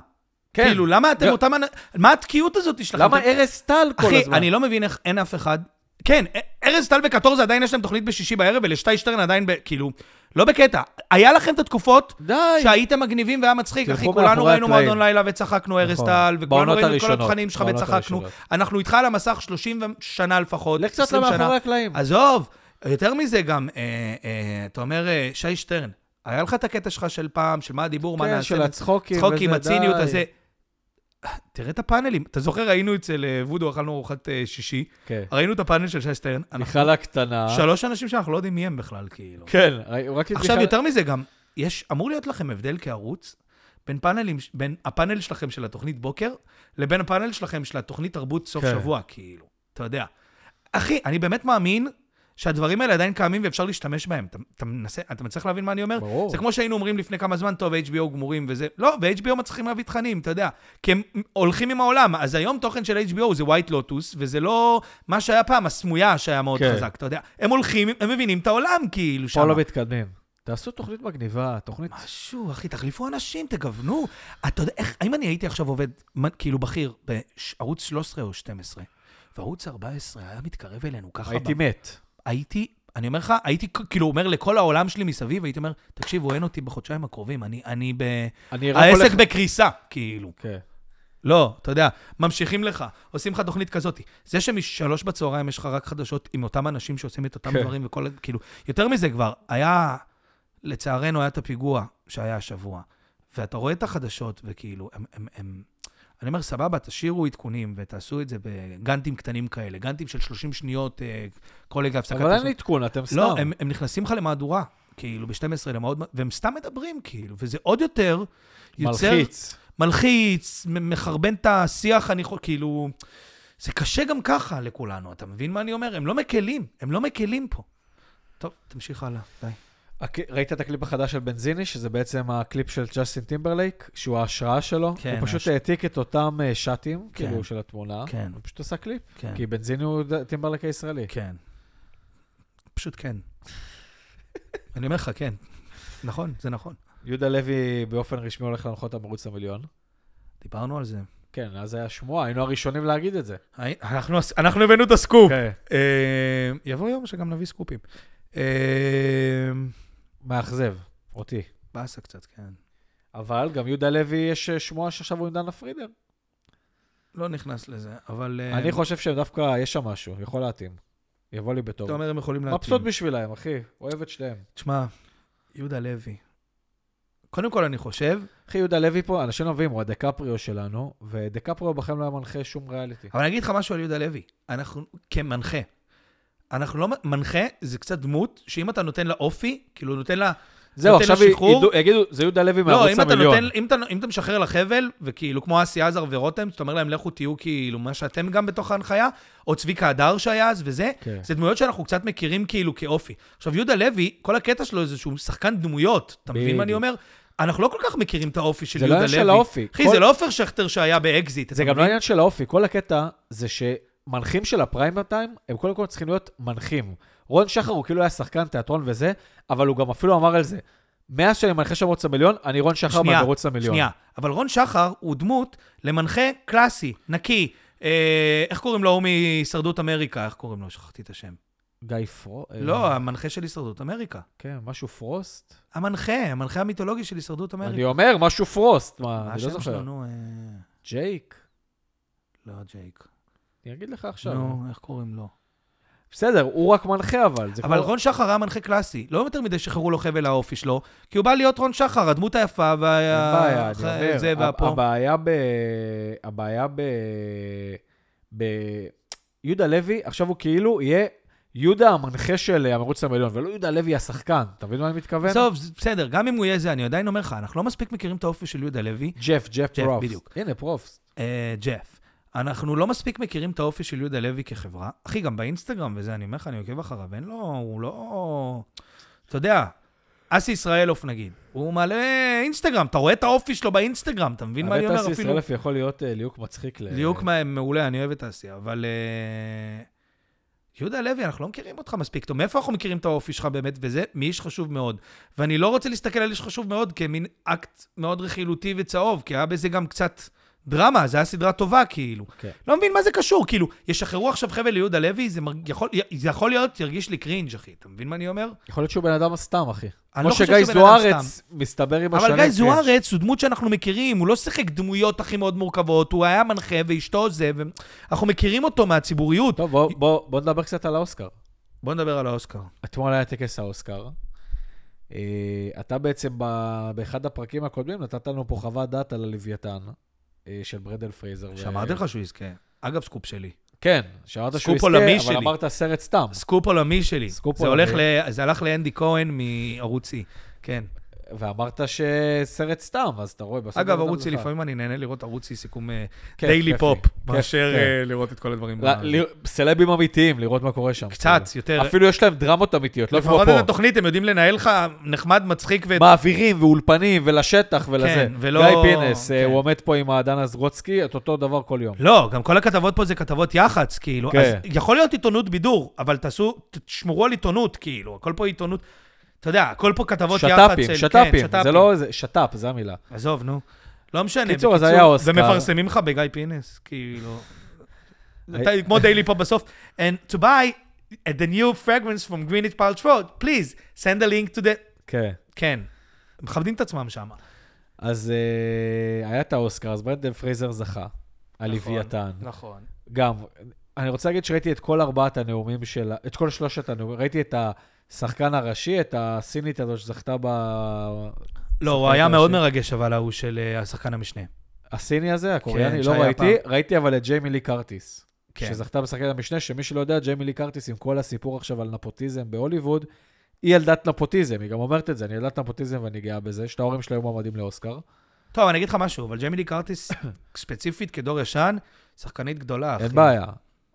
Speaker 1: כן.
Speaker 2: כאילו, למה אתם
Speaker 1: גם-
Speaker 2: אותם... אנ- מה התקיעות הזאת שלכם?
Speaker 1: למה
Speaker 2: אתם-
Speaker 1: ארז טל כל הזמן?
Speaker 2: אחי, אני לא מבין איך אין אף אחד... כן, א- ארז טל וקטורזה עדיין יש להם תוכנית בשישי בערב, ולשי שטרן עדיין, ב... כאילו, לא בקטע. היה לכם את התקופות
Speaker 1: די.
Speaker 2: שהייתם מגניבים והיה מצחיק.
Speaker 1: תלכו
Speaker 2: אחי, כולנו
Speaker 1: מאחורי
Speaker 2: ראינו
Speaker 1: הקלעים.
Speaker 2: מועדון לילה וצחקנו, ארז
Speaker 1: נכון.
Speaker 2: טל, וכולנו
Speaker 1: בעונות
Speaker 2: ראינו את כל
Speaker 1: הראשונות,
Speaker 2: התכנים שלך
Speaker 1: בעונות
Speaker 2: וצחקנו.
Speaker 1: הראשונות.
Speaker 2: אנחנו איתך על המסך 30 ו- שנה לפחות,
Speaker 1: לך
Speaker 2: 20
Speaker 1: קצת
Speaker 2: לא שנה.
Speaker 1: למאחורי הקלעים.
Speaker 2: עזוב, יותר מזה גם, אה, אה, אתה אומר, אה, שי שטרן, היה לך את הקטע שלך של פעם, של מה הדיבור, מה
Speaker 1: כן,
Speaker 2: נעשה,
Speaker 1: של הצחוקים
Speaker 2: לא צחוקים,
Speaker 1: וזה,
Speaker 2: הציניות
Speaker 1: די.
Speaker 2: הזה. אה, תראה את הפאנלים. אתה זוכר, היינו אצל אה, וודו, אכלנו ארוחת אה, שישי,
Speaker 1: כן.
Speaker 2: ראינו את הפאנל של שי שטרן. אנחנו-
Speaker 1: מיכל הקטנה.
Speaker 2: שלוש אנשים שאנחנו לא יודעים מי הם בכלל, כאילו.
Speaker 1: כן, ראי- רק את
Speaker 2: עכשיו,
Speaker 1: מיכל-
Speaker 2: יותר מזה גם, יש, אמור להיות לכם הבדל כערוץ בין פאנלים, בין הפאנל שלכם של התוכנית בוקר, לבין הפאנל שלכם של התוכנית תרבות סוף
Speaker 1: כן.
Speaker 2: שבוע, כאילו. אתה יודע. אחי, אני באמת מאמין שהדברים האלה עדיין קיימים ואפשר להשתמש בהם. אתה, אתה מנסה, אתה מצליח להבין מה אני אומר?
Speaker 1: ברור.
Speaker 2: זה כמו שהיינו אומרים לפני כמה זמן, טוב, HBO גמורים וזה. לא, ו-HBO מצליחים להביא תכנים, אתה יודע. כי הם הולכים עם העולם. אז היום תוכן של HBO זה White Lotus, וזה לא מה שהיה פעם, הסמויה שהיה מאוד
Speaker 1: כן.
Speaker 2: חזק, אתה יודע. הם הולכים, הם מבינים את העולם, כאילו,
Speaker 1: פה
Speaker 2: שמה.
Speaker 1: לא מתקדמים. תעשו תוכנית מגניבה, תוכנית...
Speaker 2: משהו, אחי, תחליפו אנשים, תגוונו. אתה יודע, איך, האם אני הייתי עכשיו עובד, מ- כאילו בכיר, בערוץ 13 או 12, וערוץ 14 היה מתקרב אלינו ככה?
Speaker 1: הייתי
Speaker 2: ב-
Speaker 1: מת.
Speaker 2: הייתי, אני אומר לך, הייתי כ- כאילו אומר לכל העולם שלי מסביב, הייתי אומר, תקשיבו, אין אותי בחודשיים הקרובים, אני, אני ב...
Speaker 1: אני רק
Speaker 2: העסק
Speaker 1: הולך...
Speaker 2: בקריסה, כאילו.
Speaker 1: כן.
Speaker 2: לא, אתה יודע, ממשיכים לך, עושים לך תוכנית כזאת. זה שמשלוש בצהריים יש לך רק חדשות עם אותם אנשים שעושים את אותם
Speaker 1: כן.
Speaker 2: דברים וכל, ה- כאילו, יותר מזה כבר, היה, לצערנו, היה את הפיגוע שהיה השבוע, ואתה רואה את החדשות, וכאילו, הם, הם, הם, אני אומר, סבבה, תשאירו עדכונים ותעשו את זה בגאנטים קטנים כאלה, גאנטים של 30 שניות, אה, כל רגע הפסקת...
Speaker 1: אבל אין
Speaker 2: פרסום.
Speaker 1: עדכון, אתם סתם.
Speaker 2: לא, הם, הם נכנסים לך למהדורה, כאילו, ב-12 למאוד, והם סתם מדברים, כאילו, וזה עוד יותר יוצר...
Speaker 1: מלחיץ.
Speaker 2: מלחיץ, מ- מחרבן את השיח, אני חו- כאילו... זה קשה גם ככה לכולנו, אתה מבין מה אני אומר? הם לא מקלים, הם לא מקלים פה. טוב, תמשיך הלאה, די.
Speaker 1: הק- ראית את הקליפ החדש של בנזיני, שזה בעצם הקליפ של ג'סטין טימברלייק, שהוא ההשראה שלו?
Speaker 2: כן,
Speaker 1: הוא פשוט
Speaker 2: ההשראה.
Speaker 1: העתיק את אותם אה, שטים,
Speaker 2: כן.
Speaker 1: כאילו, של התמונה.
Speaker 2: כן.
Speaker 1: הוא פשוט עשה קליפ.
Speaker 2: כן,
Speaker 1: כי בנזיני הוא ד- טימברלייק הישראלי.
Speaker 2: כן. פשוט כן. אני אומר לך, כן. נכון, זה נכון.
Speaker 1: יהודה לוי באופן רשמי הולך להנחות את המרוץ למיליון.
Speaker 2: דיברנו על זה.
Speaker 1: כן, אז היה שמועה, היינו הראשונים להגיד את זה.
Speaker 2: אנחנו עש- אנחנו הבאנו את הסקופ.
Speaker 1: כן.
Speaker 2: אה, יבוא יום שגם נביא סקופים. אה,
Speaker 1: מאכזב, אותי.
Speaker 2: באסה קצת, כן.
Speaker 1: אבל גם יהודה לוי, יש אה, שמועה שעכשיו הוא עם דנה פרידר.
Speaker 2: לא נכנס לזה, אבל... אה,
Speaker 1: אני חושב שדווקא יש שם משהו, יכול להתאים. יבוא לי בטוב.
Speaker 2: אתה אומר, הם יכולים להתאים.
Speaker 1: מבסוט בשבילהם, אחי. אוהב את שניהם.
Speaker 2: תשמע, יהודה לוי. קודם כל, אני חושב,
Speaker 1: אחי, יהודה לוי פה, אנשים לא מבינים, הוא הדקפריו שלנו, ודקפריו בחיים לא היה מנחה שום ריאליטי.
Speaker 2: אבל אני אגיד לך משהו על יהודה לוי. אנחנו, כמנחה. אנחנו לא, מ- מנחה זה קצת דמות, שאם אתה נותן לה אופי, כאילו נותן לה...
Speaker 1: זהו,
Speaker 2: נותן
Speaker 1: עכשיו
Speaker 2: לשחרור.
Speaker 1: ידעו- יגידו, זה יהודה לוי
Speaker 2: לא,
Speaker 1: מערוץ
Speaker 2: אם אתה
Speaker 1: המיליון.
Speaker 2: נותן, אם אתה, אם אתה משחרר לחבל, וכאילו כמו אסי עזר ורותם, שאתה אומר להם, לכו תהיו כאילו מה שאתם גם בתוך ההנחיה, או צביקה הדר שהיה אז וזה,
Speaker 1: כן.
Speaker 2: זה דמויות שאנחנו קצת מכירים כאילו כאופי. עכשיו, יהודה לוי, כל הקטע שלו זה שהוא שחקן דמויות, אתה מבין מה אני
Speaker 1: בדיוק.
Speaker 2: אומר? אנחנו לא כל כך מכירים את האופי של
Speaker 1: זה לא
Speaker 2: יהודה לוי.
Speaker 1: עניין של האופי.
Speaker 2: אחי,
Speaker 1: כל-
Speaker 2: זה לא עופר שכטר שהיה באקזיט,
Speaker 1: זה
Speaker 2: אתה
Speaker 1: גם לא
Speaker 2: מבין?
Speaker 1: עניין של האופי, כל הקטע זה שמנחים של הפריים טיים, הם קודם כל צריכים להיות מנחים. רון שחר הוא כאילו היה שחקן תיאטרון וזה, אבל הוא גם אפילו אמר על זה, מאז שאני מנחה שם ערוץ המיליון, אני רון שחר
Speaker 2: שנייה,
Speaker 1: בערוץ המיליון.
Speaker 2: שנייה, אבל רון שחר הוא דמות למנחה קלאסי, נקי. אה, איך קוראים לו? הוא מהישרדות אמריקה, איך קוראים לו? שכחתי את השם.
Speaker 1: גיא פרו... אה,
Speaker 2: לא, המנחה של הישרדות אמריקה.
Speaker 1: כן, משהו פרוסט?
Speaker 2: המנחה, המנחה המיתולוגי של הישרדות אמריקה.
Speaker 1: אני אומר, משהו פרוסט, מה,
Speaker 2: מה
Speaker 1: אני לא
Speaker 2: השם שלו?
Speaker 1: זוכר.
Speaker 2: נו, אה,
Speaker 1: ג'ייק?
Speaker 2: לא, ג'ייק.
Speaker 1: אני אגיד לך עכשיו.
Speaker 2: נו, איך קוראים לו?
Speaker 1: בסדר, הוא רק מנחה אבל. זה
Speaker 2: אבל
Speaker 1: כמו-
Speaker 2: רון שחר היה מנחה קלאסי. לא יותר מדי שחררו לו חבל האופי שלו, כי הוא בא להיות רון שחר, הדמות היפה וה...
Speaker 1: אין בעיה,
Speaker 2: הח-
Speaker 1: אני אומר.
Speaker 2: אה, זה והפה.
Speaker 1: הבעיה ב... הבעיה ב... ב... יהודה לוי, עכשיו הוא כאילו יהיה יהודה המנחה של אה, המרוץ למיליון, ולא יהודה לוי השחקן. אתה מבין מה אני מתכוון?
Speaker 2: עזוב, זה בסדר, גם אם הוא יהיה זה, אני עדיין אומר לך, אנחנו לא מספיק מכירים את האופי של יהודה לוי,
Speaker 1: ג'ף, ג'ף
Speaker 2: ג'ף,
Speaker 1: פרופס.
Speaker 2: בדיוק.
Speaker 1: הנה, פרופס.
Speaker 2: אה, ג'ף. אנחנו לא מספיק מכירים את האופי של יהודה לוי כחברה. אחי, גם באינסטגרם וזה, אני אומר לך, אני עוקב אחריו, אין לו, הוא לא... אתה יודע, אסי ישראלוף נגיד, הוא מעלה אינסטגרם, אתה רואה את האופי שלו באינסטגרם, אתה מבין מה אני אומר?
Speaker 1: האמת, אסי
Speaker 2: אפילו...
Speaker 1: ישראלף יכול להיות אה, ליהוק מצחיק ל...
Speaker 2: ליהוק מה- מעולה, אני אוהב את אסי, אבל... אה, יהודה לוי, אנחנו לא מכירים אותך מספיק טוב. מאיפה אנחנו מכירים את האופי שלך באמת? וזה מאיש חשוב מאוד. ואני לא רוצה להסתכל על איש חשוב מאוד כמין אקט מאוד רכילותי וצהוב, כי היה בזה גם קצת דרמה, זו הייתה סדרה טובה, כאילו.
Speaker 1: כן.
Speaker 2: לא מבין מה זה קשור, כאילו, ישחררו עכשיו חבל ליהודה לוי, זה, מרג... יכול... זה יכול להיות, ירגיש לי קרינג', אחי. אתה מבין מה אני אומר?
Speaker 1: יכול להיות שהוא בן אדם סתם, אחי.
Speaker 2: אני
Speaker 1: כמו
Speaker 2: לא חושב
Speaker 1: שגיא
Speaker 2: שהוא בן אדם
Speaker 1: זוארץ מסתבר עם השנים.
Speaker 2: אבל גיא
Speaker 1: כן.
Speaker 2: זוארץ הוא דמות שאנחנו מכירים, הוא לא שיחק דמויות הכי מאוד מורכבות, הוא היה מנחה ואשתו זה, ואנחנו מכירים אותו מהציבוריות.
Speaker 1: טוב, בוא- בוא בוא נדבר קצת על האוסקר.
Speaker 2: בוא נדבר על האוסקר.
Speaker 1: אתמול היה טקס האוסקר. אה, אתה בעצם ב- באחד הפרקים הקודמים נתת לנו פה חוות דעת על הלוויתן אה, של ברדל פרייזר. ו-
Speaker 2: שאמרתי לך שהוא יזכה. אגב, סקופ שלי.
Speaker 1: כן, שאמרת שהוא
Speaker 2: סקופ
Speaker 1: יזכה,
Speaker 2: עולמי
Speaker 1: אבל
Speaker 2: שלי.
Speaker 1: אמרת סרט סתם.
Speaker 2: סקופ עולמי שלי.
Speaker 1: סקופ
Speaker 2: זה הולך
Speaker 1: עולמי.
Speaker 2: ל- זה הלך לאנדי כהן מערוץ E. כן.
Speaker 1: ואמרת שסרט סתם, אז אתה רואה בסוף...
Speaker 2: אגב,
Speaker 1: בן אדם
Speaker 2: ערוץ E,
Speaker 1: זכה.
Speaker 2: לפעמים אני נהנה לראות ערוץ E סיכום אה,
Speaker 1: כיף,
Speaker 2: דיילי
Speaker 1: כיפי.
Speaker 2: פופ,
Speaker 1: כיף,
Speaker 2: מאשר
Speaker 1: כן.
Speaker 2: אה, לראות את כל הדברים.
Speaker 1: ל-
Speaker 2: ה-
Speaker 1: ל- סלבים אמיתיים, לראות מה קורה שם.
Speaker 2: קצת,
Speaker 1: כאילו.
Speaker 2: יותר.
Speaker 1: אפילו יש להם דרמות אמיתיות, לא כמו
Speaker 2: לפחות את
Speaker 1: פה.
Speaker 2: התוכנית, הם יודעים לנהל לך נחמד, מצחיק ו...
Speaker 1: מעבירים ואולפנים ולשטח ולזה.
Speaker 2: כן, ולא-
Speaker 1: גיא פינס, אה,
Speaker 2: כן.
Speaker 1: הוא עומד פה עם הדנה זרוצקי, את אותו דבר כל יום.
Speaker 2: לא, גם כל הכתבות פה זה כתבות יח"צ, כאילו.
Speaker 1: כן.
Speaker 2: אז יכול להיות עיתונות בידור, אבל תעשו, תשמרו על עיתונות, כאילו. הכל פה עיתונות, אתה יודע, הכל פה כתבות יח"צ.
Speaker 1: שת"פים,
Speaker 2: של-
Speaker 1: שת"פים,
Speaker 2: כן,
Speaker 1: זה לא... זה- שת"פ, זה המילה.
Speaker 2: עזוב, נו. לא משנה.
Speaker 1: קיצור, אז היה אוסקר.
Speaker 2: ומפרסמים לך בגיא פינס, כאילו.
Speaker 1: הי-
Speaker 2: אתה- כמו דיילי פה בסוף. And to buy the new fragrance from Greenwich Paltrow, please send a link to the...
Speaker 1: כן.
Speaker 2: כן. מכבדים את עצמם שם.
Speaker 1: אז אה, היה את האוסקר, אז ברנדל פרייזר זכה. על לוויתן.
Speaker 2: נכון.
Speaker 1: גם, אני רוצה להגיד שראיתי את כל ארבעת הנאומים של... ה- את כל שלושת הנאומים. ראיתי את השחקן הראשי, את הסינית הזו שזכתה ב...
Speaker 2: לא, הוא
Speaker 1: שחקן
Speaker 2: היה מאוד
Speaker 1: ראשי.
Speaker 2: מרגש, אבל ההוא של אה, השחקן המשנה.
Speaker 1: הסיני הזה, הקוריאני, לא
Speaker 2: כן, שהיה
Speaker 1: ראיתי. ראיתי אבל את ג'יימי לי קרטיס.
Speaker 2: כן.
Speaker 1: שזכתה בשחקן המשנה, שמי שלא יודע, ג'יימי לי קרטיס עם כל הסיפור עכשיו על נפוטיזם בהוליווד, היא ילדת נפוטיזם, היא גם אומרת את זה, אני ילדת נפוטיזם ואני גאה בזה, שאת ההורים שלה היו מועמדים לאוסקר.
Speaker 2: טוב, אני אגיד לך משהו, אבל ג'מילי קרטיס, ספציפית כדור ישן, שחקנית גדולה, אחי.
Speaker 1: אין בעיה.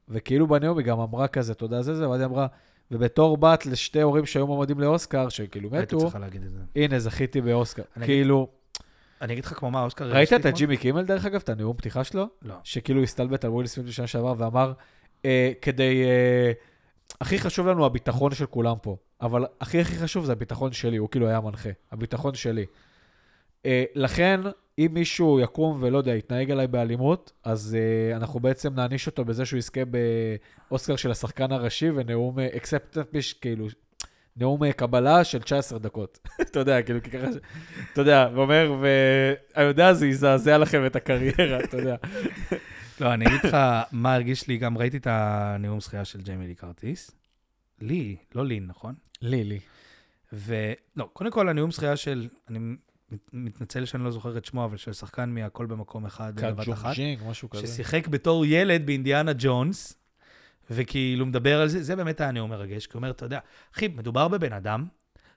Speaker 1: וכאילו בנאום היא גם אמרה כזה, תודה זה זה, ואז היא אמרה, ובתור בת לשתי הורים שהיו מועמדים לאוסקר, שכאילו
Speaker 2: הייתי
Speaker 1: מתו,
Speaker 2: צריכה להגיד את זה.
Speaker 1: הנה, זכיתי באוסקר.
Speaker 2: אני אגיד-
Speaker 1: כאילו,
Speaker 2: אני אגיד לך כמו מה האוסקר...
Speaker 1: ראית את
Speaker 2: הרשתי אתמול?
Speaker 1: הג'ימי קימל, דרך אגב, את הנאום פתיחה שלו?
Speaker 2: לא.
Speaker 1: שכאילו הסתלבט על וויל סמית בשנה שעברה ואמר, אה, כדי... אה, הכי חשוב לנו הביטחון של כולם פה, אבל הכי הכי חשוב זה הביטחון שלי, הוא כאילו היה המנחה, הביטחון שלי. אה, לכן, אם מישהו יקום ולא יודע, יתנהג אליי באלימות, אז אה, אנחנו בעצם נעניש אותו בזה שהוא יזכה באוסקר של השחקן הראשי ונאום אקספטנפיש, כאילו, נאום אה, קבלה של 19 דקות. אתה יודע, כאילו, כי ככה, ש- אתה יודע, ואומר, ואני יודע, זה יזעזע לכם את הקריירה, אתה יודע.
Speaker 2: לא, אני אגיד לך מה הרגיש לי, גם ראיתי את הנאום זכייה של ג'מילי קרטיס. לי, לא לין, נכון?
Speaker 1: לי, לי.
Speaker 2: ולא, קודם כל, הנאום זכייה של, אני מת- מתנצל שאני לא זוכר את שמו, אבל של שחקן מהכל במקום אחד, בבת אחת.
Speaker 1: קאג'ונג'ינג, משהו כזה.
Speaker 2: ששיחק בתור ילד באינדיאנה ג'ונס, וכאילו מדבר על זה, זה באמת היה נאום מרגש, כי הוא אומר, אתה יודע, אחי, מדובר בבן אדם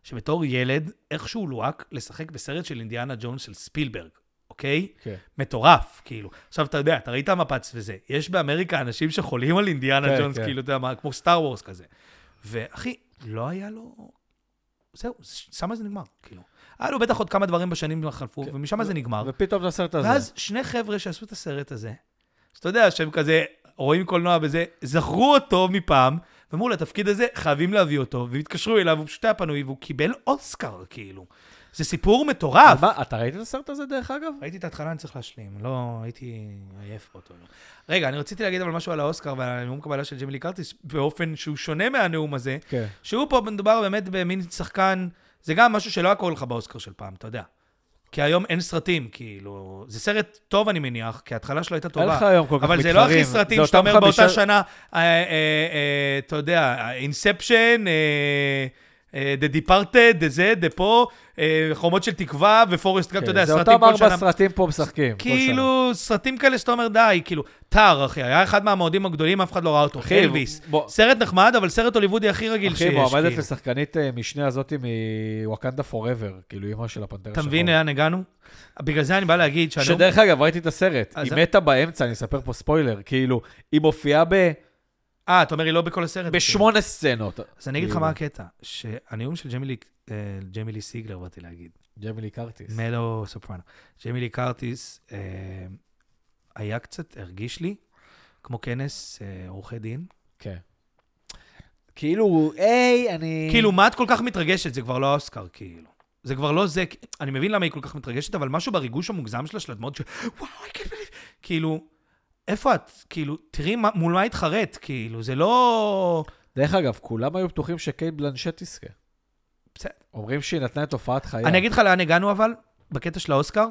Speaker 2: שבתור ילד איכשהו לוהק לשחק בסרט של אינדיאנה ג'ונס של ספילברג, אוקיי?
Speaker 1: כן.
Speaker 2: מטורף, כאילו. עכשיו, אתה יודע, אתה ראית מפץ וזה. יש באמריקה אנשים שחולים על אינדיאנה
Speaker 1: כן,
Speaker 2: ג'ונס,
Speaker 1: כן.
Speaker 2: כאילו, אתה יודע מה, כמו סטאר וורס כזה. ואחי, לא היה לו... זהו, שמה זה נגמר, כאילו. היה לו בטח עוד כמה דברים בשנים החלפו,
Speaker 1: כן.
Speaker 2: ומשם זה נגמר.
Speaker 1: ופתאום את הסרט הזה.
Speaker 2: ואז שני חבר'ה שעשו את הסרט הזה, שאתה יודע שהם כזה רואים קולנוע וזה, זכרו אותו מפעם, ואמרו לתפקיד הזה חייבים להביא אותו, והתקשרו אליו, הוא פשוט היה פנוי, והוא קיבל אוסקר, כאילו. זה סיפור מטורף.
Speaker 1: מה, אה, אתה ראית את הסרט הזה דרך אגב?
Speaker 2: ראיתי את ההתחלה, אני צריך להשלים. לא, הייתי עייף באותו יום. רגע, אני רציתי להגיד אבל משהו על האוסקר ועל הנאום קבלה של ג'מילי קרטיס, באופן שהוא שונה מהנאום הזה,
Speaker 1: כן.
Speaker 2: שהוא פה מדובר באמת במין שחקן, זה גם משהו שלא היה קורה לך באוסקר של פעם, אתה יודע. כי היום אין סרטים, כאילו... זה סרט טוב, אני מניח, כי ההתחלה שלו הייתה
Speaker 1: אין
Speaker 2: טובה.
Speaker 1: לך היום כל כך מתחרים.
Speaker 2: אבל זה לא הכי סרטים
Speaker 1: זה
Speaker 2: שאתה
Speaker 1: אותם
Speaker 2: אומר באותה
Speaker 1: חמישה-
Speaker 2: שנה, אה, אה, אה, אתה יודע, אינספשן, The Departed, The זה, The פה, אה, חומות של תקווה ופורסט גאמפ, אתה
Speaker 1: כן,
Speaker 2: יודע,
Speaker 1: זה
Speaker 2: סרטים
Speaker 1: אותם
Speaker 2: כל
Speaker 1: ארבע
Speaker 2: שנה.
Speaker 1: סרטים פה משחקים. כל שנה.
Speaker 2: כאילו, סרטים כאלה שאתה אומר, די, כאילו, טאר, אחי, היה אחד מהמועדים הגדולים, אף אחד לא ראה אותו,
Speaker 1: אחי,
Speaker 2: אלוויס.
Speaker 1: כאילו, בוא-
Speaker 2: סרט נחמד, אבל סרט הוליוודי הכי רגיל שיש,
Speaker 1: אחי, מועמדת
Speaker 2: כאילו.
Speaker 1: לשחקנית אה, משנה הזאתי מווקנדה פוראבר, כאילו אימא של הפנתר
Speaker 2: אתה
Speaker 1: השחור.
Speaker 2: מבין אה, לאן הגענו? בגלל זה אני בא להגיד שאני...
Speaker 1: שדרך אגב, ראיתי את הסרט.
Speaker 2: אז אה-
Speaker 1: היא
Speaker 2: זה-
Speaker 1: מתה באמצע, אני אספר פה ספוילר. כאילו, היא מופיעה ב-
Speaker 2: אה, אתה אומר, היא לא בכל הסרט.
Speaker 1: בשמונה סצנות.
Speaker 2: אז אני אגיד לך
Speaker 1: כאילו.
Speaker 2: מה הקטע, שהנאום של ג'מילי- אה, ג'מילי סיגלר, באתי להגיד.
Speaker 1: ג'מילי קרטיס.
Speaker 2: מלו סופרנו. ג'מילי קרטיס אה, היה קצת, הרגיש לי, כמו כנס אה, עורכי דין.
Speaker 1: כן. כאילו, היי, אני...
Speaker 2: כאילו, מה את כל כך מתרגשת? זה כבר לא האוסקר, כאילו. זה כבר לא זה, אני מבין למה היא כל כך מתרגשת, אבל משהו בריגוש המוגזם שלה, של הדמעות, ש... וואו, I can't believe... כאילו, איפה את? כאילו, תראי מה, מול מה התחרט, כאילו, זה לא...
Speaker 1: דרך אגב, כולם היו בטוחים שקייט בלנשט תזכה.
Speaker 2: בסדר.
Speaker 1: אומרים שהיא נתנה את הופעת חייה.
Speaker 2: אני אגיד לך לאן הגענו, אבל, בקטע של האוסקר,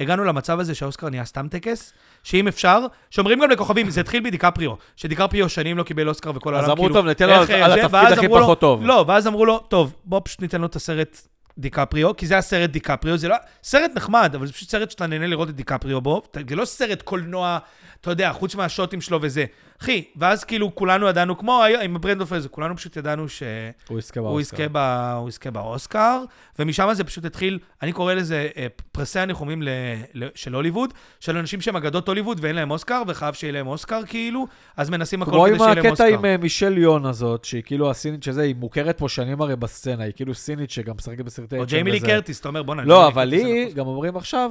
Speaker 2: הגענו למצב הזה שהאוסקר נהיה סתם טקס, שאם אפשר, שאומרים גם לכוכבים, זה התחיל בדיקפריו, שדיקפריו שנים לא קיבל אוסקר וכל העולם,
Speaker 1: אז אמרו,
Speaker 2: כאילו,
Speaker 1: טוב, ניתן לו
Speaker 2: איך,
Speaker 1: על
Speaker 2: זה,
Speaker 1: התפקיד
Speaker 2: ואז
Speaker 1: הכי
Speaker 2: אמרו לו-
Speaker 1: פחות טוב.
Speaker 2: לא, ואז אמרו לו, טוב, בוא פשוט ניתן לו את הסרט דיקפריו, כי זה הסרט דיקפריו, זה לא... סרט נחמד, אבל זה פשוט סרט שאתה נהנה לראות את דיקפריו בו, זה לא סרט קולנוע, אתה יודע, חוץ מהשוטים שלו וזה. אחי, ואז כאילו כולנו ידענו, כמו היום עם ברנדו פרזו, כולנו פשוט ידענו ש...
Speaker 1: הוא יזכה
Speaker 2: הוא
Speaker 1: באוסקר.
Speaker 2: יזכה, ב... הוא יזכה באוסקר, ומשם זה פשוט התחיל, אני קורא לזה אה, פרסי הניחומים ל... ל... של הוליווד, של אנשים שהם אגדות הוליווד ואין להם אוסקר, וחייב שיהיה להם אוסקר כאילו, אז מנסים הכל
Speaker 1: כמו
Speaker 2: כדי
Speaker 1: עם
Speaker 2: שיהיה להם
Speaker 1: הקטע
Speaker 2: אוסקר.
Speaker 1: עם אה, מישל יון הזאת, שהיא כאילו הסינית שזה, היא מוכרת פה שנים הרי בסצנה, היא כאילו סינית שגם משחקת בסרטי
Speaker 2: או
Speaker 1: אקשן
Speaker 2: ג'יימילי
Speaker 1: וזה.
Speaker 2: קרטיס, אתה אומר, בוא'נה.
Speaker 1: אה, לא,
Speaker 2: ג'יימילי
Speaker 1: אבל
Speaker 2: קרטיס,
Speaker 1: היא,
Speaker 2: אנחנו-
Speaker 1: גם אומרים עכשיו,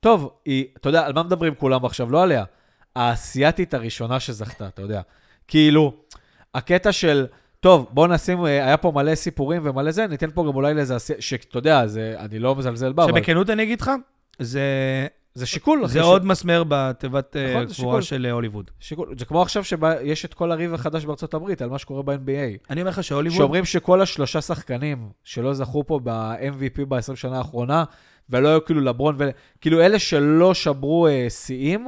Speaker 1: טוב, היא, אתה יודע, על מה מדברים כולם עכשיו? לא עליה. האסייתית הראשונה שזכתה, אתה יודע. כאילו, הקטע של, טוב, בוא נשים, אה, היה פה מלא סיפורים ומלא זה, ניתן פה גם אולי לאיזה אסייתית, שאתה יודע, זה, אני לא מזלזל בה, אבל
Speaker 2: שבכנות אני אגיד לך, זה,
Speaker 1: זה שיקול. אחי,
Speaker 2: זה
Speaker 1: ש-
Speaker 2: עוד מסמר בתיבת אה,
Speaker 1: נכון, זה
Speaker 2: קבורה
Speaker 1: שיקול.
Speaker 2: של אה, הוליווד.
Speaker 1: שיקול. זה כמו עכשיו שיש את כל הריב החדש בארצות הברית על מה שקורה ב-NBA.
Speaker 2: אני אומר לך שהוליווד,
Speaker 1: שאומרים שכל השלושה שחקנים שלא זכו פה ב-MVP ב-20 שנה האחרונה, ולא היו כאילו לברון, ו... כאילו אלה שלא שברו אה, שיאים,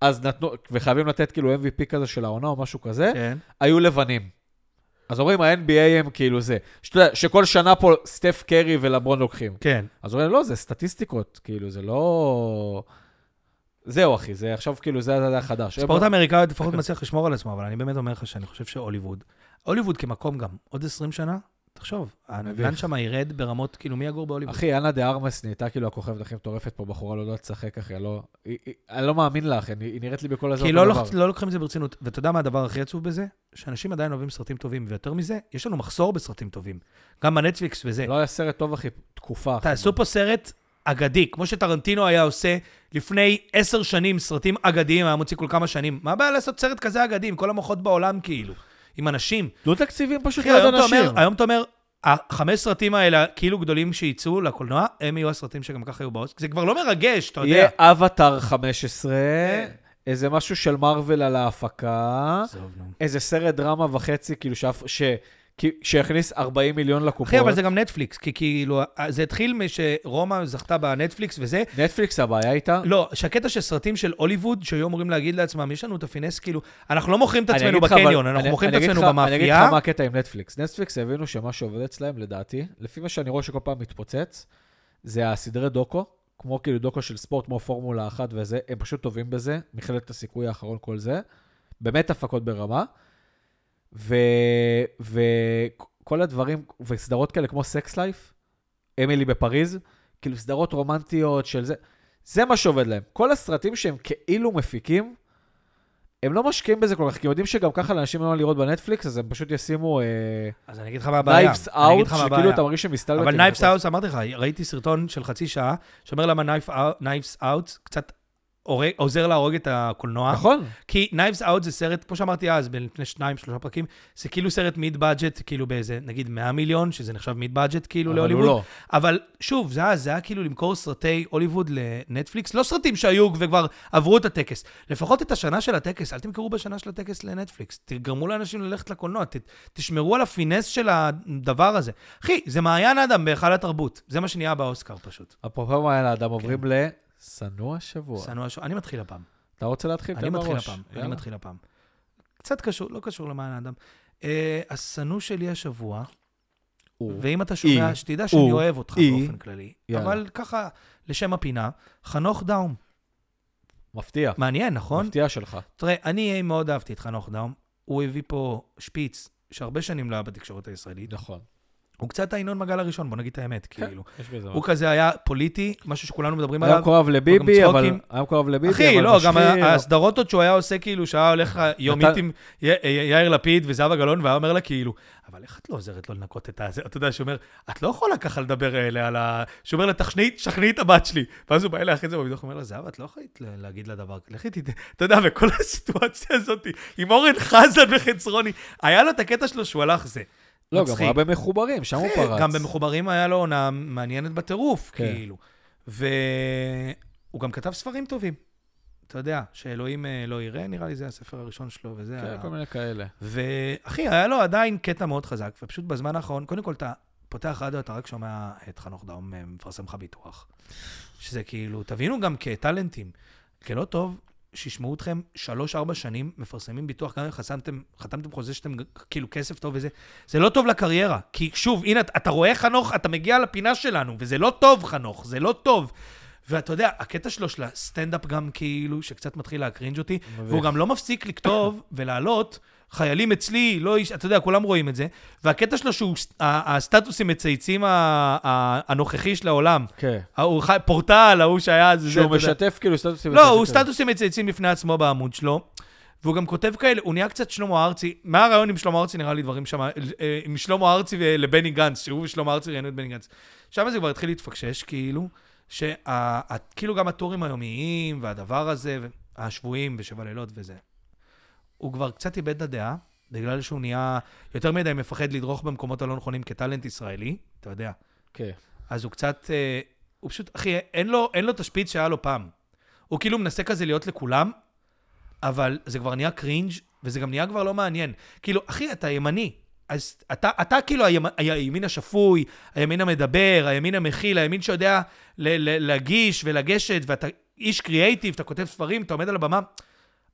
Speaker 1: אז נתנו, וחייבים לתת כאילו MVP כזה של העונה או משהו כזה,
Speaker 2: כן.
Speaker 1: היו לבנים. אז אומרים, ה-NBA הם כאילו זה. שאתה יודע, שכל שנה פה סטף קרי ולברון לוקחים.
Speaker 2: כן.
Speaker 1: אז אומרים, לא, זה סטטיסטיקות, כאילו, זה לא... זהו, אחי, זה עכשיו כאילו, זה הדעה החדש.
Speaker 2: ספורט האמריקאי לפחות מצליח לשמור על עצמו, אבל אני באמת אומר לך שאני חושב שהוליווד, הוליווד כמקום גם, עוד 20 שנה, תחשוב, הנדל"ן
Speaker 1: מביך.
Speaker 2: שם ירד ברמות, כאילו, מי יגור בהוליווד?
Speaker 1: אחי, אנה דה ארמס נהייתה כאילו הכוכבת הכי מטורפת פה, בחורה לא יודעת לשחק, אחי, אני לא... היא- היא- אני לא מאמין לה, אחי, אני- היא נראית לי בכל הזמן.
Speaker 2: כי לא, לוקח- לא לוקחים את זה ברצינות. ואתה יודע מה הדבר הכי עצוב בזה? שאנשים עדיין אוהבים סרטים טובים, ויותר מזה, יש לנו מחסור בסרטים טובים. גם בנטפליקס וזה.
Speaker 1: לא היה סרט טוב, אחי, תקופה. אחי.
Speaker 2: תעשו פה סרט אגדי, כמו שטרנטינו היה עושה לפני עשר שנים, סרטים אגדיים, היה מוציא כל כמה שנים. מה הבעיה לעשות סרט כזה אגדי עם כל המוחות בעולם, כאילו? עם אנשים.
Speaker 1: תנו תקציבים פשוט
Speaker 2: אחי, היום
Speaker 1: ליד
Speaker 2: אתה אומר,
Speaker 1: אנשים.
Speaker 2: היום אתה אומר, החמש סרטים האלה, כאילו גדולים שייצאו לקולנוע, הם יהיו הסרטים שגם ככה יהיו באוסק. זה כבר לא מרגש, אתה יודע.
Speaker 1: יהיה אבטאר 15,
Speaker 2: כן.
Speaker 1: איזה משהו של מארוול על ההפקה,
Speaker 2: עזוב, נו.
Speaker 1: איזה סרט דרמה וחצי, כאילו, שאף- ש- כי- שהכניס 40 מיליון לקופות.
Speaker 2: אחי, אבל זה גם נטפליקס, כי כאילו, זה התחיל משרומא זכתה בנטפליקס וזה.
Speaker 1: נטפליקס, הבעיה איתה?
Speaker 2: לא, שהקטע של סרטים של הוליווד, שהיו אמורים להגיד לעצמם, יש לנו את הפינס, כאילו, אנחנו לא מוכרים את
Speaker 1: אני
Speaker 2: עצמנו
Speaker 1: אגיד לך, אבל-
Speaker 2: בקניון, אנחנו
Speaker 1: אני-
Speaker 2: מוכרים את
Speaker 1: אני אגיד
Speaker 2: עצמנו
Speaker 1: לך- אני אגיד
Speaker 2: במאפייה.
Speaker 1: לך מה הקטע עם נטפליקס. נטפליקס הבינו שמה שעובד אצלהם, לדעתי, לפי מה שאני רואה שכל פעם מתפוצץ, זה הסדרי דוקו, כמו כאילו דוקו של ספורט, כמו פורמולה אחת וזה, הם פשוט טובים בזה, מכללת הסיכוי האחרון, כל זה. באמת הפקות ברמה. וכל הדברים, וסדרות כאלה כמו סקס לייף, אמילי בפריז, כאילו סדרות רומנטיות של זה, זה מה שעובד להם. כל הסרטים שהם כאילו מפיקים, הם לא משקיעים בזה כל כך, כי הם יודעים שגם ככה לאנשים אין מה לראות בנטפליקס, אז הם פשוט ישימו
Speaker 2: אז אני אגיד לך מה הבעיה.
Speaker 1: נייפס
Speaker 2: אני אגיד
Speaker 1: אאוט,
Speaker 2: לך מה
Speaker 1: שכאילו
Speaker 2: הבעיה.
Speaker 1: אתה לא מרגיש שמסתלבט.
Speaker 2: אבל
Speaker 1: עם
Speaker 2: נייפס
Speaker 1: הכל.
Speaker 2: אאוט, אמרתי לך, ראיתי סרטון של חצי שעה, שאומר למה נייפס אאוט קצת הורג- עוזר להרוג את הקולנוע.
Speaker 1: נכון.
Speaker 2: כי Knives Out זה סרט, כמו שאמרתי אז, לפני שניים, שלושה פרקים, זה כאילו סרט מיד בדג'ט, כאילו באיזה, נגיד 100 מיליון, שזה נחשב מיד בדג'ט, כאילו
Speaker 1: אבל הוא
Speaker 2: להוליווד.
Speaker 1: לא.
Speaker 2: אבל שוב, זה היה, זה היה כאילו למכור סרטי הוליווד לנטפליקס, לא סרטים שהיו וכבר עברו את הטקס. לפחות את השנה של הטקס, אל תמכרו בשנה של הטקס לנטפליקס. תגרמו לאנשים ללכת לקולנוע, ת, תשמרו על הפינס של הדבר הזה. אחי, זה מעיין אדם בהיכל התרבות. זה מה שנהיה באוסקר פשוט.
Speaker 1: אפרופו מעיין האדם, עוברים לשנוא השבוע.
Speaker 2: כן. שנוא ש... אני מתחיל הפעם.
Speaker 1: אתה רוצה להתחיל?
Speaker 2: אני
Speaker 1: כן, תן
Speaker 2: מתחיל
Speaker 1: בראש.
Speaker 2: הפעם. אני
Speaker 1: יאללה.
Speaker 2: מתחיל הפעם. קצת קשור, לא קשור למען האדם. אה, השנוא שלי השבוע,
Speaker 1: הוא.
Speaker 2: ואם אתה שומע,
Speaker 1: אי.
Speaker 2: שתדע שאני
Speaker 1: הוא.
Speaker 2: אוהב אותך
Speaker 1: אי.
Speaker 2: באופן כללי.
Speaker 1: יאללה.
Speaker 2: אבל ככה, לשם הפינה, חנוך דאום.
Speaker 1: מפתיע.
Speaker 2: מעניין, נכון?
Speaker 1: מפתיע שלך.
Speaker 2: תראה, אני אה, מאוד אהבתי את חנוך דאום. הוא הביא פה שפיץ שהרבה שנים לא היה בתקשורת הישראלית.
Speaker 1: נכון.
Speaker 2: הוא קצת ינון מגל הראשון, בוא נגיד את האמת,
Speaker 1: כן.
Speaker 2: כאילו.
Speaker 1: יש בזה
Speaker 2: הוא כזה היה פוליטי, משהו שכולנו מדברים
Speaker 1: היה
Speaker 2: עליו.
Speaker 1: קרוב לביבי,
Speaker 2: גם
Speaker 1: אבל...
Speaker 2: צחוקים.
Speaker 1: היה קרוב לביבי, אבל...
Speaker 2: אחי, לא, גם
Speaker 1: משחיר.
Speaker 2: ה- הסדרות עוד שהוא היה עושה, כאילו, שהיה הולך יומית
Speaker 1: אתה-
Speaker 2: עם י- י- יאיר לפיד וזהבה גלאון, והיה אומר לה, כאילו, אבל איך את לא עוזרת לו לנקות את הזה? אתה יודע, שאומר, את לא יכולה ככה לדבר אליה על ה... שאומר לה, תשכנעי, תשכנעי את הבת שלי. ואז הוא בא אליה אחרי זה, והוא אומר לה, זהבה, את לא יכולת ל- להגיד לה דבר כזה. לכי תדע, אתה יודע, וכל הסיטואציה הזאת, עם אורן חזן וחצרוני, היה לו את הקטע שלו שהוא הלך זה.
Speaker 1: לא, גם
Speaker 2: מצחיק.
Speaker 1: היה במחוברים, שם הוא
Speaker 2: כן,
Speaker 1: פרץ.
Speaker 2: גם במחוברים היה לו עונה מעניינת בטירוף,
Speaker 1: כן.
Speaker 2: כאילו. והוא גם כתב ספרים טובים. אתה יודע, שאלוהים אה, לא יראה, נראה לי זה הספר הראשון שלו, וזה
Speaker 1: כן,
Speaker 2: היה...
Speaker 1: כל מיני כאלה.
Speaker 2: ואחי, היה לו עדיין קטע מאוד חזק, ופשוט בזמן האחרון, קודם כל, אתה פותח רדיו, אתה רק שומע את חנוך דאום אה, מפרסם לך ביטוח. שזה כאילו, תבינו גם כטאלנטים, כלא טוב שישמעו אתכם שלוש-ארבע שנים מפרסמים ביטוח, גם אם חסמתם, חתמתם חוזה שאתם ג- כאילו כסף טוב וזה, זה לא טוב לקריירה. כי שוב, הנה, אתה- אתה רואה חנוך, אתה מגיע לפינה שלנו, וזה לא טוב, חנוך, זה לא טוב. ואתה יודע, הקטע שלו של הסטנדאפ גם כאילו, שקצת מתחיל להקרינג' אותי,
Speaker 1: מביך.
Speaker 2: והוא גם לא מפסיק לכתוב ולהעלות, חיילים אצלי, לא, איש-" אתה יודע, כולם רואים את זה, והקטע שלו שהוא, ס- ה- הסטטוסים מצייצים ה- ה- הנוכחי של העולם,
Speaker 1: כן.
Speaker 2: ההוא חי- פורטל, ההוא שהיה... זה- זה,
Speaker 1: שהוא
Speaker 2: אתה יודע.
Speaker 1: משתף כאילו סטטוסים.
Speaker 2: לא,
Speaker 1: וסטטוסים
Speaker 2: הוא
Speaker 1: כאלה.
Speaker 2: סטטוסים מצייצים לפני עצמו בעמוד שלו, והוא גם כותב כאלה, הוא נהיה קצת שלמה ארצי. מה הרעיון עם שלמה ארצי, נראה לי דברים שם, אה, עם שלמה ארצי ולבני גנץ, שהוא ושלמה ארצי ראיינו את בני גנץ. שם זה כבר התחיל להתפקשש, כאילו, שכאילו כאילו גם הטורים היומיים והדבר הזה, השבויים ושבע לילות וזה. הוא כבר קצת איבד את הדעה, בגלל שהוא נהיה יותר מדי מפחד לדרוך במקומות הלא נכונים כטאלנט ישראלי, אתה יודע.
Speaker 1: כן.
Speaker 2: אז הוא קצת... אה, הוא פשוט, אחי, אין לו, אין לו את השפיץ שהיה לו פעם. הוא כאילו מנסה כזה להיות לכולם, אבל זה כבר נהיה קרינג' וזה גם נהיה כבר לא מעניין. כאילו, אחי, אתה ימני. אז אתה, אתה כאילו הימ- הימין השפוי, הימין המדבר, הימין המכיל, הימין שיודע ל- ל- להגיש ולגשת, ואתה איש קריאייטיב, אתה כותב ספרים, אתה עומד על הבמה.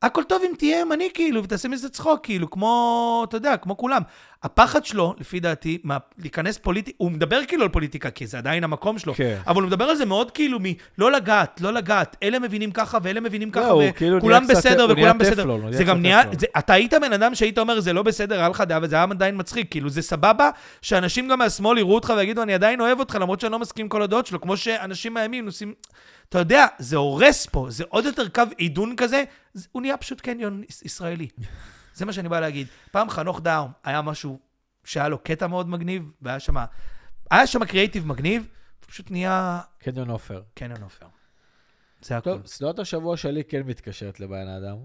Speaker 2: הכל טוב אם תהיה ימני, כאילו, ותעשה מזה צחוק, כאילו, כמו, אתה יודע, כמו כולם. הפחד שלו, לפי דעתי, מה, להיכנס פוליטי, הוא מדבר כאילו על פוליטיקה, כי זה עדיין המקום שלו,
Speaker 1: כן.
Speaker 2: אבל הוא מדבר על זה מאוד כאילו מ... לא לגעת, לא לגעת, אלה מבינים ככה ואלה מבינים
Speaker 1: לא,
Speaker 2: ככה,
Speaker 1: הוא כאילו
Speaker 2: וכולם
Speaker 1: נהיה קצת-
Speaker 2: בסדר
Speaker 1: הוא נהיה
Speaker 2: וכולם בסדר.
Speaker 1: טפלון, הוא נהיה
Speaker 2: זה גם
Speaker 1: קצת
Speaker 2: נהיה...
Speaker 1: טפלון.
Speaker 2: זה- אתה היית בן אדם שהיית אומר, זה לא בסדר, היה לך דעה, וזה היה עדיין מצחיק. כאילו, זה סבבה שאנשים גם מהשמאל יראו אותך ויגידו, אני עדיין אוהב אותך, למרות שאני לא מסכים עם כל הדעות שלו, כמו שאנשים מהימין עושים... אתה יודע, זה הורס פה, זה עוד יותר קו עידון כזה, זה- הוא נהיה פשוט קניון יש- ישראלי. זה מה שאני בא להגיד. פעם חנוך דאום היה משהו שהיה לו קטע מאוד מגניב, והיה שם... היה שם קריאיטיב מגניב, פשוט נהיה
Speaker 1: קניון עופר.
Speaker 2: קניון עופר. זה הכול.
Speaker 1: טוב, סדרת השבוע שלי כן מתקשרת לבעיין האדם.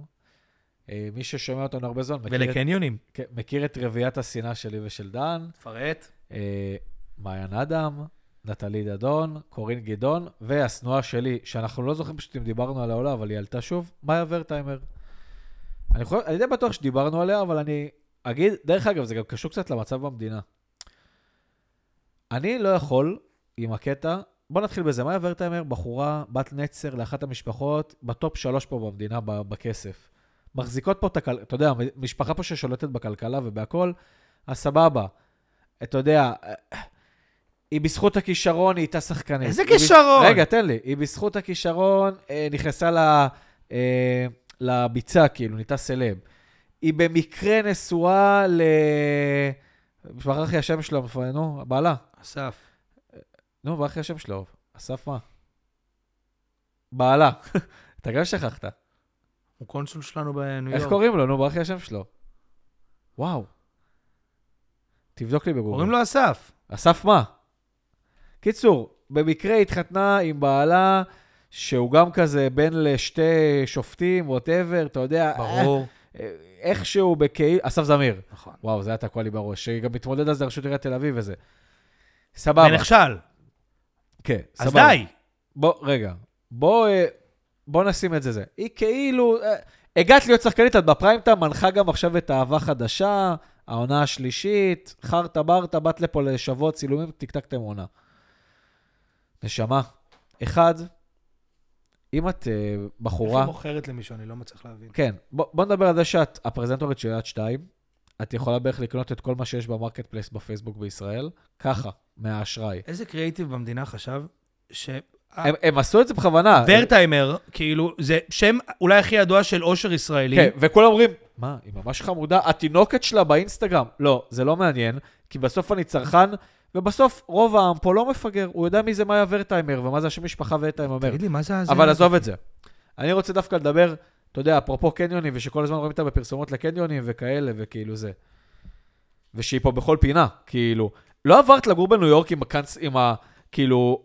Speaker 1: אה, מי ששומע אותנו הרבה זמן מכיר את-
Speaker 2: ולקניונים.
Speaker 1: כן, מכיר את רביעיית השנאה שלי ושל דן.
Speaker 2: תפרט.
Speaker 1: אה, מעיין אדם, נטלי דדון, קורין גדעון, והשנואה שלי, שאנחנו לא זוכרים פשוט אם דיברנו עליה או לא, אבל היא עלתה שוב, מאיה ורטהיימר. אני חושב, אני די בטוח שדיברנו עליה, אבל אני אגיד, דרך אגב, זה גם קשור קצת למצב במדינה. אני לא יכול עם הקטע, בוא נתחיל בזה, מאיה ורטהיימר, בחורה, בת נצר לאחת המשפחות, בטופ שלוש פה במדינה, ב- בכסף. מחזיקות פה את הכלכלה, אתה יודע, משפחה פה ששולטת בכלכלה ובהכול, אז סבבה. אתה יודע, היא בזכות הכישרון, היא הייתה שחקנית.
Speaker 2: איזה
Speaker 1: היא בז-
Speaker 2: כישרון?
Speaker 1: רגע, תן לי. היא בזכות הכישרון אה, נכנסה ל... אה, לביצה, כאילו, נהייתה סלב. היא במקרה נשואה ל... ברח לי השם שלו, נו, בעלה.
Speaker 2: אסף.
Speaker 1: נו, ברח לי השם שלו. אסף מה? בעלה. אתה גם שכחת.
Speaker 2: הוא קונסול שלנו בניו יורק.
Speaker 1: איך קוראים לו? נו, ברח לי השם שלו. וואו. תבדוק לי בגוגל.
Speaker 2: קוראים לו אסף.
Speaker 1: אסף מה? קיצור, במקרה התחתנה עם בעלה שהוא גם כזה בין לשתי שופטים, וואטאבר, אתה יודע,
Speaker 2: ברור.
Speaker 1: אה, איכשהו בכאילו, אסף זמיר,
Speaker 2: נכון.
Speaker 1: וואו, זה היה תקוע לי בראש, שגם מתמודד אז לראשות עיריית תל אביב וזה. סבבה.
Speaker 2: ונכשל,
Speaker 1: כן, סבבה.
Speaker 2: אז די.
Speaker 1: בוא, רגע, בוא, אה, בוא נשים את זה זה. היא כאילו, אה, הגעת להיות שחקנית, את בפריים טיים, מנחה גם עכשיו את אהבה חדשה, העונה השלישית, חרטה ברטה, באת לפה לשבוע צילומים, טקטקתם עונה. נשמה, אחד, אם את אה, בחורה...
Speaker 2: איך היא מוכרת למישהו? אני לא מצליח להבין.
Speaker 1: כן, בוא, בוא נדבר על זה שאת הפרזנטורית של יד 2, את יכולה בערך לקנות את כל מה שיש במרקט פלייס בפייסבוק בישראל, ככה, מהאשראי.
Speaker 2: איזה קריאיטיב במדינה חשב ש...
Speaker 1: הם, הם עשו את זה בכוונה.
Speaker 2: ורטהיימר, כאילו, זה שם אולי הכי ידוע של אושר ישראלי.
Speaker 1: כן, וכולם אומרים, מה, היא ממש חמודה, התינוקת שלה באינסטגרם. לא, זה לא מעניין, כי בסוף אני צרכן, ובסוף רוב העם פה לא מפגר, הוא יודע מי זה מאיה ורטהיימר, ומה זה השם משפחה ורטהיימר.
Speaker 2: תגיד לי, מה זה לא הזה?
Speaker 1: אבל עזוב את זה. אני רוצה דווקא לדבר, אתה יודע, אפרופו קניונים, ושכל הזמן רואים אותה בפרסומות לקניונים וכאלה, וכאילו זה. ושהיא פה בכל פינה, כאילו. לא עברת לגור בניו יורק עם הקאנס, עם ה... כאילו,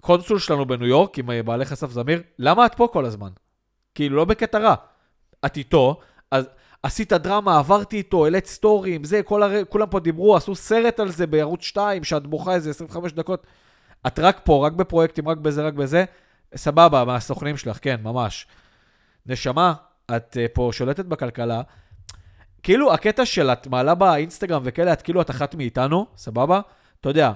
Speaker 1: הקונסול שלנו בניו יורק, עם בעלך אסף זמיר, למה את פה כל הזמן? כאילו, לא בקטע רע. את איתו, אז עשית דרמה, עברתי איתו, העלית סטורים, זה, כל הר... כולם פה דיברו, עשו סרט על זה בערוץ 2, שאת בוכה איזה 25 דקות. את רק פה, רק בפרויקטים, רק בזה, רק בזה. סבבה, מהסוכנים שלך, כן, ממש. נשמה, את אה, פה שולטת בכלכלה. כאילו, הקטע של את מעלה באינסטגרם וכאלה, את כאילו את אחת מאיתנו, סבבה? אתה יודע,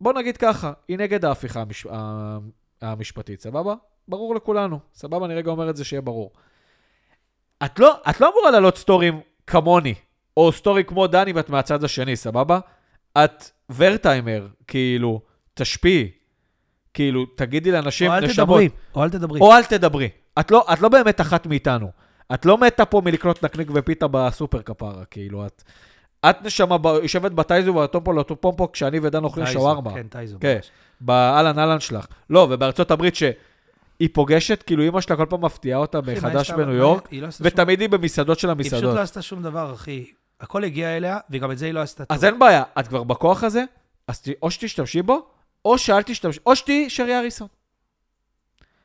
Speaker 1: בוא נגיד ככה, היא נגד ההפיכה המש... ה- המשפטית, סבבה? ברור לכולנו. סבבה, אני רגע אומר את זה שיהיה ברור. את לא, את לא אמורה להעלות סטורים כמוני, או סטורי כמו דני ואת מהצד השני, סבבה? את ורטהיימר, כאילו, תשפיעי. כאילו, תגידי לאנשים,
Speaker 2: או אל
Speaker 1: נשמות,
Speaker 2: תדברי, או אל תדברי.
Speaker 1: או אל תדברי. את לא, את לא באמת אחת מאיתנו. את לא מתה פה מלקנות נקניק ופיתה בסופר כפרה, כאילו, את... את נשמה, ב- יושבת בטייזו והטומפו לטומפו כשאני ודן אוכלים
Speaker 2: טייזו,
Speaker 1: שווארמה.
Speaker 2: כן, טייזו.
Speaker 1: כן, באהלן אהלן שלך. לא, ובארצות הברית שהיא פוגשת, כאילו אימא שלה כל פעם מפתיעה אותה
Speaker 2: אחי, מה
Speaker 1: מחדש
Speaker 2: יש לה-
Speaker 1: בניו
Speaker 2: מה-
Speaker 1: יורק,
Speaker 2: היא לא עשתה שום-
Speaker 1: ותמיד היא במסעדות של
Speaker 2: היא פשוט
Speaker 1: המסעדות.
Speaker 2: לא עשתה שום דבר, אחי. הכל הגיע אליה, וגם את זה היא לא עשתה טוב.
Speaker 1: אז אין בעיה, את כבר בכוח הזה, אז ת- או שתשתמשי בו, או שאל תשתמשי, או שתהיי שרי אריסון.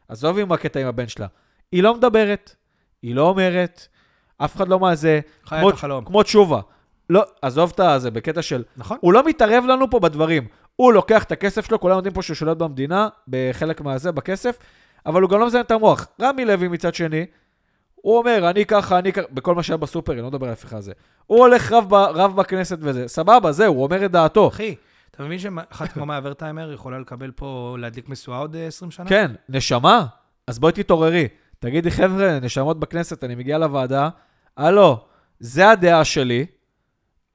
Speaker 1: עזוב עם הקטע עם הבן שלה. היא לא מדברת, היא לא אומרת, אף אחד לא מה זה,
Speaker 2: חיה
Speaker 1: כמו-
Speaker 2: את החלום.
Speaker 1: כמו תשובה. לא, עזוב את הזה, בקטע של...
Speaker 2: נכון?
Speaker 1: הוא לא מתערב לנו פה בדברים. הוא לוקח את הכסף שלו, כולם יודעים פה שהוא שולט במדינה, בחלק מהזה, בכסף, אבל הוא גם לא מזיין את המוח. רמי לוי מצד שני, הוא אומר, אני ככה, אני ככה, בכל מה שהיה בסופר, אני לא מדבר על ההפיכה הזה. הוא הולך רב, ב- רב בכנסת וזה, סבבה, זהו, הוא אומר את דעתו.
Speaker 2: אחי, אתה מבין שאחת כמו מאיה ורטהיימר יכולה לקבל פה, להדליק משואה עוד אה, 20 שנה?
Speaker 1: כן, נשמה, אז בואי תתעוררי. תגידי, חבר'ה, נשמות בכנסת, אני מגיע לוועדה, הלו, זה הדעה שלי,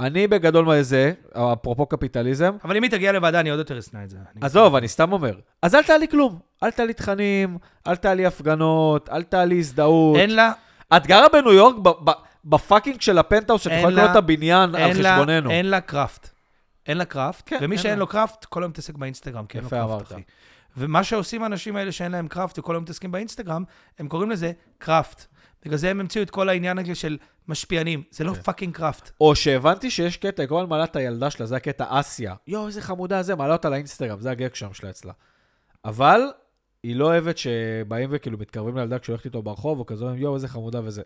Speaker 1: אני בגדול מה זה, אפרופו קפיטליזם,
Speaker 2: אבל אם היא תגיע לוועדה, אני עוד יותר אשנא את זה. אני-
Speaker 1: עזוב, אני סתם אומר. אז אל תעלי כלום. אל תעלי תכנים, אל תעלי הפגנות, אל תעלי הזדהות.
Speaker 2: אין לה,
Speaker 1: את גרה בניו יורק, ב- ב- בפאקינג של הפנטהאוס, שאת
Speaker 2: אין
Speaker 1: יכולה לקרוא
Speaker 2: לה-
Speaker 1: את הבניין על
Speaker 2: אין לה,
Speaker 1: חשבוננו.
Speaker 2: אין לה קראפט. אין לה קראפט,
Speaker 1: כן,
Speaker 2: ומי
Speaker 1: אין
Speaker 2: שאין
Speaker 1: לה.
Speaker 2: לו קראפט, כל היום מתעסק באינסטגרם, כי אין לו
Speaker 1: יפה
Speaker 2: קראפט,
Speaker 1: אמרת.
Speaker 2: אחי. ומה שעושים האנשים האלה שאין להם קראפט וכל היום מתעסקים באינסטגרם, הם קוראים לזה קראפט. בגלל זה הם המציאו את כל העניין הזה של משפיענים. זה
Speaker 1: כן.
Speaker 2: לא פאקינג קראפט.
Speaker 1: או שהבנתי שיש קטע, היא כל הזמן מעלה את הילדה שלה, זה הקטע אסיה. יואו, איזה חמודה זה, מעלה אותה לאינסטגרם, זה הגג שם שלה אצלה. אבל היא לא אוהבת שבאים וכאילו מתקרבים לילדה כשהיא הולכת איתו ברחוב, או כזה, יואו, איזה חמודה וזה.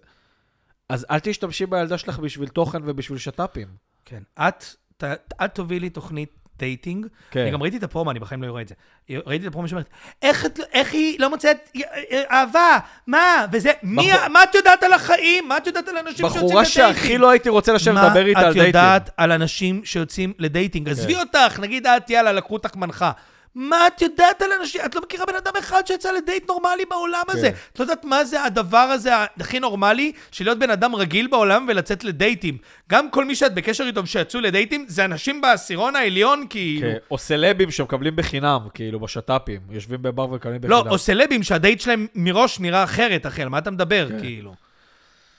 Speaker 1: אז אל תשתמשי בילדה שלך בשביל תוכן ובשביל שת"פים.
Speaker 2: כן. את, ת, את תובילי תוכנית דייטינג.
Speaker 1: כן.
Speaker 2: אני גם ראיתי את הפרומו, אני בחיים לא רואה את זה. ראיתי את הפרומו שאומרת, איך, את- איך היא לא מוצאת אה, אה, אהבה? מה? וזה, מי,
Speaker 1: בחור-
Speaker 2: ה- מה את יודעת על החיים? מה את יודעת על אנשים שיוצאים לדייטינג?
Speaker 1: בחורה שהכי לא הייתי רוצה לשבת לדבר איתה על כן. דייטים.
Speaker 2: מה את יודעת על אנשים שיוצאים לדייטינג? עזבי אותך, נגיד את, יאללה, לקחו אותך מנחה. מה את יודעת על אנשים? את לא מכירה בן אדם אחד שיצא לדייט נורמלי בעולם
Speaker 1: כן.
Speaker 2: הזה. את לא יודעת מה זה הדבר הזה הכי נורמלי, של להיות בן אדם רגיל בעולם ולצאת לדייטים. גם כל מי שאת בקשר איתו שיצאו לדייטים, זה אנשים בעשירון העליון, כאילו.
Speaker 1: כן, או סלבים שמקבלים בחינם, כאילו, בשת"פים. יושבים בבר ומקבלים בחינם.
Speaker 2: לא, או סלבים שהדייט שלהם מראש נראה אחרת, אחי, על מה אתה מדבר,
Speaker 1: כן.
Speaker 2: כאילו.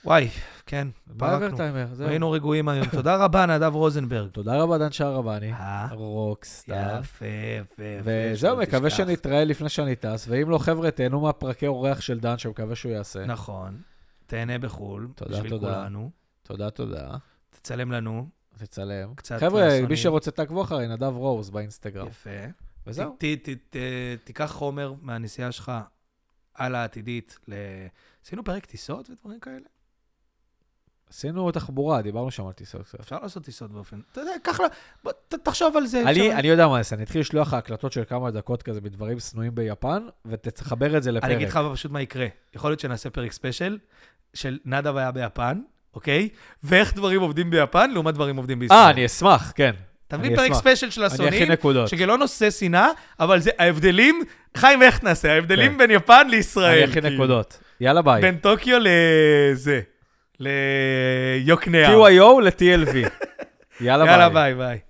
Speaker 2: וואי, כן, פרקנו.
Speaker 1: פרקנו.
Speaker 2: היינו רגועים היום. תודה רבה, נדב רוזנברג.
Speaker 1: תודה רבה, דן שערבני.
Speaker 2: אה?
Speaker 1: רוקסטאר.
Speaker 2: יפה, יפה, יפה.
Speaker 1: אה. וזהו,
Speaker 2: שלא
Speaker 1: מקווה
Speaker 2: תשכח.
Speaker 1: שנתראה לפני שאני טס, ואם לא, חבר'ה, תהנו מהפרקי אורח של דן, שמקווה שהוא יעשה.
Speaker 2: נכון. תהנה בחו"ל,
Speaker 1: תודה,
Speaker 2: בשביל
Speaker 1: תודה.
Speaker 2: כולנו.
Speaker 1: תודה, תודה.
Speaker 2: תצלם לנו,
Speaker 1: תצלם.
Speaker 2: קצת
Speaker 1: חבר'ה,
Speaker 2: מהסונים.
Speaker 1: מי שרוצה, תעקבו אחריי, נדב רוז באינסטגרם.
Speaker 2: יפה.
Speaker 1: וזהו.
Speaker 2: ת- ת- ת- ת- תיקח חומר מהנסיעה שלך על העתידית. ל... עשינו פרק טיסות ודברים כאלה?
Speaker 1: עשינו תחבורה, דיברנו שם על טיסות קצת.
Speaker 2: אפשר לעשות טיסות באופן... אתה יודע, קח לה... בוא, ת, תחשוב על זה.
Speaker 1: אני,
Speaker 2: אפשר-
Speaker 1: אני יודע מה לעשות, אני אתחיל לשלוח לך הקלטות של כמה דקות כזה בדברים שנואים ביפן, ותחבר את זה לפרק.
Speaker 2: אני אגיד לך פשוט מה יקרה. יכול להיות שנעשה פרק ספיישל של נדב היה ביפן, אוקיי? ואיך דברים עובדים ביפן לעומת דברים עובדים בישראל.
Speaker 1: אה, אני אשמח, כן.
Speaker 2: אתה מבין?
Speaker 1: אני
Speaker 2: פרק
Speaker 1: אשמח.
Speaker 2: ספיישל של
Speaker 1: אני
Speaker 2: אסונים,
Speaker 1: אכין נקודות.
Speaker 2: שכן לא נושא שנאה, אבל זה ההבדלים, חיים, איך נעשה? ההבדלים
Speaker 1: כן.
Speaker 2: בין יפן לישראל.
Speaker 1: אני אכין
Speaker 2: כאילו.
Speaker 1: נקודות. יאללה ביי.
Speaker 2: בין טוקיו לזה, ליוקנעם.
Speaker 1: TYO ל-TLV. יאללה ביי.
Speaker 2: יאללה, ביי, ביי.